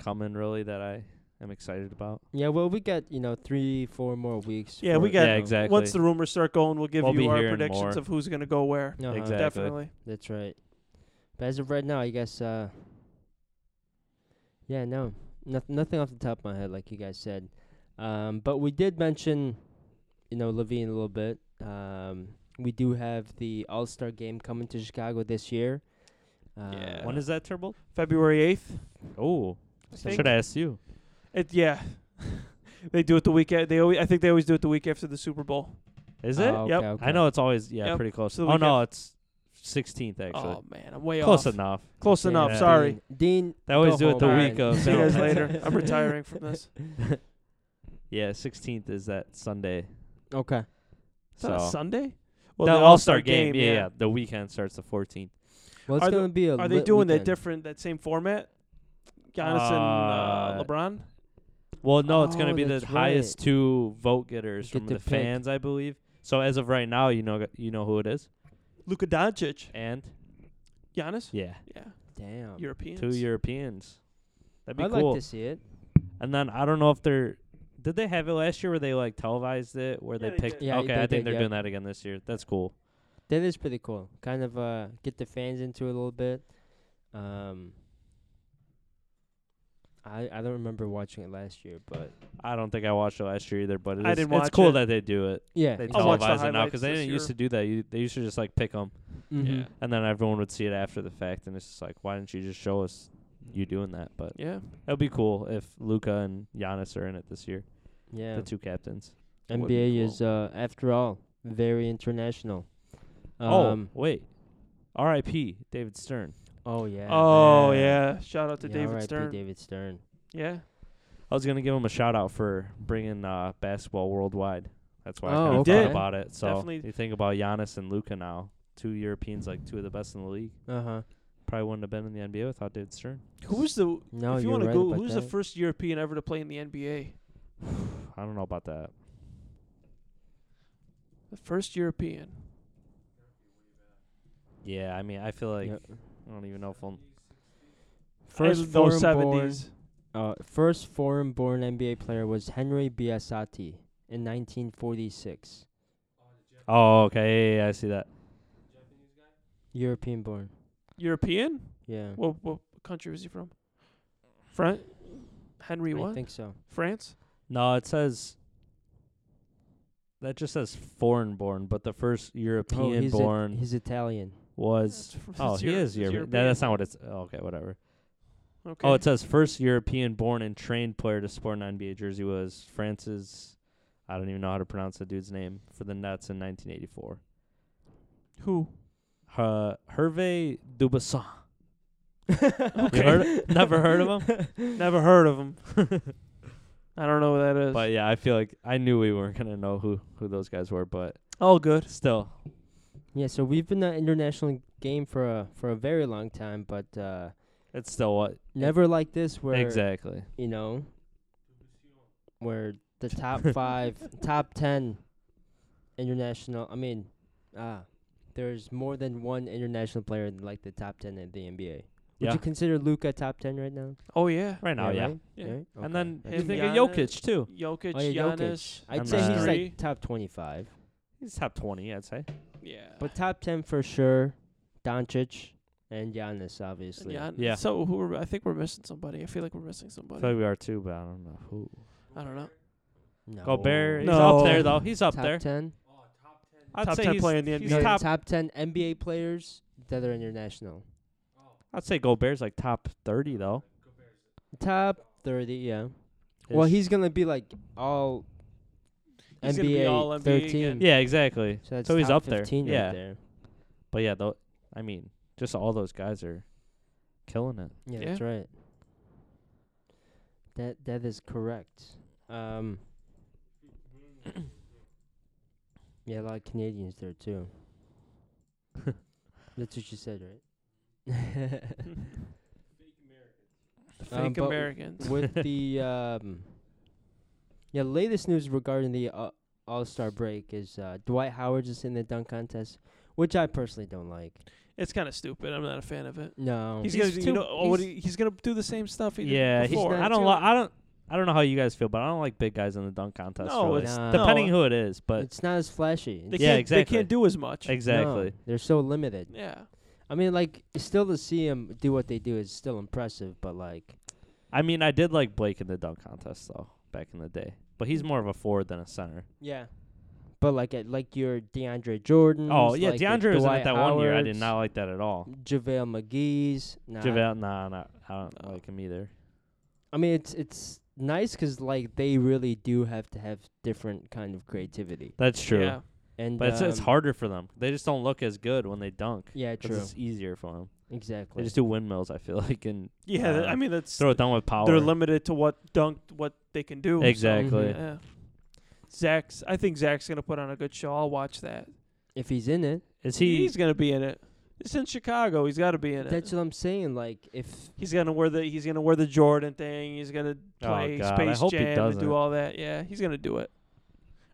Speaker 2: coming really that I am excited about.
Speaker 1: Yeah, well, we got you know three, four more weeks.
Speaker 3: Yeah, we
Speaker 1: for-
Speaker 3: got-
Speaker 2: yeah,
Speaker 1: you know,
Speaker 2: exactly.
Speaker 3: Once the rumors start going, we'll give
Speaker 2: We'll
Speaker 3: you
Speaker 2: be
Speaker 3: our
Speaker 2: hearing
Speaker 3: predictions
Speaker 2: more.
Speaker 3: of who's gonna go where.
Speaker 1: Uh-huh.
Speaker 2: Exactly.
Speaker 3: Definitely.
Speaker 1: That's right. But as of right now, I guess. uh Yeah, no, noth- nothing off the top of my head, like you guys said. Um, but we did mention, you know, Levine a little bit. Um, we do have the All Star Game coming to Chicago this year. Uh,
Speaker 3: Yeah.
Speaker 2: when is that turbo?
Speaker 3: February eighth.
Speaker 2: Oh,
Speaker 3: I
Speaker 2: so
Speaker 3: think.
Speaker 2: should I ask you?
Speaker 3: It, yeah. they do it the week. a- They always. I think they always do it the week after the Super Bowl.
Speaker 2: Is it?
Speaker 1: Oh,
Speaker 3: Yep.
Speaker 1: okay,
Speaker 2: I
Speaker 1: okay.
Speaker 2: know it's always yeah
Speaker 3: Yep.
Speaker 2: pretty close.
Speaker 3: So the
Speaker 2: oh no, it's sixteenth actually.
Speaker 3: Oh man, I'm way
Speaker 2: close
Speaker 3: off.
Speaker 2: enough.
Speaker 3: Close
Speaker 1: Damn,
Speaker 3: enough.
Speaker 2: Yeah.
Speaker 3: Sorry.
Speaker 1: Dean. Dean
Speaker 2: They always
Speaker 1: go
Speaker 2: do it the
Speaker 1: home,
Speaker 2: week
Speaker 1: Ryan.
Speaker 2: of.
Speaker 3: See you guys
Speaker 1: Valentine's.
Speaker 3: later. I'm retiring from this.
Speaker 2: yeah, sixteenth is that Sunday.
Speaker 1: Okay.
Speaker 3: Is that a
Speaker 2: So
Speaker 3: Sunday? Well,
Speaker 2: the All Star game. yeah, yeah, the weekend starts the fourteenth.
Speaker 1: Well, it's
Speaker 3: Are the-
Speaker 1: gonna be a.
Speaker 3: Are they
Speaker 1: lit
Speaker 3: doing that
Speaker 1: weekend.
Speaker 3: different, that same format? Giannis and uh,
Speaker 2: Uh,
Speaker 3: LeBron.
Speaker 2: Well, no, it's
Speaker 1: Oh,
Speaker 2: gonna be the
Speaker 1: that's right.
Speaker 2: highest two vote getters
Speaker 1: Get
Speaker 2: from
Speaker 1: to
Speaker 2: the
Speaker 1: pick.
Speaker 2: fans, I believe. So as of right now, you know you know who it is,
Speaker 3: Luka Doncic,
Speaker 2: and
Speaker 3: Giannis.
Speaker 2: yeah,
Speaker 3: Yeah,
Speaker 1: Damn.
Speaker 3: Europeans.
Speaker 2: two Europeans. That'd be
Speaker 1: I'd
Speaker 2: cool.
Speaker 1: like to see it.
Speaker 2: And then I don't know if they're did they have it last year where they like televised it where
Speaker 3: Yeah,
Speaker 2: they
Speaker 3: they
Speaker 2: picked
Speaker 1: did. Yeah,
Speaker 2: okay
Speaker 1: they
Speaker 2: I think
Speaker 1: did,
Speaker 2: they're
Speaker 1: yeah.
Speaker 2: doing that again this year that's cool
Speaker 1: That is pretty cool. Kind of uh, get the fans into it a little bit. Um, I I don't remember watching it last year, but
Speaker 2: I don't think I watched it last year either but it
Speaker 3: I
Speaker 2: is-
Speaker 3: didn't
Speaker 2: it's
Speaker 3: watch
Speaker 2: cool
Speaker 3: it.
Speaker 2: that they do it
Speaker 1: yeah,
Speaker 2: they
Speaker 1: it's
Speaker 3: I'll watch the
Speaker 2: televise it now
Speaker 3: highlights
Speaker 2: because they
Speaker 3: this
Speaker 2: didn't used
Speaker 3: year.
Speaker 2: to do that you, they used to just like pick 'em
Speaker 1: mhm.
Speaker 3: Yeah.
Speaker 2: and then everyone would see it after the fact and it's just like why didn't you just show us you doing that, but
Speaker 3: Yeah.
Speaker 2: it would be cool if Luca and Giannis are in it this year,
Speaker 1: Yeah.
Speaker 2: the two captains.
Speaker 3: would be
Speaker 1: NBA
Speaker 3: cool.
Speaker 1: is, uh, after all, very international.
Speaker 2: oh
Speaker 1: Um,
Speaker 2: wait, R.I.P. David Stern.
Speaker 1: oh, yeah.
Speaker 3: oh
Speaker 1: man.
Speaker 3: yeah. Shout out to
Speaker 1: Yeah,
Speaker 3: David
Speaker 1: RIP
Speaker 3: Stern.
Speaker 1: David Stern.
Speaker 3: Yeah.
Speaker 2: I was gonna give him a shout out for bringing uh, basketball worldwide. That's why
Speaker 1: Oh,
Speaker 2: I kind
Speaker 1: He
Speaker 2: of
Speaker 1: did.
Speaker 2: thought about it. So
Speaker 3: Definitely.
Speaker 2: you think about Giannis and Luca now, two Europeans, like two of the best in the league.
Speaker 1: Uh huh.
Speaker 2: Probably wouldn't have been in the NBA without David Stern.
Speaker 3: Who's the
Speaker 1: No,
Speaker 3: if you
Speaker 1: you're
Speaker 3: want
Speaker 1: right
Speaker 3: to go
Speaker 1: about
Speaker 3: who's the
Speaker 1: that.
Speaker 3: first European ever to play in the NBA?
Speaker 2: I don't know about that.
Speaker 3: The first European.
Speaker 2: Yeah, I mean, I feel like
Speaker 1: Yep.
Speaker 2: I don't even know if I'm.
Speaker 1: First
Speaker 3: in those
Speaker 1: foreign-born-
Speaker 3: seventies.
Speaker 1: Uh, first foreign-born NBA player was Henry Biasati in 1946.
Speaker 2: Oh, okay. Yeah, yeah, I see that.
Speaker 1: European-born.
Speaker 3: European?
Speaker 1: Yeah.
Speaker 3: What what country was he from? France. Henry
Speaker 1: I
Speaker 3: what?
Speaker 1: think so.
Speaker 3: France.
Speaker 2: No, it says. That just says foreign born, but the first
Speaker 1: Oh,
Speaker 2: European
Speaker 1: he's, a-
Speaker 2: born
Speaker 1: he's Italian.
Speaker 2: was.
Speaker 3: That's-
Speaker 2: Oh,
Speaker 3: it's
Speaker 2: he
Speaker 3: Euro-
Speaker 2: is
Speaker 3: it's
Speaker 2: European. No, that's not what it's. oh, Okay, whatever.
Speaker 3: Okay.
Speaker 2: Oh, it says first European born and trained player to sport an NBA jersey was Francis. I don't even know how to pronounce the dude's name for the Nets in 1984.
Speaker 3: who?
Speaker 2: Uh, Hervé Dubasson. You heard- never heard of him?
Speaker 3: Never heard of him. I don't know what that is.
Speaker 2: But yeah, I feel like I knew we weren't gonna know who who those guys were, but
Speaker 3: All good.
Speaker 2: still,
Speaker 1: Yeah, so we've been an international game for a for a very long time, but uh,
Speaker 2: it's still what
Speaker 1: never like this where
Speaker 2: exactly.
Speaker 1: you know where the top five, top ten international. I mean, ah, there's more than one international player in like the top ten in the NBA. Would
Speaker 2: Yeah.
Speaker 1: you consider Luca top ten right now?
Speaker 3: Oh yeah.
Speaker 2: Right now, yeah.
Speaker 1: right?
Speaker 3: Yeah.
Speaker 1: Right? Okay,
Speaker 2: And then
Speaker 1: that's
Speaker 2: you
Speaker 1: good.
Speaker 2: think
Speaker 3: Giannis-
Speaker 2: of Jokic too.
Speaker 3: Jokic,
Speaker 1: Oh, yeah, Jokic.
Speaker 3: Giannis.
Speaker 1: I'd
Speaker 2: I'm
Speaker 1: say
Speaker 2: not-
Speaker 1: he's
Speaker 2: Three.
Speaker 1: like top twenty-five,
Speaker 2: He's top 20, I'd say.
Speaker 3: Yeah.
Speaker 1: but top ten for sure. Doncic and Giannis,
Speaker 3: And
Speaker 1: obviously.
Speaker 3: Giannis.
Speaker 2: Yeah.
Speaker 3: So who are, I think we're missing somebody. I feel like we're missing
Speaker 2: I
Speaker 3: somebody.
Speaker 2: feel like we are too, but I don't know who.
Speaker 3: I don't know.
Speaker 1: No.
Speaker 2: Gobert, he's
Speaker 3: No.
Speaker 2: up there though. He's up
Speaker 1: top
Speaker 2: there.
Speaker 1: ten.
Speaker 2: I'd
Speaker 3: Top
Speaker 2: say
Speaker 3: 10
Speaker 2: he's,
Speaker 3: player in the
Speaker 2: he's
Speaker 1: no,
Speaker 3: NBA.
Speaker 2: top.
Speaker 1: top ten NBA players that are international.
Speaker 2: I'd say Gobert's like top 30 though.
Speaker 1: Top thirty, yeah. Well,
Speaker 2: Ish.
Speaker 1: he's gonna be like all
Speaker 3: He's gonna be
Speaker 1: NBA
Speaker 3: all NBA
Speaker 1: thirteen.
Speaker 3: again.
Speaker 2: Yeah, exactly.
Speaker 1: So, that's
Speaker 2: So he's
Speaker 1: top
Speaker 2: up there,
Speaker 1: 15 Right
Speaker 2: yeah.
Speaker 1: there.
Speaker 2: But yeah, though I mean, just all those guys are killing it.
Speaker 1: Yeah,
Speaker 3: Yeah.
Speaker 1: that's right. That that is correct. Um. yeah, a lot of Canadians there too. that's what you said, right? Um,
Speaker 3: Fake
Speaker 1: but-
Speaker 3: Americans.
Speaker 1: with the um, yeah latest news regarding the uh, All Star break is uh, Dwight Howard is in the dunk contest, which I personally don't like.
Speaker 3: It's kind of stupid. I'm not a fan of it.
Speaker 1: No,
Speaker 3: He's,
Speaker 1: He's
Speaker 3: gonna,
Speaker 1: too-
Speaker 3: you know, oh, what
Speaker 1: he's-
Speaker 3: he, he's gonna do the same stuff he did
Speaker 2: Yeah, he's
Speaker 3: before.
Speaker 1: not-
Speaker 2: I don't
Speaker 3: Too-
Speaker 2: li- I don't I don't know how you guys feel, but I don't like big guys in the dunk contest.
Speaker 3: No,
Speaker 2: really.
Speaker 3: it's
Speaker 1: Nah.
Speaker 3: no,
Speaker 2: depending who it is, but
Speaker 1: it's not as flashy.
Speaker 3: They
Speaker 1: It's-
Speaker 2: Yeah,
Speaker 3: can't,
Speaker 2: exactly.
Speaker 3: They can't do as much.
Speaker 1: no,
Speaker 2: exactly.
Speaker 1: they're so limited.
Speaker 3: Yeah.
Speaker 1: I mean, like still to see him do what they do is still impressive, but like
Speaker 2: I mean, I did like Blake in the dunk contest though, back in the day. But he's more of a forward than a center.
Speaker 1: yeah. But like at, like your DeAndre Jordan.
Speaker 2: Oh yeah,
Speaker 1: like your
Speaker 2: DeAndre was in
Speaker 1: Dwight
Speaker 2: it that one year. I did
Speaker 1: Howards,
Speaker 2: not like that at all.
Speaker 1: JaVale McGee's. Nah,
Speaker 2: JaVale, nah, nah, I don't
Speaker 3: No.
Speaker 2: like him either.
Speaker 1: I mean, it's it's nice 'cause like they really do have to have different kind of creativity,
Speaker 2: That's true.
Speaker 3: Yeah.
Speaker 1: and
Speaker 2: But it's, it's
Speaker 1: um,
Speaker 2: harder for them. They just don't look as good when they dunk.
Speaker 1: Yeah,
Speaker 2: 'cause
Speaker 1: true.
Speaker 2: It's easier for them. They
Speaker 1: Exactly.
Speaker 2: just do windmills. I feel like and
Speaker 3: Yeah. th-
Speaker 2: Uh,
Speaker 3: I mean, that's
Speaker 2: throw it down with power.
Speaker 3: they're limited to what dunk what they can do. so,
Speaker 2: Exactly.
Speaker 1: Mhm.
Speaker 3: yeah. Zach's. I think Zach's gonna put on a good show. I'll watch that.
Speaker 1: if he's in it,
Speaker 2: Is he?
Speaker 3: he's gonna be in it. It's in Chicago. He's got to be in it.
Speaker 1: that's what I'm saying. Like if
Speaker 3: He's gonna wear the he's gonna wear the Jordan thing. He's gonna
Speaker 2: Oh,
Speaker 3: play
Speaker 2: God, I
Speaker 3: Space
Speaker 2: hope he
Speaker 3: Jam and
Speaker 2: doesn't.
Speaker 3: do all that. Yeah, he's gonna do it,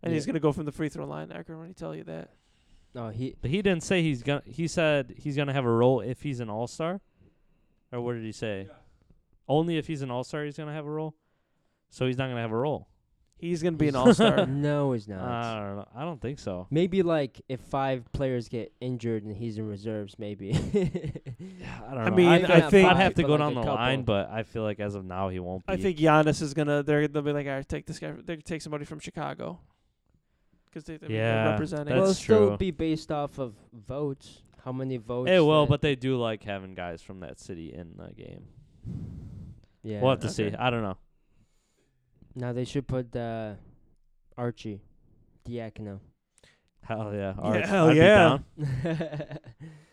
Speaker 3: and he's
Speaker 1: Yeah.
Speaker 3: gonna go from the free throw line. I can already tell you that.
Speaker 1: no, oh, he
Speaker 2: But he didn't say he's gonna. He said he's gonna have a role if he's an all star, or what did he say? Only if he's an all star, he's gonna have a role. So he's not gonna have a role.
Speaker 3: He's gonna be an
Speaker 1: He's-
Speaker 3: all star.
Speaker 1: no, he's
Speaker 2: Uh,
Speaker 1: not.
Speaker 2: I don't know. I don't think so.
Speaker 1: maybe like if five players get injured and he's in reserves, maybe.
Speaker 2: I don't
Speaker 3: I
Speaker 2: know.
Speaker 3: mean,
Speaker 2: I'd,
Speaker 3: I
Speaker 2: I'd
Speaker 3: think-
Speaker 2: have to
Speaker 1: but
Speaker 2: go
Speaker 1: like
Speaker 2: down
Speaker 1: a
Speaker 2: the line,
Speaker 1: couple.
Speaker 2: but I feel like as of now he won't be.
Speaker 3: I think Giannis is gonna. They're they'll be like, all right, take this guy. They take somebody from Chicago, because they, I mean, they're
Speaker 2: Yeah,
Speaker 3: representing.
Speaker 1: well, it'll
Speaker 2: that's
Speaker 1: still
Speaker 2: true.
Speaker 1: be based off of votes. How many votes?
Speaker 2: Hey, well,
Speaker 1: that-
Speaker 2: but they do like having guys from that city in the game.
Speaker 1: Yeah.
Speaker 2: We'll have to see.
Speaker 3: Okay.
Speaker 2: I don't know.
Speaker 1: Now they should put uh, Archie Diacono.
Speaker 2: Hell yeah. Arch,
Speaker 3: hell
Speaker 2: I'd be
Speaker 3: yeah.
Speaker 2: down.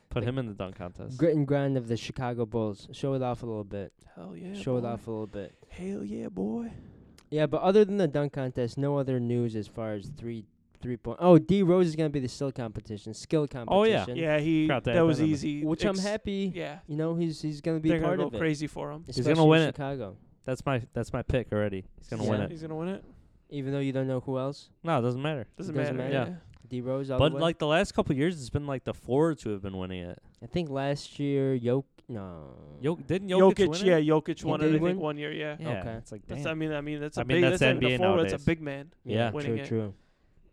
Speaker 2: Put him in the dunk contest.
Speaker 1: Grit and grind of the Chicago Bulls. Show it off a little bit.
Speaker 3: Hell yeah.
Speaker 1: Show it
Speaker 3: boy.
Speaker 1: off a little bit.
Speaker 3: Hell yeah, boy.
Speaker 1: Yeah, but other than the dunk contest, no other news as far as three three point. Oh, D Rose is gonna be the skill competition, skill
Speaker 2: Oh, yeah.
Speaker 1: competition.
Speaker 3: Yeah, he.
Speaker 2: Forgot to
Speaker 3: That
Speaker 2: add
Speaker 3: was
Speaker 2: that on.
Speaker 3: easy.
Speaker 1: which I'm
Speaker 3: Ex-
Speaker 1: happy.
Speaker 3: Yeah,
Speaker 1: You know, he's he's gonna be
Speaker 3: they're
Speaker 1: part
Speaker 3: gonna
Speaker 1: of
Speaker 3: go
Speaker 1: it.
Speaker 3: crazy for him.
Speaker 2: He's gonna
Speaker 1: especially in
Speaker 2: win it.
Speaker 1: Chicago.
Speaker 2: That's my that's my pick already. He's gonna win
Speaker 1: Yeah.
Speaker 2: it.
Speaker 3: He's gonna win it.
Speaker 1: Even though you don't know who else,
Speaker 2: No, it doesn't matter.
Speaker 3: Doesn't,
Speaker 1: Doesn't
Speaker 3: matter.
Speaker 2: matter.
Speaker 3: Yeah.
Speaker 1: D Rose. all the
Speaker 2: But
Speaker 1: way.
Speaker 2: like the last couple years, it's been like the forwards who have been winning it.
Speaker 1: I think last year, Yoke. No.
Speaker 2: Jok- didn't Jokic,
Speaker 3: Jokic,
Speaker 2: win it?
Speaker 3: yeah, Jokic
Speaker 1: He
Speaker 3: won it.
Speaker 1: did
Speaker 3: I
Speaker 1: win?
Speaker 3: think one year. Yeah.
Speaker 2: Yeah,
Speaker 1: Okay.
Speaker 2: It's like damn.
Speaker 3: That's, I mean, I mean, that's a
Speaker 2: I mean,
Speaker 3: big.
Speaker 2: that's
Speaker 3: not even
Speaker 2: NBA
Speaker 3: a forward. That's
Speaker 2: nowadays.
Speaker 3: a big man.
Speaker 2: Yeah.
Speaker 1: true,
Speaker 3: winning it.
Speaker 1: true.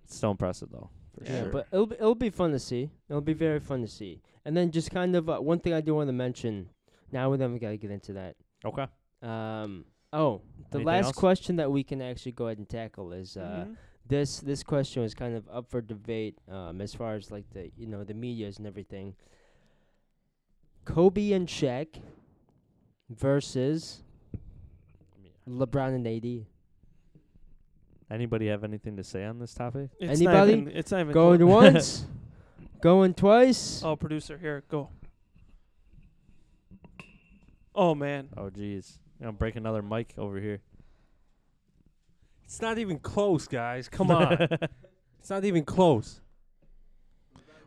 Speaker 2: it's still impressive though. For
Speaker 3: Yeah.
Speaker 2: sure.
Speaker 1: but it'll be, it'll be fun to see. It'll be very fun to see. And then just kind of uh, one thing I do want to mention. Now we then gotta get into that.
Speaker 2: okay.
Speaker 1: Um. Oh, the
Speaker 2: Anything
Speaker 1: last
Speaker 2: else?
Speaker 1: question that we can actually go ahead and tackle is uh,
Speaker 3: Mhm.
Speaker 1: this. This question was kind of up for debate um, as far as like the you know the media's and everything. Kobe and Shaq versus LeBron and AD.
Speaker 2: Anybody have anything to say on this topic?
Speaker 3: It's
Speaker 1: Anybody?
Speaker 3: Not even, it's not even
Speaker 1: Going
Speaker 3: close.
Speaker 1: once, going twice.
Speaker 3: Oh, producer, here, go. Oh man,
Speaker 2: Oh geez, I'm gonna break another mic over here.
Speaker 4: It's not even close, guys. Come on. it's not even close.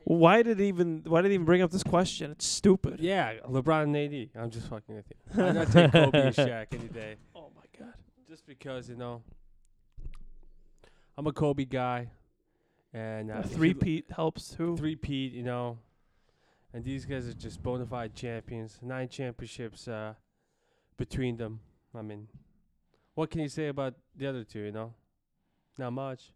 Speaker 3: why did he even why did he even bring up this question? It's stupid.
Speaker 4: Yeah, LeBron and AD. I'm just fucking with you. I'm not take Kobe and Shaq any day.
Speaker 3: Oh my god.
Speaker 4: Just because, you know, I'm a Kobe guy. And uh,
Speaker 3: A three Pete helps who?
Speaker 4: Three Pete, you know. And these guys are just bona fide champions. Nine championships uh, between them. I mean, what can you say about the other two, you know? Not much.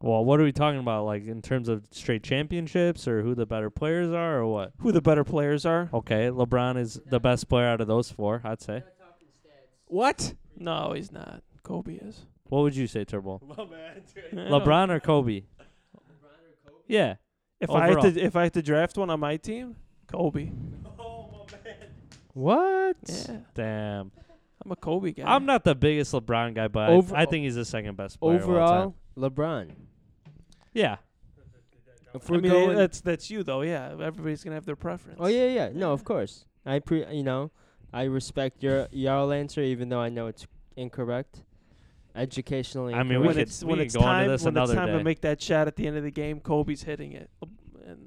Speaker 2: well, what are we talking about? Like in terms of straight championships, or who the better players are, or what?
Speaker 3: Who the better players are?
Speaker 2: Okay, LeBron is the best player out of those four, I'd say.
Speaker 4: What?
Speaker 3: No, he's not. Kobe is.
Speaker 2: What would you say, Turbo?
Speaker 3: Eh, LeBron.
Speaker 2: LeBron or Kobe? Yeah.
Speaker 3: If I had
Speaker 2: overall.
Speaker 3: to if I had to draft one on my team, Kobe.
Speaker 1: What?
Speaker 3: Yeah,
Speaker 2: Damn.
Speaker 3: I'm a Kobe guy.
Speaker 2: I'm not the biggest LeBron guy, but I-
Speaker 1: Over-
Speaker 2: I, think he's the second best player of all time.
Speaker 1: Overall, LeBron.
Speaker 2: Yeah.
Speaker 1: If
Speaker 3: I
Speaker 1: we're
Speaker 3: mean,
Speaker 1: going,
Speaker 3: that's that's you though. Yeah, everybody's gonna have their preference.
Speaker 1: oh yeah, yeah. No, of course. I pre, you know, I respect your y'all answer, even though I know it's incorrect, educationally.
Speaker 2: I mean, we
Speaker 3: When
Speaker 1: incorrect.
Speaker 2: could-
Speaker 3: it's when
Speaker 2: could
Speaker 3: it's
Speaker 2: go into
Speaker 3: time
Speaker 2: this
Speaker 3: when it's
Speaker 2: another
Speaker 3: time
Speaker 2: day.
Speaker 3: to make that shot at the end of the game, Kobe's hitting it, Le- and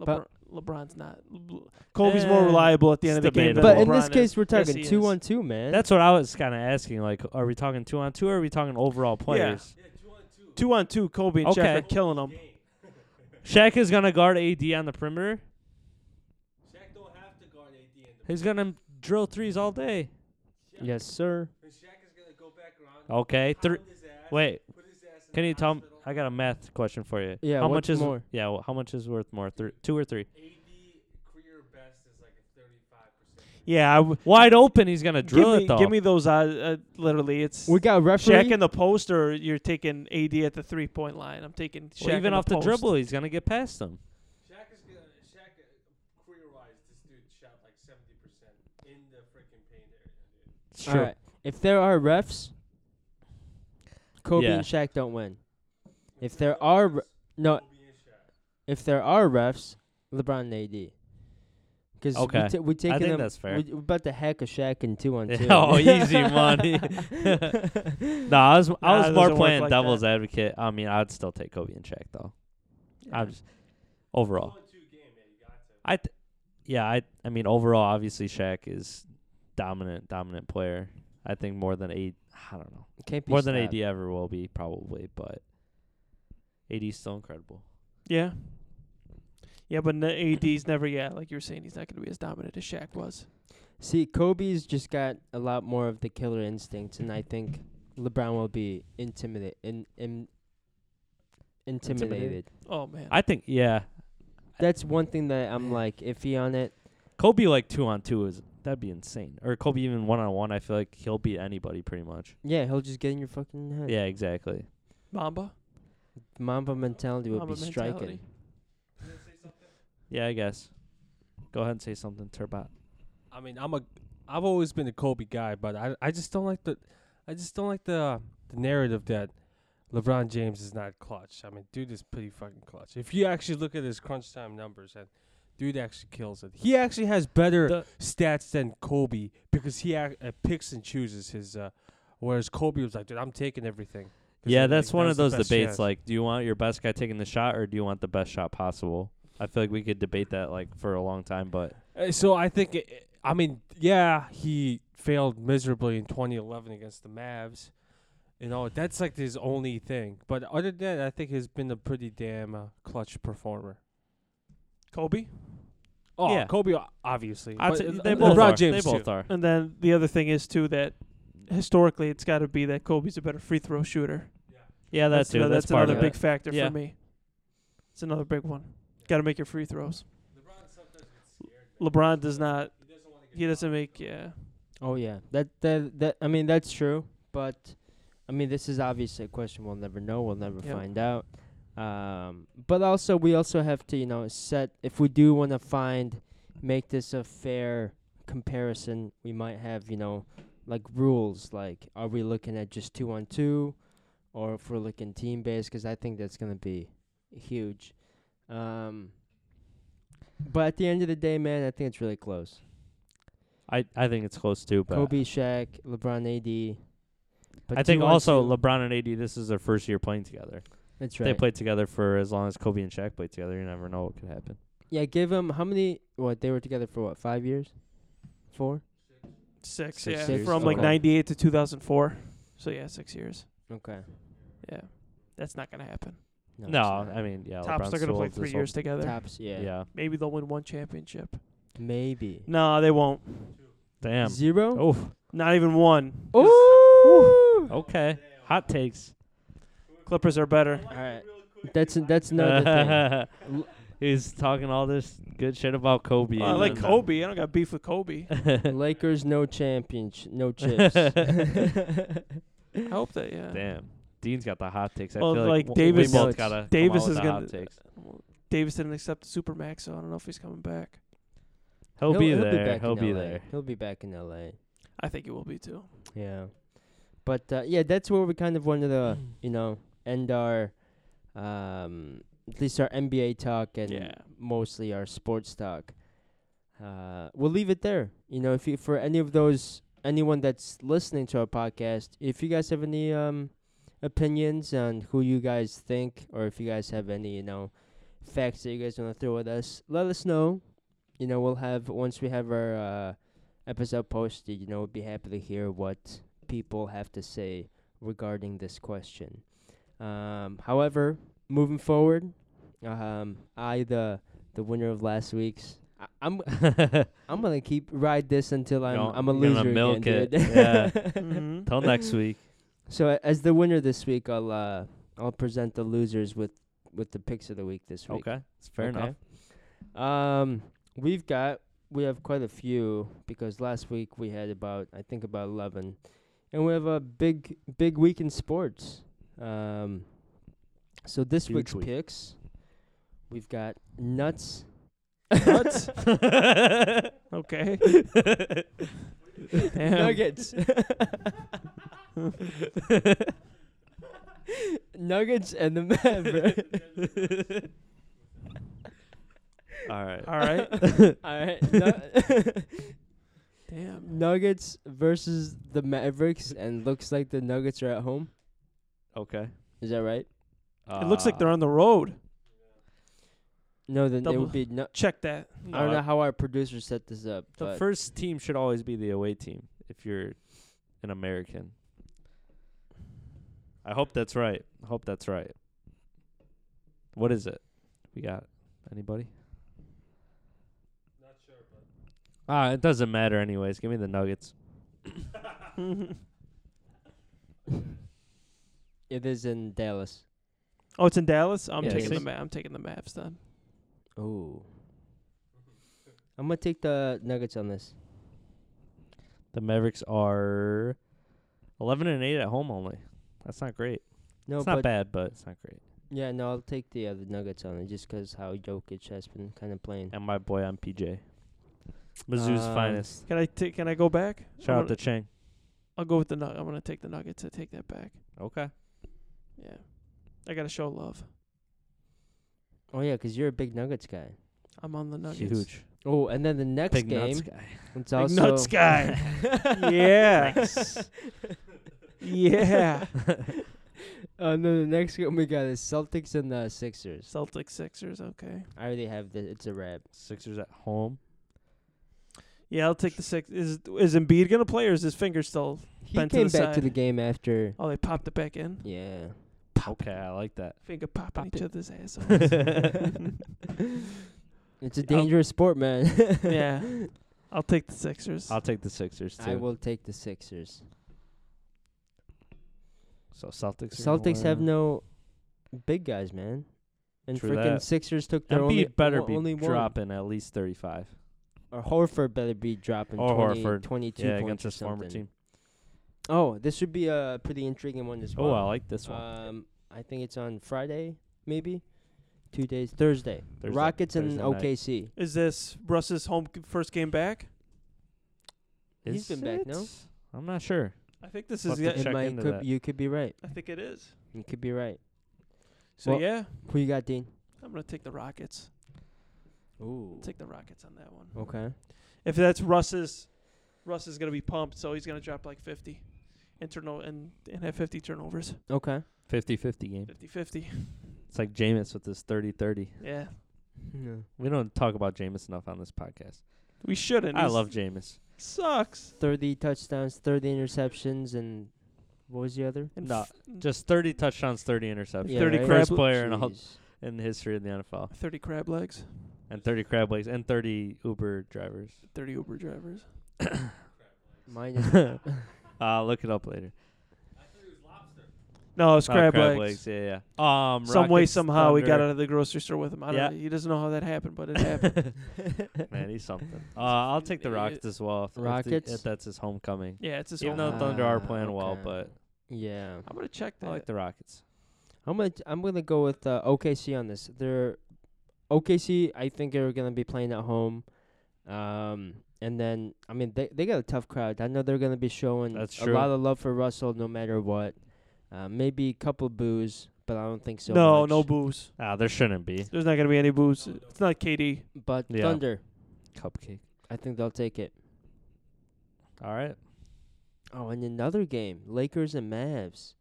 Speaker 3: LeBron,
Speaker 1: But-
Speaker 3: LeBron's not. Le- Kobe's more
Speaker 2: Eh,
Speaker 3: reliable at the end of
Speaker 2: it's
Speaker 3: the game. than
Speaker 1: but
Speaker 2: debatable.
Speaker 1: in
Speaker 3: LeBron
Speaker 1: this case,
Speaker 3: is.
Speaker 1: we're
Speaker 3: Yes,
Speaker 1: talking
Speaker 3: he
Speaker 1: two
Speaker 3: is.
Speaker 1: on two, man.
Speaker 2: That's what I was kind of asking. Like, are we talking two on two or are we talking overall players?
Speaker 3: two on two. Kobe and
Speaker 2: Okay.
Speaker 3: Shaq are killing them.
Speaker 2: Shaq is going to guard AD on the perimeter.
Speaker 4: Shaq don't have to guard AD in the
Speaker 2: He's going to drill threes all day.
Speaker 1: yes, sir.
Speaker 4: And Shaq is gonna go back around.
Speaker 2: Okay. Three.
Speaker 4: pound his ass,
Speaker 2: Wait,
Speaker 4: put his ass in
Speaker 2: can
Speaker 4: the
Speaker 2: you tell me?
Speaker 4: hospital.
Speaker 2: I got a math question for you.
Speaker 1: Yeah,
Speaker 2: How
Speaker 1: what's
Speaker 2: much is
Speaker 1: more?
Speaker 2: Yeah, well, how much is worth more? Three, two or three?
Speaker 4: AD career best is like a 35 percent.
Speaker 3: Yeah, I w-
Speaker 2: Wide open, he's going to
Speaker 3: give
Speaker 2: drill
Speaker 3: me
Speaker 2: it though.
Speaker 3: give me those. Uh, uh, literally, it's
Speaker 1: We got referee.
Speaker 3: Shaq in the post, or you're taking AD at the three point line. I'm taking Shaq
Speaker 2: Well,
Speaker 3: in
Speaker 2: even off the
Speaker 3: post.
Speaker 2: dribble, he's going to get past them.
Speaker 4: Shaq is gonna Shaq uh, career wise, this dude shot like 70 percent in the freaking paint area. Dude.
Speaker 2: It's
Speaker 1: All right. If there are refs, Kobe
Speaker 2: Yeah.
Speaker 1: and Shaq don't win. If there are re- no, if there are refs, LeBron and AD. Because
Speaker 2: Okay.
Speaker 1: we t- we taking
Speaker 2: think
Speaker 1: them.
Speaker 2: that's fair.
Speaker 1: We, we're about to hack a Shaq in two on two.
Speaker 2: oh, easy money. no, I was
Speaker 3: Nah,
Speaker 2: I
Speaker 3: it
Speaker 2: was
Speaker 3: doesn't
Speaker 2: more
Speaker 3: work
Speaker 2: playing
Speaker 3: like
Speaker 2: devil's advocate. I mean, I'd still take Kobe and Shaq though. I'm just overall. I th- yeah, I I mean overall, obviously Shaq is dominant, dominant player. I think more than eight. I don't know
Speaker 1: Can't be
Speaker 2: more than AD
Speaker 1: stopped.
Speaker 2: ever will be probably, but AD is still incredible.
Speaker 3: Yeah. Yeah, but n- AD's never yeah, like you were saying, he's not going to be as dominant as Shaq was.
Speaker 1: See, Kobe's just got a lot more of the killer instincts, and I think LeBron will be intimidated. In, in, intimidated.
Speaker 2: Intimidated?
Speaker 3: Oh man,
Speaker 2: I think yeah,
Speaker 1: That's one thing that I'm like iffy on it.
Speaker 2: Kobe like two on two is that'd be insane. Or Kobe even one on one. I feel like he'll beat anybody pretty much.
Speaker 1: Yeah, he'll just get in your fucking
Speaker 3: Hmm.
Speaker 1: head.
Speaker 2: Yeah, exactly.
Speaker 3: Mamba.
Speaker 1: Mamba mentality would
Speaker 3: Mamba
Speaker 1: be striking.
Speaker 3: mentality.
Speaker 2: Yeah, I guess. Go ahead and say something, Turbot.
Speaker 4: I mean, I'm a I've always been a Kobe guy, but I I just don't like the I just don't like the the narrative that LeBron James is not clutch. I mean, dude is pretty fucking clutch. If you actually look at his crunch time numbers and dude actually kills it. He actually has better
Speaker 2: The-
Speaker 4: stats than Kobe because he ac- uh, picks and chooses his uh whereas Kobe was like, dude, I'm taking everything. 'Cause
Speaker 2: Yeah,
Speaker 4: I'm
Speaker 2: that's
Speaker 4: like,
Speaker 2: one of
Speaker 4: the
Speaker 2: those
Speaker 4: best
Speaker 2: debates.
Speaker 4: chance.
Speaker 2: Like, do you want your best guy taking the shot, or do you want the best shot possible? I feel like we could debate that like for a long time, but
Speaker 4: Uh, So I think, it, I mean, yeah, he failed miserably in 2011 against the Mavs. You know, that's like his only thing. But other than that, I think he's been a pretty damn uh, clutch performer.
Speaker 3: Kobe.
Speaker 4: Oh,
Speaker 2: Yeah.
Speaker 4: Kobe, o- obviously.
Speaker 2: I'd
Speaker 4: but,
Speaker 2: say
Speaker 4: uh,
Speaker 2: they
Speaker 4: Le-
Speaker 2: both
Speaker 4: LeBron
Speaker 2: are.
Speaker 4: James
Speaker 2: they both
Speaker 4: too.
Speaker 2: are.
Speaker 3: And then the other thing is too that historically it's got to be that Kobe's a better free throw shooter.
Speaker 2: Yeah, that too.
Speaker 3: ano-
Speaker 2: That's,
Speaker 3: that's,
Speaker 2: part
Speaker 3: another
Speaker 2: of
Speaker 3: big
Speaker 2: it.
Speaker 3: factor
Speaker 2: Yeah.
Speaker 3: for me. It's another big one. Got to make your free throws. LeBron does not. He doesn't make. Yeah.
Speaker 1: Oh yeah, that that that. I mean, that's true, but I mean, this is obviously a question we'll never know. We'll never
Speaker 3: Yep.
Speaker 1: find out. Um, but also, we also have to, you know, set if we do want to find, make this a fair comparison. We might have, you know, like rules. Like, are we looking at just two on two, or if we're looking team based? Because I think that's gonna be huge. Um, but at the end of the day, man, I think it's really close.
Speaker 2: I I think it's close too. But
Speaker 1: Kobe, Shaq, LeBron, AD. But
Speaker 2: I think
Speaker 1: two on
Speaker 2: also
Speaker 1: two-
Speaker 2: LeBron and AD. This is their first year playing together.
Speaker 1: That's
Speaker 2: They
Speaker 1: right.
Speaker 2: played together for as long as Kobe and Shaq played together. You never know what could happen.
Speaker 1: yeah, give them how many? What they were together for? What five years? Four?
Speaker 3: Six.
Speaker 2: Six
Speaker 3: yeah.
Speaker 1: years,
Speaker 3: From like
Speaker 1: okay.
Speaker 3: '98 to 2004. So yeah, six years.
Speaker 1: Okay.
Speaker 3: Yeah. That's not gonna happen.
Speaker 1: it's
Speaker 2: No,
Speaker 1: not.
Speaker 2: I mean yeah.
Speaker 3: Tops
Speaker 2: LeBron's
Speaker 3: they're gonna
Speaker 2: too
Speaker 3: play
Speaker 2: old to
Speaker 3: three
Speaker 2: solve-
Speaker 3: years together.
Speaker 1: Tops. Yeah.
Speaker 2: Yeah.
Speaker 3: Maybe they'll win one championship.
Speaker 1: Maybe.
Speaker 3: No, they won't.
Speaker 2: Damn.
Speaker 1: Zero.
Speaker 2: Oh.
Speaker 3: Not even one.
Speaker 1: Ooh.
Speaker 2: Okay. Hot takes.
Speaker 3: Clippers are better.
Speaker 1: All right. That's that's another thing.
Speaker 2: He's talking all this good shit about Kobe.
Speaker 3: Well, I
Speaker 2: and
Speaker 3: like
Speaker 2: then-
Speaker 3: Kobe. I don't got beef with Kobe.
Speaker 1: thing. Lakers no championship, no chips.
Speaker 3: I hope that yeah.
Speaker 2: Damn. Dean's got the hot takes.
Speaker 3: Well,
Speaker 2: I feel
Speaker 3: like,
Speaker 2: like, w-
Speaker 1: Davis-
Speaker 2: we both gotta
Speaker 3: Davis
Speaker 2: come
Speaker 3: is
Speaker 2: out with
Speaker 3: gonna-
Speaker 2: the hot takes.
Speaker 3: Davis didn't accept the Supermax, so I don't know if he's coming back.
Speaker 2: He'll, be
Speaker 1: he'll
Speaker 2: there.
Speaker 1: back
Speaker 2: he'll
Speaker 1: in
Speaker 2: be
Speaker 1: LA.
Speaker 2: there.
Speaker 1: He'll be back in L.A.
Speaker 3: I think he will be too.
Speaker 1: Yeah. But uh, yeah, that's where we kind of wanted to, you know, end our um at least our NBA talk and
Speaker 3: Yeah.
Speaker 1: mostly our sports talk. Uh we'll leave it there. You know, if you for any of those anyone that's listening to our podcast, if you guys have any um opinions on who you guys think or if you guys have any, you know, facts that you guys want to throw at us, let us know. You know, we'll have once we have our uh episode posted, you know, we'd be happy to hear what people have to say regarding this question. Um, however, moving forward, um, I the the winner of last week's. I, I'm I'm gonna keep ride this until I'm
Speaker 2: No,
Speaker 1: I'm a
Speaker 2: you're gonna
Speaker 1: loser
Speaker 2: milk
Speaker 1: again,
Speaker 2: it.
Speaker 1: dude.
Speaker 3: Mhm.
Speaker 2: Till next week.
Speaker 1: so a- as the winner this week, I'll uh, I'll present the losers with with the picks of the week this week.
Speaker 2: Okay. It's fair
Speaker 1: Okay.
Speaker 2: enough.
Speaker 1: Um, we've got we have quite a few because last week we had about I think about eleven, and we have a big big week in sports. Um, so this
Speaker 2: Huge
Speaker 1: week's
Speaker 2: week.
Speaker 1: picks, we've got nuts.
Speaker 2: What?
Speaker 3: Okay. Damn.
Speaker 1: Nuggets. Nuggets and the Mavericks.
Speaker 2: all right.
Speaker 3: All right.
Speaker 1: All right. nu-
Speaker 3: Damn.
Speaker 1: Nuggets versus the Mavericks, and looks like the Nuggets are at home.
Speaker 2: Okay.
Speaker 1: Is that right?
Speaker 3: it looks like they're on the road.
Speaker 1: No, then it
Speaker 3: Double-
Speaker 1: would be nu-
Speaker 3: Check that.
Speaker 1: I don't know how our producer set this up.
Speaker 2: Uh, The
Speaker 1: but
Speaker 2: first team should always be the away team if you're an American. I hope that's right. I hope that's right. What is it? We got anybody? Ah, it doesn't matter anyways. Give me the Nuggets.
Speaker 1: it is in Dallas.
Speaker 3: oh, it's in Dallas. I'm
Speaker 2: Yeah,
Speaker 3: taking
Speaker 2: see?
Speaker 3: the ma- I'm taking the maps then.
Speaker 1: Oh. I'm gonna take the Nuggets on this.
Speaker 2: The Mavericks are 11 and 8 at home only. That's not great.
Speaker 1: No,
Speaker 2: it's
Speaker 1: but
Speaker 2: not bad, but it's not great.
Speaker 1: yeah, no, I'll take the uh, the Nuggets on it just 'cause how Jokic has been kind of playing.
Speaker 2: And my boy, I'm PJ. Mizzou's
Speaker 1: Um,
Speaker 2: finest.
Speaker 3: Can I take? Can I go back? I'm
Speaker 2: Shout out to
Speaker 3: gonna-
Speaker 2: Chang.
Speaker 3: I'll go with the nugget. I'm gonna take the nugget to take that back.
Speaker 2: Okay.
Speaker 3: Yeah, I gotta show love.
Speaker 1: Oh yeah, 'cause you're a big Nuggets guy.
Speaker 3: I'm on the nuggets.
Speaker 2: Huge.
Speaker 1: Oh, and then the next
Speaker 2: Big
Speaker 1: game,
Speaker 2: nuts guy.
Speaker 1: it's
Speaker 3: Big
Speaker 1: also
Speaker 3: nuts guy. yeah. Yeah.
Speaker 1: and then Uh, the next game we got is Celtics and the Sixers.
Speaker 3: Celtics Sixers. Okay.
Speaker 1: I already have this. It's a wrap.
Speaker 2: Sixers at home.
Speaker 3: Yeah, I'll take the six. Is is Embiid gonna play or is his finger still?
Speaker 1: He
Speaker 3: Bent to
Speaker 1: came
Speaker 3: the
Speaker 1: back to
Speaker 3: side.
Speaker 1: the game after.
Speaker 3: Oh, they popped it back in.
Speaker 1: Yeah.
Speaker 2: Okay, I like that.
Speaker 3: Finger popping
Speaker 1: Pop
Speaker 3: each
Speaker 1: it.
Speaker 3: other's assholes.
Speaker 1: It's a dangerous sport, man.
Speaker 3: yeah, I'll take the Sixers.
Speaker 2: I'll take the Sixers too.
Speaker 1: I will take the Sixers.
Speaker 2: So Celtics. are gonna
Speaker 1: Celtics have
Speaker 2: win.
Speaker 1: no big guys, man. And
Speaker 2: True
Speaker 1: freaking
Speaker 2: that.
Speaker 1: Sixers took their
Speaker 2: Embiid
Speaker 1: only
Speaker 2: better
Speaker 1: o-
Speaker 2: be
Speaker 1: only one.
Speaker 2: dropping at least 35.
Speaker 1: Or Horford better be dropping
Speaker 2: Or
Speaker 1: 20,
Speaker 2: Horford.
Speaker 1: 22
Speaker 2: yeah,
Speaker 1: points
Speaker 2: against
Speaker 1: or
Speaker 2: his former
Speaker 1: something.
Speaker 2: team.
Speaker 1: Oh, this should be a pretty intriguing one as well.
Speaker 2: Oh, I like this one.
Speaker 1: Um, I think it's on Friday, maybe two days. Thursday,
Speaker 2: Thursday-
Speaker 1: Rockets and
Speaker 2: Thursday night.
Speaker 1: OKC.
Speaker 3: is this Russ's home g- first game back?
Speaker 1: he's been back, no?
Speaker 2: it? I'm not sure.
Speaker 3: I think this
Speaker 2: We'll
Speaker 3: is.
Speaker 2: have to
Speaker 3: Yeah,
Speaker 1: It
Speaker 2: check
Speaker 1: might-
Speaker 2: into
Speaker 1: could-
Speaker 2: that.
Speaker 1: You could be right.
Speaker 3: I think it is.
Speaker 1: You could be right.
Speaker 3: So
Speaker 1: Well-
Speaker 3: yeah,
Speaker 1: Who you got, Dean?
Speaker 3: I'm gonna take the Rockets.
Speaker 1: Ooh.
Speaker 3: I'll take the Rockets on that one.
Speaker 1: Okay.
Speaker 3: If that's Russ's, Russ is gonna be pumped, so he's gonna drop like 50, and turno- and and have 50 turnovers,
Speaker 1: Okay.
Speaker 2: 50-50 game.
Speaker 3: 50-50.
Speaker 2: It's like Jameis with his 30-30.
Speaker 3: Yeah,
Speaker 2: We don't talk about Jameis enough on this podcast.
Speaker 3: we shouldn't.
Speaker 2: I
Speaker 3: He's-
Speaker 2: love Jameis.
Speaker 3: Sucks.
Speaker 1: Thirty touchdowns, thirty interceptions, and what was the other?
Speaker 3: And
Speaker 2: No,
Speaker 3: f-
Speaker 2: Just 30 touchdowns, 30 interceptions.
Speaker 1: Yeah,
Speaker 3: 30
Speaker 1: right?
Speaker 2: First
Speaker 3: crab-
Speaker 2: player in, all,
Speaker 1: Jeez.
Speaker 2: in the history of the NFL.
Speaker 3: 30 crab legs,
Speaker 2: And 30 crab legs and 30 Uber drivers.
Speaker 3: 30 Uber drivers.
Speaker 1: Mine is
Speaker 2: Uh, look it up later.
Speaker 3: No, it's
Speaker 2: Oh,
Speaker 3: crab,
Speaker 2: crab
Speaker 3: legs.
Speaker 2: Yeah, yeah. Um,
Speaker 3: Some way,
Speaker 2: Rockets,
Speaker 3: somehow, we got
Speaker 2: Thunder.
Speaker 3: out of the grocery store with him. I don't
Speaker 2: Yeah.
Speaker 3: know. He doesn't know how that happened, but it happened.
Speaker 2: Man, he's something. Uh, I'll take the Rockets as well. If, if the-
Speaker 1: Rockets?
Speaker 2: If, that's his homecoming.
Speaker 3: yeah, it's his
Speaker 2: Even
Speaker 3: whole
Speaker 2: though
Speaker 1: Ah,
Speaker 2: Thunder are playing well,
Speaker 1: okay.
Speaker 2: but
Speaker 1: yeah.
Speaker 3: I'm gonna check
Speaker 2: I
Speaker 3: that.
Speaker 2: like the Rockets.
Speaker 1: I'm gonna t- I'm gonna go with uh, OKC on this. They're OKC. I think they're gonna be playing at home, um, and then I mean they they got a tough crowd. I know they're gonna be showing
Speaker 2: That's
Speaker 1: a lot of love for Russell no matter what. Uh, maybe a couple boos, but I don't think so.
Speaker 3: no,
Speaker 1: much.
Speaker 3: no booze.
Speaker 2: Ah, there shouldn't be
Speaker 3: There's not gonna be any booze. It's not KD.
Speaker 1: But
Speaker 2: Yeah.
Speaker 1: Thunder,
Speaker 2: cupcake.
Speaker 1: I think they'll take it.
Speaker 2: All right.
Speaker 1: Oh, and another game, Lakers and Mavs.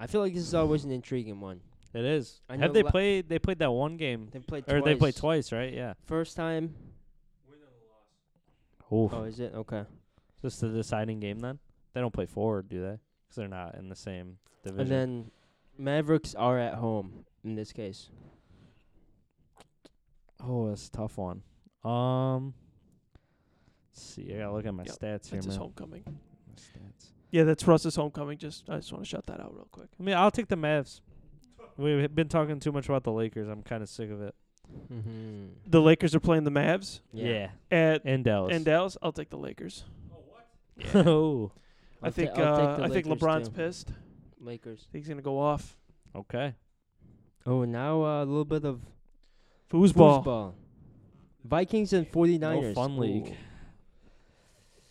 Speaker 1: I feel like this is always an intriguing one.
Speaker 2: It is.
Speaker 1: I know
Speaker 2: Have they
Speaker 1: la-
Speaker 2: played? They played that one game,
Speaker 1: They played
Speaker 2: or
Speaker 1: twice.
Speaker 2: they played twice, right? Yeah.
Speaker 1: First time.
Speaker 2: Oof.
Speaker 1: Oh, is it okay?
Speaker 2: Just the deciding game then. They don't play forward, do they? 'Cause they're not in the same division.
Speaker 1: And then Mavericks are at home in this case.
Speaker 2: oh, that's a tough one. Um. Let's see, I gotta look at my
Speaker 3: Yep,
Speaker 2: stats here,
Speaker 3: That's his
Speaker 2: man.
Speaker 3: homecoming.
Speaker 2: My stats.
Speaker 3: Yeah, that's Russ's homecoming. Just I just want to shout that out real quick.
Speaker 2: I mean, I'll take the Mavs. We've been talking too much about the Lakers. I'm kind of sick of it.
Speaker 1: Mm-hmm.
Speaker 3: The Lakers are playing the Mavs at
Speaker 2: And Dallas.
Speaker 3: in Dallas. I'll take the Lakers.
Speaker 2: oh.
Speaker 3: I think uh, I think LeBron's pissed. I
Speaker 1: Lakers.
Speaker 3: think he's gonna go off.
Speaker 2: Okay.
Speaker 1: Oh, now uh, a little bit of
Speaker 3: Foosball.
Speaker 1: foosball. Vikings and 49ers.
Speaker 2: fun league.
Speaker 1: Ooh.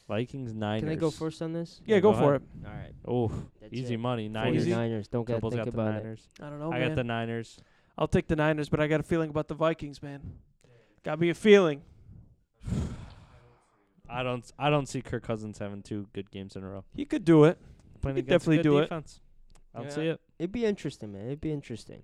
Speaker 2: Vikings Niners.
Speaker 1: Can I go first on this?
Speaker 3: Yeah,
Speaker 2: Yeah,
Speaker 3: go,
Speaker 2: go
Speaker 3: for
Speaker 2: ahead.
Speaker 3: it.
Speaker 1: All right.
Speaker 2: Oh,
Speaker 1: That's
Speaker 2: easy
Speaker 1: it.
Speaker 2: money. Niners.
Speaker 1: 49ers. Don't gotta
Speaker 2: Triple's
Speaker 1: think
Speaker 2: got the
Speaker 1: about it. Oh,
Speaker 2: Niners.
Speaker 3: I don't know,
Speaker 2: I
Speaker 3: man.
Speaker 2: got the Niners.
Speaker 3: I'll take the Niners, but I got a feeling about the Vikings, man. Got me a feeling.
Speaker 2: I don't. s- I don't see Kirk Cousins having two good games in a row.
Speaker 3: He could do it.
Speaker 2: Playing
Speaker 3: could
Speaker 2: against a
Speaker 3: definitely
Speaker 2: good
Speaker 3: do it.
Speaker 2: defense. I don't
Speaker 3: Yeah.
Speaker 2: see it.
Speaker 1: It'd be interesting, man. It'd be interesting.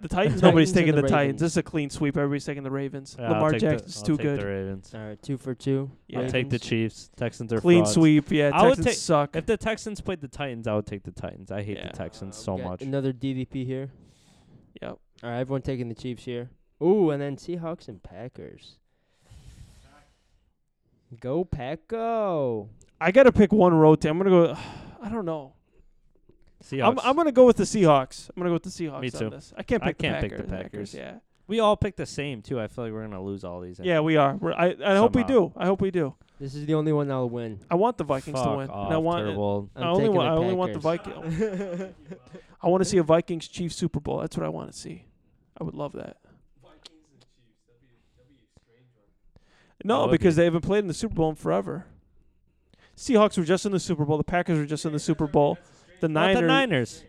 Speaker 3: The Titans.
Speaker 1: Titans
Speaker 3: Nobody's
Speaker 1: and
Speaker 3: taking the,
Speaker 1: the
Speaker 3: Titans.
Speaker 1: Ravens.
Speaker 3: This is a clean sweep. Everybody's taking the Ravens.
Speaker 2: Yeah, I'll
Speaker 3: Lamar
Speaker 2: take the-
Speaker 3: Jackson's
Speaker 2: I'll
Speaker 3: too
Speaker 2: take the
Speaker 3: good.
Speaker 2: Ravens.
Speaker 1: All right, two for two.
Speaker 3: Yeah.
Speaker 2: I'll take the
Speaker 1: Ravens.
Speaker 2: Chiefs. Texans are
Speaker 3: clean
Speaker 2: frauds.
Speaker 3: sweep. Yeah,
Speaker 2: I would
Speaker 3: Texans
Speaker 2: take-
Speaker 3: suck.
Speaker 2: If the Texans played the Titans, I would take the Titans. I hate
Speaker 3: Yeah.
Speaker 2: the Texans
Speaker 1: Uh,
Speaker 2: so
Speaker 1: we got
Speaker 2: much.
Speaker 1: Another DVP here.
Speaker 3: Yep.
Speaker 1: All right, everyone taking the Chiefs here. Ooh, and then Seahawks and Packers. Go Pack go.
Speaker 3: I got to pick one road team. I'm gonna go. I don't know.
Speaker 2: Seahawks.
Speaker 3: I'm, I'm gonna go with the Seahawks. I'm gonna go with the Seahawks
Speaker 2: Me
Speaker 3: on
Speaker 2: too.
Speaker 3: this. I can't
Speaker 2: I
Speaker 3: pick.
Speaker 2: can't
Speaker 3: the
Speaker 2: pick
Speaker 3: Packers.
Speaker 2: the Packers.
Speaker 3: Yeah.
Speaker 2: we all picked the same too. I feel like we're gonna lose all these. I
Speaker 3: Yeah, we are. We're, I I hope we
Speaker 2: Somehow.
Speaker 3: do. I hope we do.
Speaker 1: This is the only one I'll win.
Speaker 3: I want the Vikings
Speaker 2: Fuck
Speaker 3: to win.
Speaker 2: Off,
Speaker 3: and I want.
Speaker 2: terrible.
Speaker 1: I'm
Speaker 3: I only
Speaker 1: taking
Speaker 3: want.
Speaker 1: the
Speaker 3: I only want the
Speaker 1: Packers.
Speaker 3: Vikings. I want to see a Vikings Chiefs Super Bowl. That's what I want to see. I would love that.
Speaker 2: That
Speaker 3: No,
Speaker 2: would
Speaker 3: because
Speaker 2: be-
Speaker 3: they haven't played in the Super Bowl in forever. Seahawks were just in the Super Bowl. The Packers were just in the Super Bowl. The
Speaker 2: Not
Speaker 3: Niners.
Speaker 2: the Niners.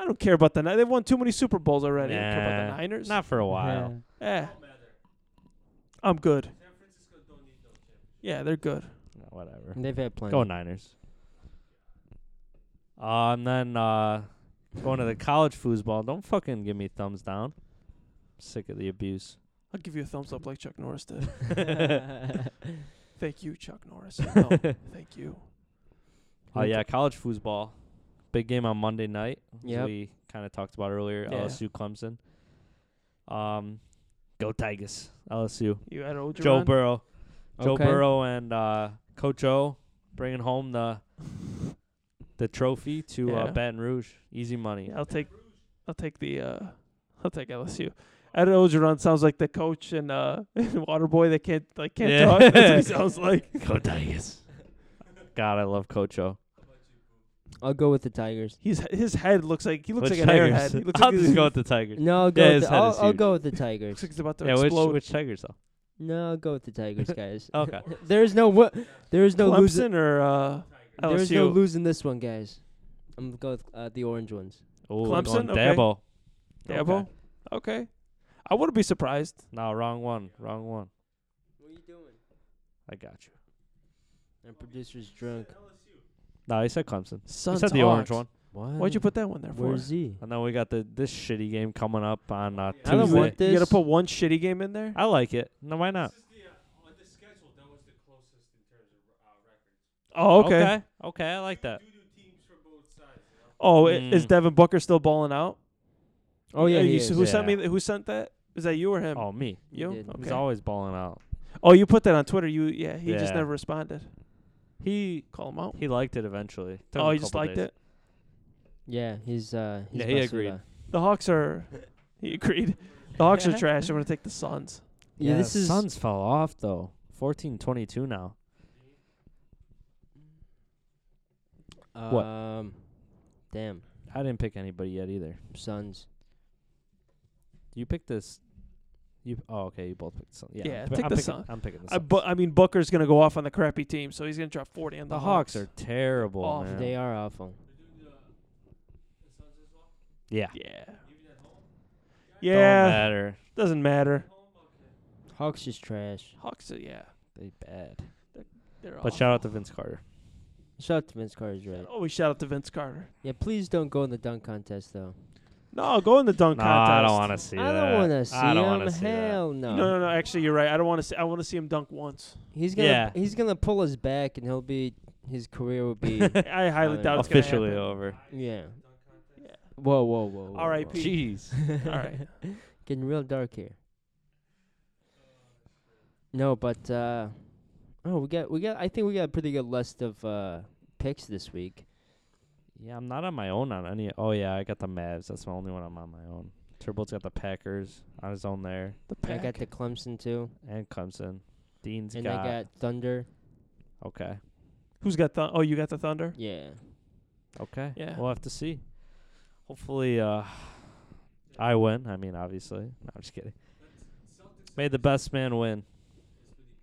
Speaker 3: I don't care about the Niners. They've won too many Super Bowls already. I don't care about
Speaker 2: Nah,
Speaker 3: the Niners.
Speaker 2: Not for a while.
Speaker 3: Eh. I'm good. Yeah, they're good.
Speaker 2: No, whatever.
Speaker 1: They've had plenty.
Speaker 2: Go Niners. Uh, and then uh, going to the college foosball. Don't fucking give me thumbs down. Sick of the abuse.
Speaker 3: I'll give you a thumbs up like Chuck Norris did.
Speaker 1: Who
Speaker 3: Thank you, Chuck Norris. No, thank you.
Speaker 2: Oh yeah, college foosball. Big game on Monday night. as
Speaker 1: Yep.
Speaker 2: We kind of talked about earlier.
Speaker 3: Yeah.
Speaker 2: LSU Clemson. Um, go Tigers. LSU.
Speaker 3: You had Ogeron?
Speaker 2: Joe Burrow. Joe
Speaker 1: Okay.
Speaker 2: Burrow and uh, Coach O bringing home the the trophy to uh,
Speaker 3: Yeah.
Speaker 2: Baton Rouge. Easy money.
Speaker 3: Yeah, I'll take I'll take the uh I'll take LSU. Ed Ogeron sounds like the coach and uh Waterboy that can't like can't
Speaker 2: Yeah.
Speaker 3: talk. That's what he sounds like.
Speaker 2: Go Tigers. God, I love Coach O.
Speaker 1: I'll go with the Tigers.
Speaker 3: He's his head looks like he looks
Speaker 2: Which
Speaker 3: like an
Speaker 2: Tigers?
Speaker 3: airhead. He looks
Speaker 2: I'll
Speaker 3: like
Speaker 2: just
Speaker 3: he's-
Speaker 2: go with the Tigers.
Speaker 1: No, I'll go.
Speaker 2: Yeah,
Speaker 1: with
Speaker 2: his
Speaker 1: the,
Speaker 2: head
Speaker 1: I'll,
Speaker 2: is
Speaker 1: I'll
Speaker 2: huge.
Speaker 1: go with the
Speaker 3: looks
Speaker 1: Tigers.
Speaker 3: like he's about to
Speaker 2: Yeah, which,
Speaker 3: explode.
Speaker 2: which Tigers though?
Speaker 1: No, I'll go with the Tigers, guys.
Speaker 2: Okay.
Speaker 1: there is no wo- There is no losing.
Speaker 3: Clemson or uh
Speaker 1: There is no
Speaker 3: LSU.
Speaker 1: losing this one, guys. I'm gonna go with uh, the orange ones.
Speaker 2: Oh,
Speaker 3: Clemson? Okay.
Speaker 2: Dabo.
Speaker 3: Dabo? Okay. I wouldn't be surprised.
Speaker 2: No, wrong one. Wrong one.
Speaker 1: What are you doing?
Speaker 2: I got you.
Speaker 1: Our producer's drunk.
Speaker 2: No, he said Clemson.
Speaker 3: Sun
Speaker 2: he said the orange one.
Speaker 1: What?
Speaker 3: Why'd you put that one there for?
Speaker 1: Where's he?
Speaker 2: And then we got the this shitty game coming up on uh,
Speaker 1: I don't
Speaker 2: Tuesday.
Speaker 1: want this.
Speaker 3: You gotta put one shitty game in there?
Speaker 2: I like it. No, why not?
Speaker 3: Oh, okay.
Speaker 2: okay. Okay, I like that.
Speaker 3: Oh, i- is
Speaker 2: Mm.
Speaker 3: Devin Booker still balling out?
Speaker 1: oh yeah,
Speaker 3: Uh,
Speaker 1: he
Speaker 3: you,
Speaker 1: is.
Speaker 3: Who sent
Speaker 2: Yeah.
Speaker 3: me? th- Who sent that? Is that you or him?
Speaker 2: Oh, me.
Speaker 1: He
Speaker 3: you.
Speaker 1: did.
Speaker 2: He's
Speaker 3: Okay.
Speaker 2: always balling out.
Speaker 3: Oh, you put that on Twitter. You yeah. He just
Speaker 2: Yeah.
Speaker 3: never responded.
Speaker 2: He
Speaker 3: Call him out.
Speaker 2: he liked it eventually. Took
Speaker 3: Oh,
Speaker 2: him a
Speaker 3: he just
Speaker 2: couple
Speaker 3: liked
Speaker 2: days.
Speaker 3: it.
Speaker 1: Yeah, he's. Uh, he's
Speaker 2: Yeah, he
Speaker 1: busted
Speaker 2: agreed.
Speaker 1: up.
Speaker 3: The Hawks are. He agreed. The Hawks are trash. I'm gonna take the Suns.
Speaker 1: Yeah, this
Speaker 2: the
Speaker 1: is.
Speaker 2: Suns fell off though. Fourteen twenty two now. What?
Speaker 1: Um, damn,
Speaker 2: I didn't pick anybody yet either.
Speaker 1: Suns.
Speaker 2: You picked this. You oh okay. You both picked Suns. Yeah,
Speaker 3: Yeah,
Speaker 2: I'm
Speaker 3: take
Speaker 2: I'm
Speaker 3: the
Speaker 2: picking,
Speaker 3: Sun.
Speaker 2: I'm picking the
Speaker 3: I,
Speaker 2: Suns.
Speaker 3: bu- I mean Booker's gonna go off on the crappy team, so he's gonna drop 40 on
Speaker 2: the
Speaker 3: the,
Speaker 2: Hawks are terrible.
Speaker 3: Awful.
Speaker 2: man.
Speaker 1: Oh, They are awful.
Speaker 2: Yeah.
Speaker 3: Yeah.
Speaker 2: Don't
Speaker 3: Yeah.
Speaker 2: matter.
Speaker 3: Doesn't mater.
Speaker 1: Hawks is trash.
Speaker 3: Hawks are yeah.
Speaker 2: They bad.
Speaker 3: They're
Speaker 2: But shout out to Vince Carter.
Speaker 1: Shout out to Vince Carter's right.
Speaker 3: Oh, we shout out to Vince Carter.
Speaker 1: Yeah, please don't go in the dunk contest though.
Speaker 3: No, go in the dunk
Speaker 2: No,
Speaker 3: contest.
Speaker 2: I don't want to see
Speaker 1: I
Speaker 2: that.
Speaker 1: don't want to see
Speaker 2: I don't
Speaker 1: him.
Speaker 2: wanna see that.
Speaker 1: Hell no.
Speaker 3: No, no, no. Actually, you're right. I don't want to see. I want to see him dunk once.
Speaker 1: He's gonna
Speaker 2: Yeah.
Speaker 1: he's gonna pull us back, and he'll be his career will be
Speaker 3: I highly
Speaker 1: Uh,
Speaker 3: doubt it's gonna
Speaker 2: Officially
Speaker 3: happen.
Speaker 2: over.
Speaker 1: yeah.
Speaker 3: Yeah.
Speaker 1: Whoa, whoa, whoa. whoa,
Speaker 3: R.I.P..
Speaker 1: whoa.
Speaker 2: Jeez.
Speaker 3: All right.
Speaker 1: Getting real dark here. No, but uh, oh, we got we got. I think we got a pretty good list of uh, picks this week.
Speaker 2: Yeah, I'm not on my own on any. Oh yeah, I got the Mavs. That's the only one I'm on my own. Turbo's got the Packers on his own there,
Speaker 3: The
Speaker 1: I
Speaker 3: pack.
Speaker 1: got the Clemson too,
Speaker 2: and Clemson. Dean's
Speaker 1: and
Speaker 2: got,
Speaker 1: I got Thunder.
Speaker 2: okay,
Speaker 3: Who's got the? Oh, you got the Thunder.
Speaker 1: Yeah,
Speaker 2: okay.
Speaker 3: Yeah.
Speaker 2: we'll have to see. Hopefully, uh, I win. I mean, obviously, no, I'm just kidding. May the best man win.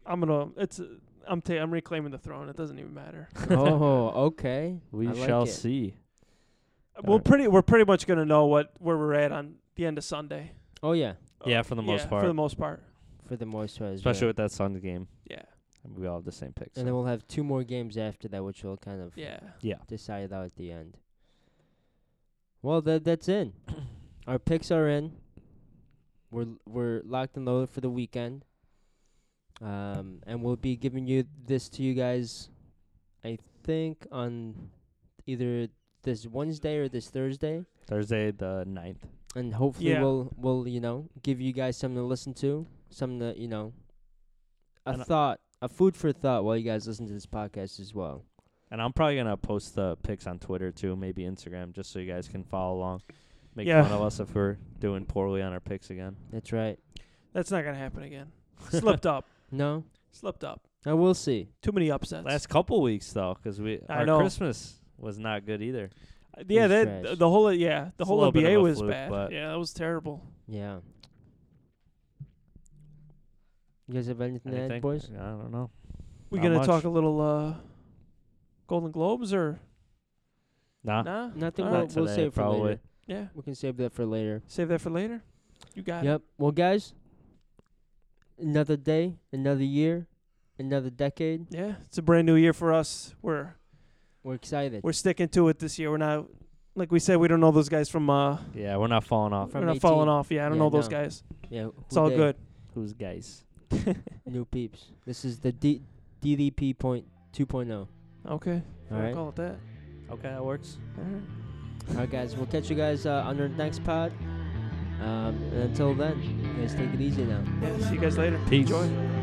Speaker 3: I'm gonna. It's. uh, I'm. Ta- I'm reclaiming the throne. It doesn't even matter.
Speaker 1: oh, okay.
Speaker 2: We
Speaker 1: I like
Speaker 2: shall
Speaker 1: it.
Speaker 2: see.
Speaker 3: We're
Speaker 2: Alright.
Speaker 3: pretty. We're pretty much gonna know what where we're at on the end of Sunday.
Speaker 1: Oh yeah,
Speaker 2: Yeah, for the most
Speaker 3: Yeah,
Speaker 2: part,
Speaker 3: For the most part.
Speaker 1: for the moisturizer.
Speaker 2: especially with that Suns game.
Speaker 3: Yeah.
Speaker 2: We all have the same picks.
Speaker 1: and then we'll have two more games after that, which will kind of
Speaker 3: Yeah.
Speaker 2: yeah,
Speaker 1: decide it out at the end. Well, that that's in. Our picks are in. We're l- we're locked and loaded for the weekend. Um, and we'll be giving you this to you guys, I think on either this Wednesday or this Thursday,
Speaker 2: Thursday the ninth.
Speaker 1: and hopefully
Speaker 3: Yeah.
Speaker 1: we'll we'll you know give you guys something to listen to, something to you know, a
Speaker 2: And I-
Speaker 1: thought, a food for thought while you guys listen to this podcast as well.
Speaker 2: And I'm probably gonna post the pics on Twitter too, maybe Instagram, just so you guys can follow along. Make
Speaker 3: Yeah.
Speaker 2: fun of us if we're doing poorly on our picks again.
Speaker 1: That's right.
Speaker 3: That's not gonna happen again. Slipped up.
Speaker 1: No,
Speaker 3: Slipped up.
Speaker 1: I will see.
Speaker 3: Too many upsets.
Speaker 2: Last couple weeks though, 'cause we
Speaker 3: I
Speaker 2: our
Speaker 3: know.
Speaker 2: Christmas was not good either.
Speaker 3: Uh, yeah.
Speaker 1: He's
Speaker 3: That
Speaker 1: trash.
Speaker 3: the whole. Yeah. The
Speaker 2: It's a
Speaker 3: whole
Speaker 2: little bit of
Speaker 3: NBA
Speaker 2: a
Speaker 3: was
Speaker 2: fluke,
Speaker 3: bad.
Speaker 2: but-
Speaker 3: Yeah. That was terrible.
Speaker 1: Yeah. You guys have anything, to
Speaker 2: Anything?
Speaker 1: add, boys?
Speaker 2: I don't know.
Speaker 3: We
Speaker 2: Not
Speaker 3: gonna
Speaker 2: much.
Speaker 3: talk a little uh, Golden Globes or
Speaker 2: Nah.
Speaker 3: nah?
Speaker 1: Nothing.
Speaker 3: All
Speaker 1: We'll,
Speaker 3: right.
Speaker 1: we'll
Speaker 2: today,
Speaker 1: save for
Speaker 2: probably.
Speaker 1: later.
Speaker 3: Yeah,
Speaker 1: We can save that for later.
Speaker 3: save that for later. You got it.
Speaker 1: Yep. Well, guys, another day, another year, another decade.
Speaker 3: Yeah, it's a brand new year for us. We're
Speaker 1: We're excited.
Speaker 3: we're sticking to it this year. We're not like we said. We don't know those guys from uh.
Speaker 2: Yeah, we're not falling off.
Speaker 1: From
Speaker 3: we're not
Speaker 1: 18.
Speaker 3: falling off. Yeah, I don't
Speaker 1: Yeah,
Speaker 3: know those
Speaker 1: no.
Speaker 3: guys.
Speaker 1: yeah. who
Speaker 3: It's all
Speaker 1: dey?
Speaker 3: good.
Speaker 2: Who's guys?
Speaker 1: New peeps. This is the D- DDP point two point oh.
Speaker 3: Okay.
Speaker 1: All
Speaker 3: I'll
Speaker 1: right. All
Speaker 3: Call it that.
Speaker 2: Okay, that works.
Speaker 3: All right.
Speaker 1: right, guys. We'll catch you guys uh, on our next pod. Um, and until then, you guys take it easy now.
Speaker 3: Yeah, see you guys later.
Speaker 2: Peace.
Speaker 3: Enjoy.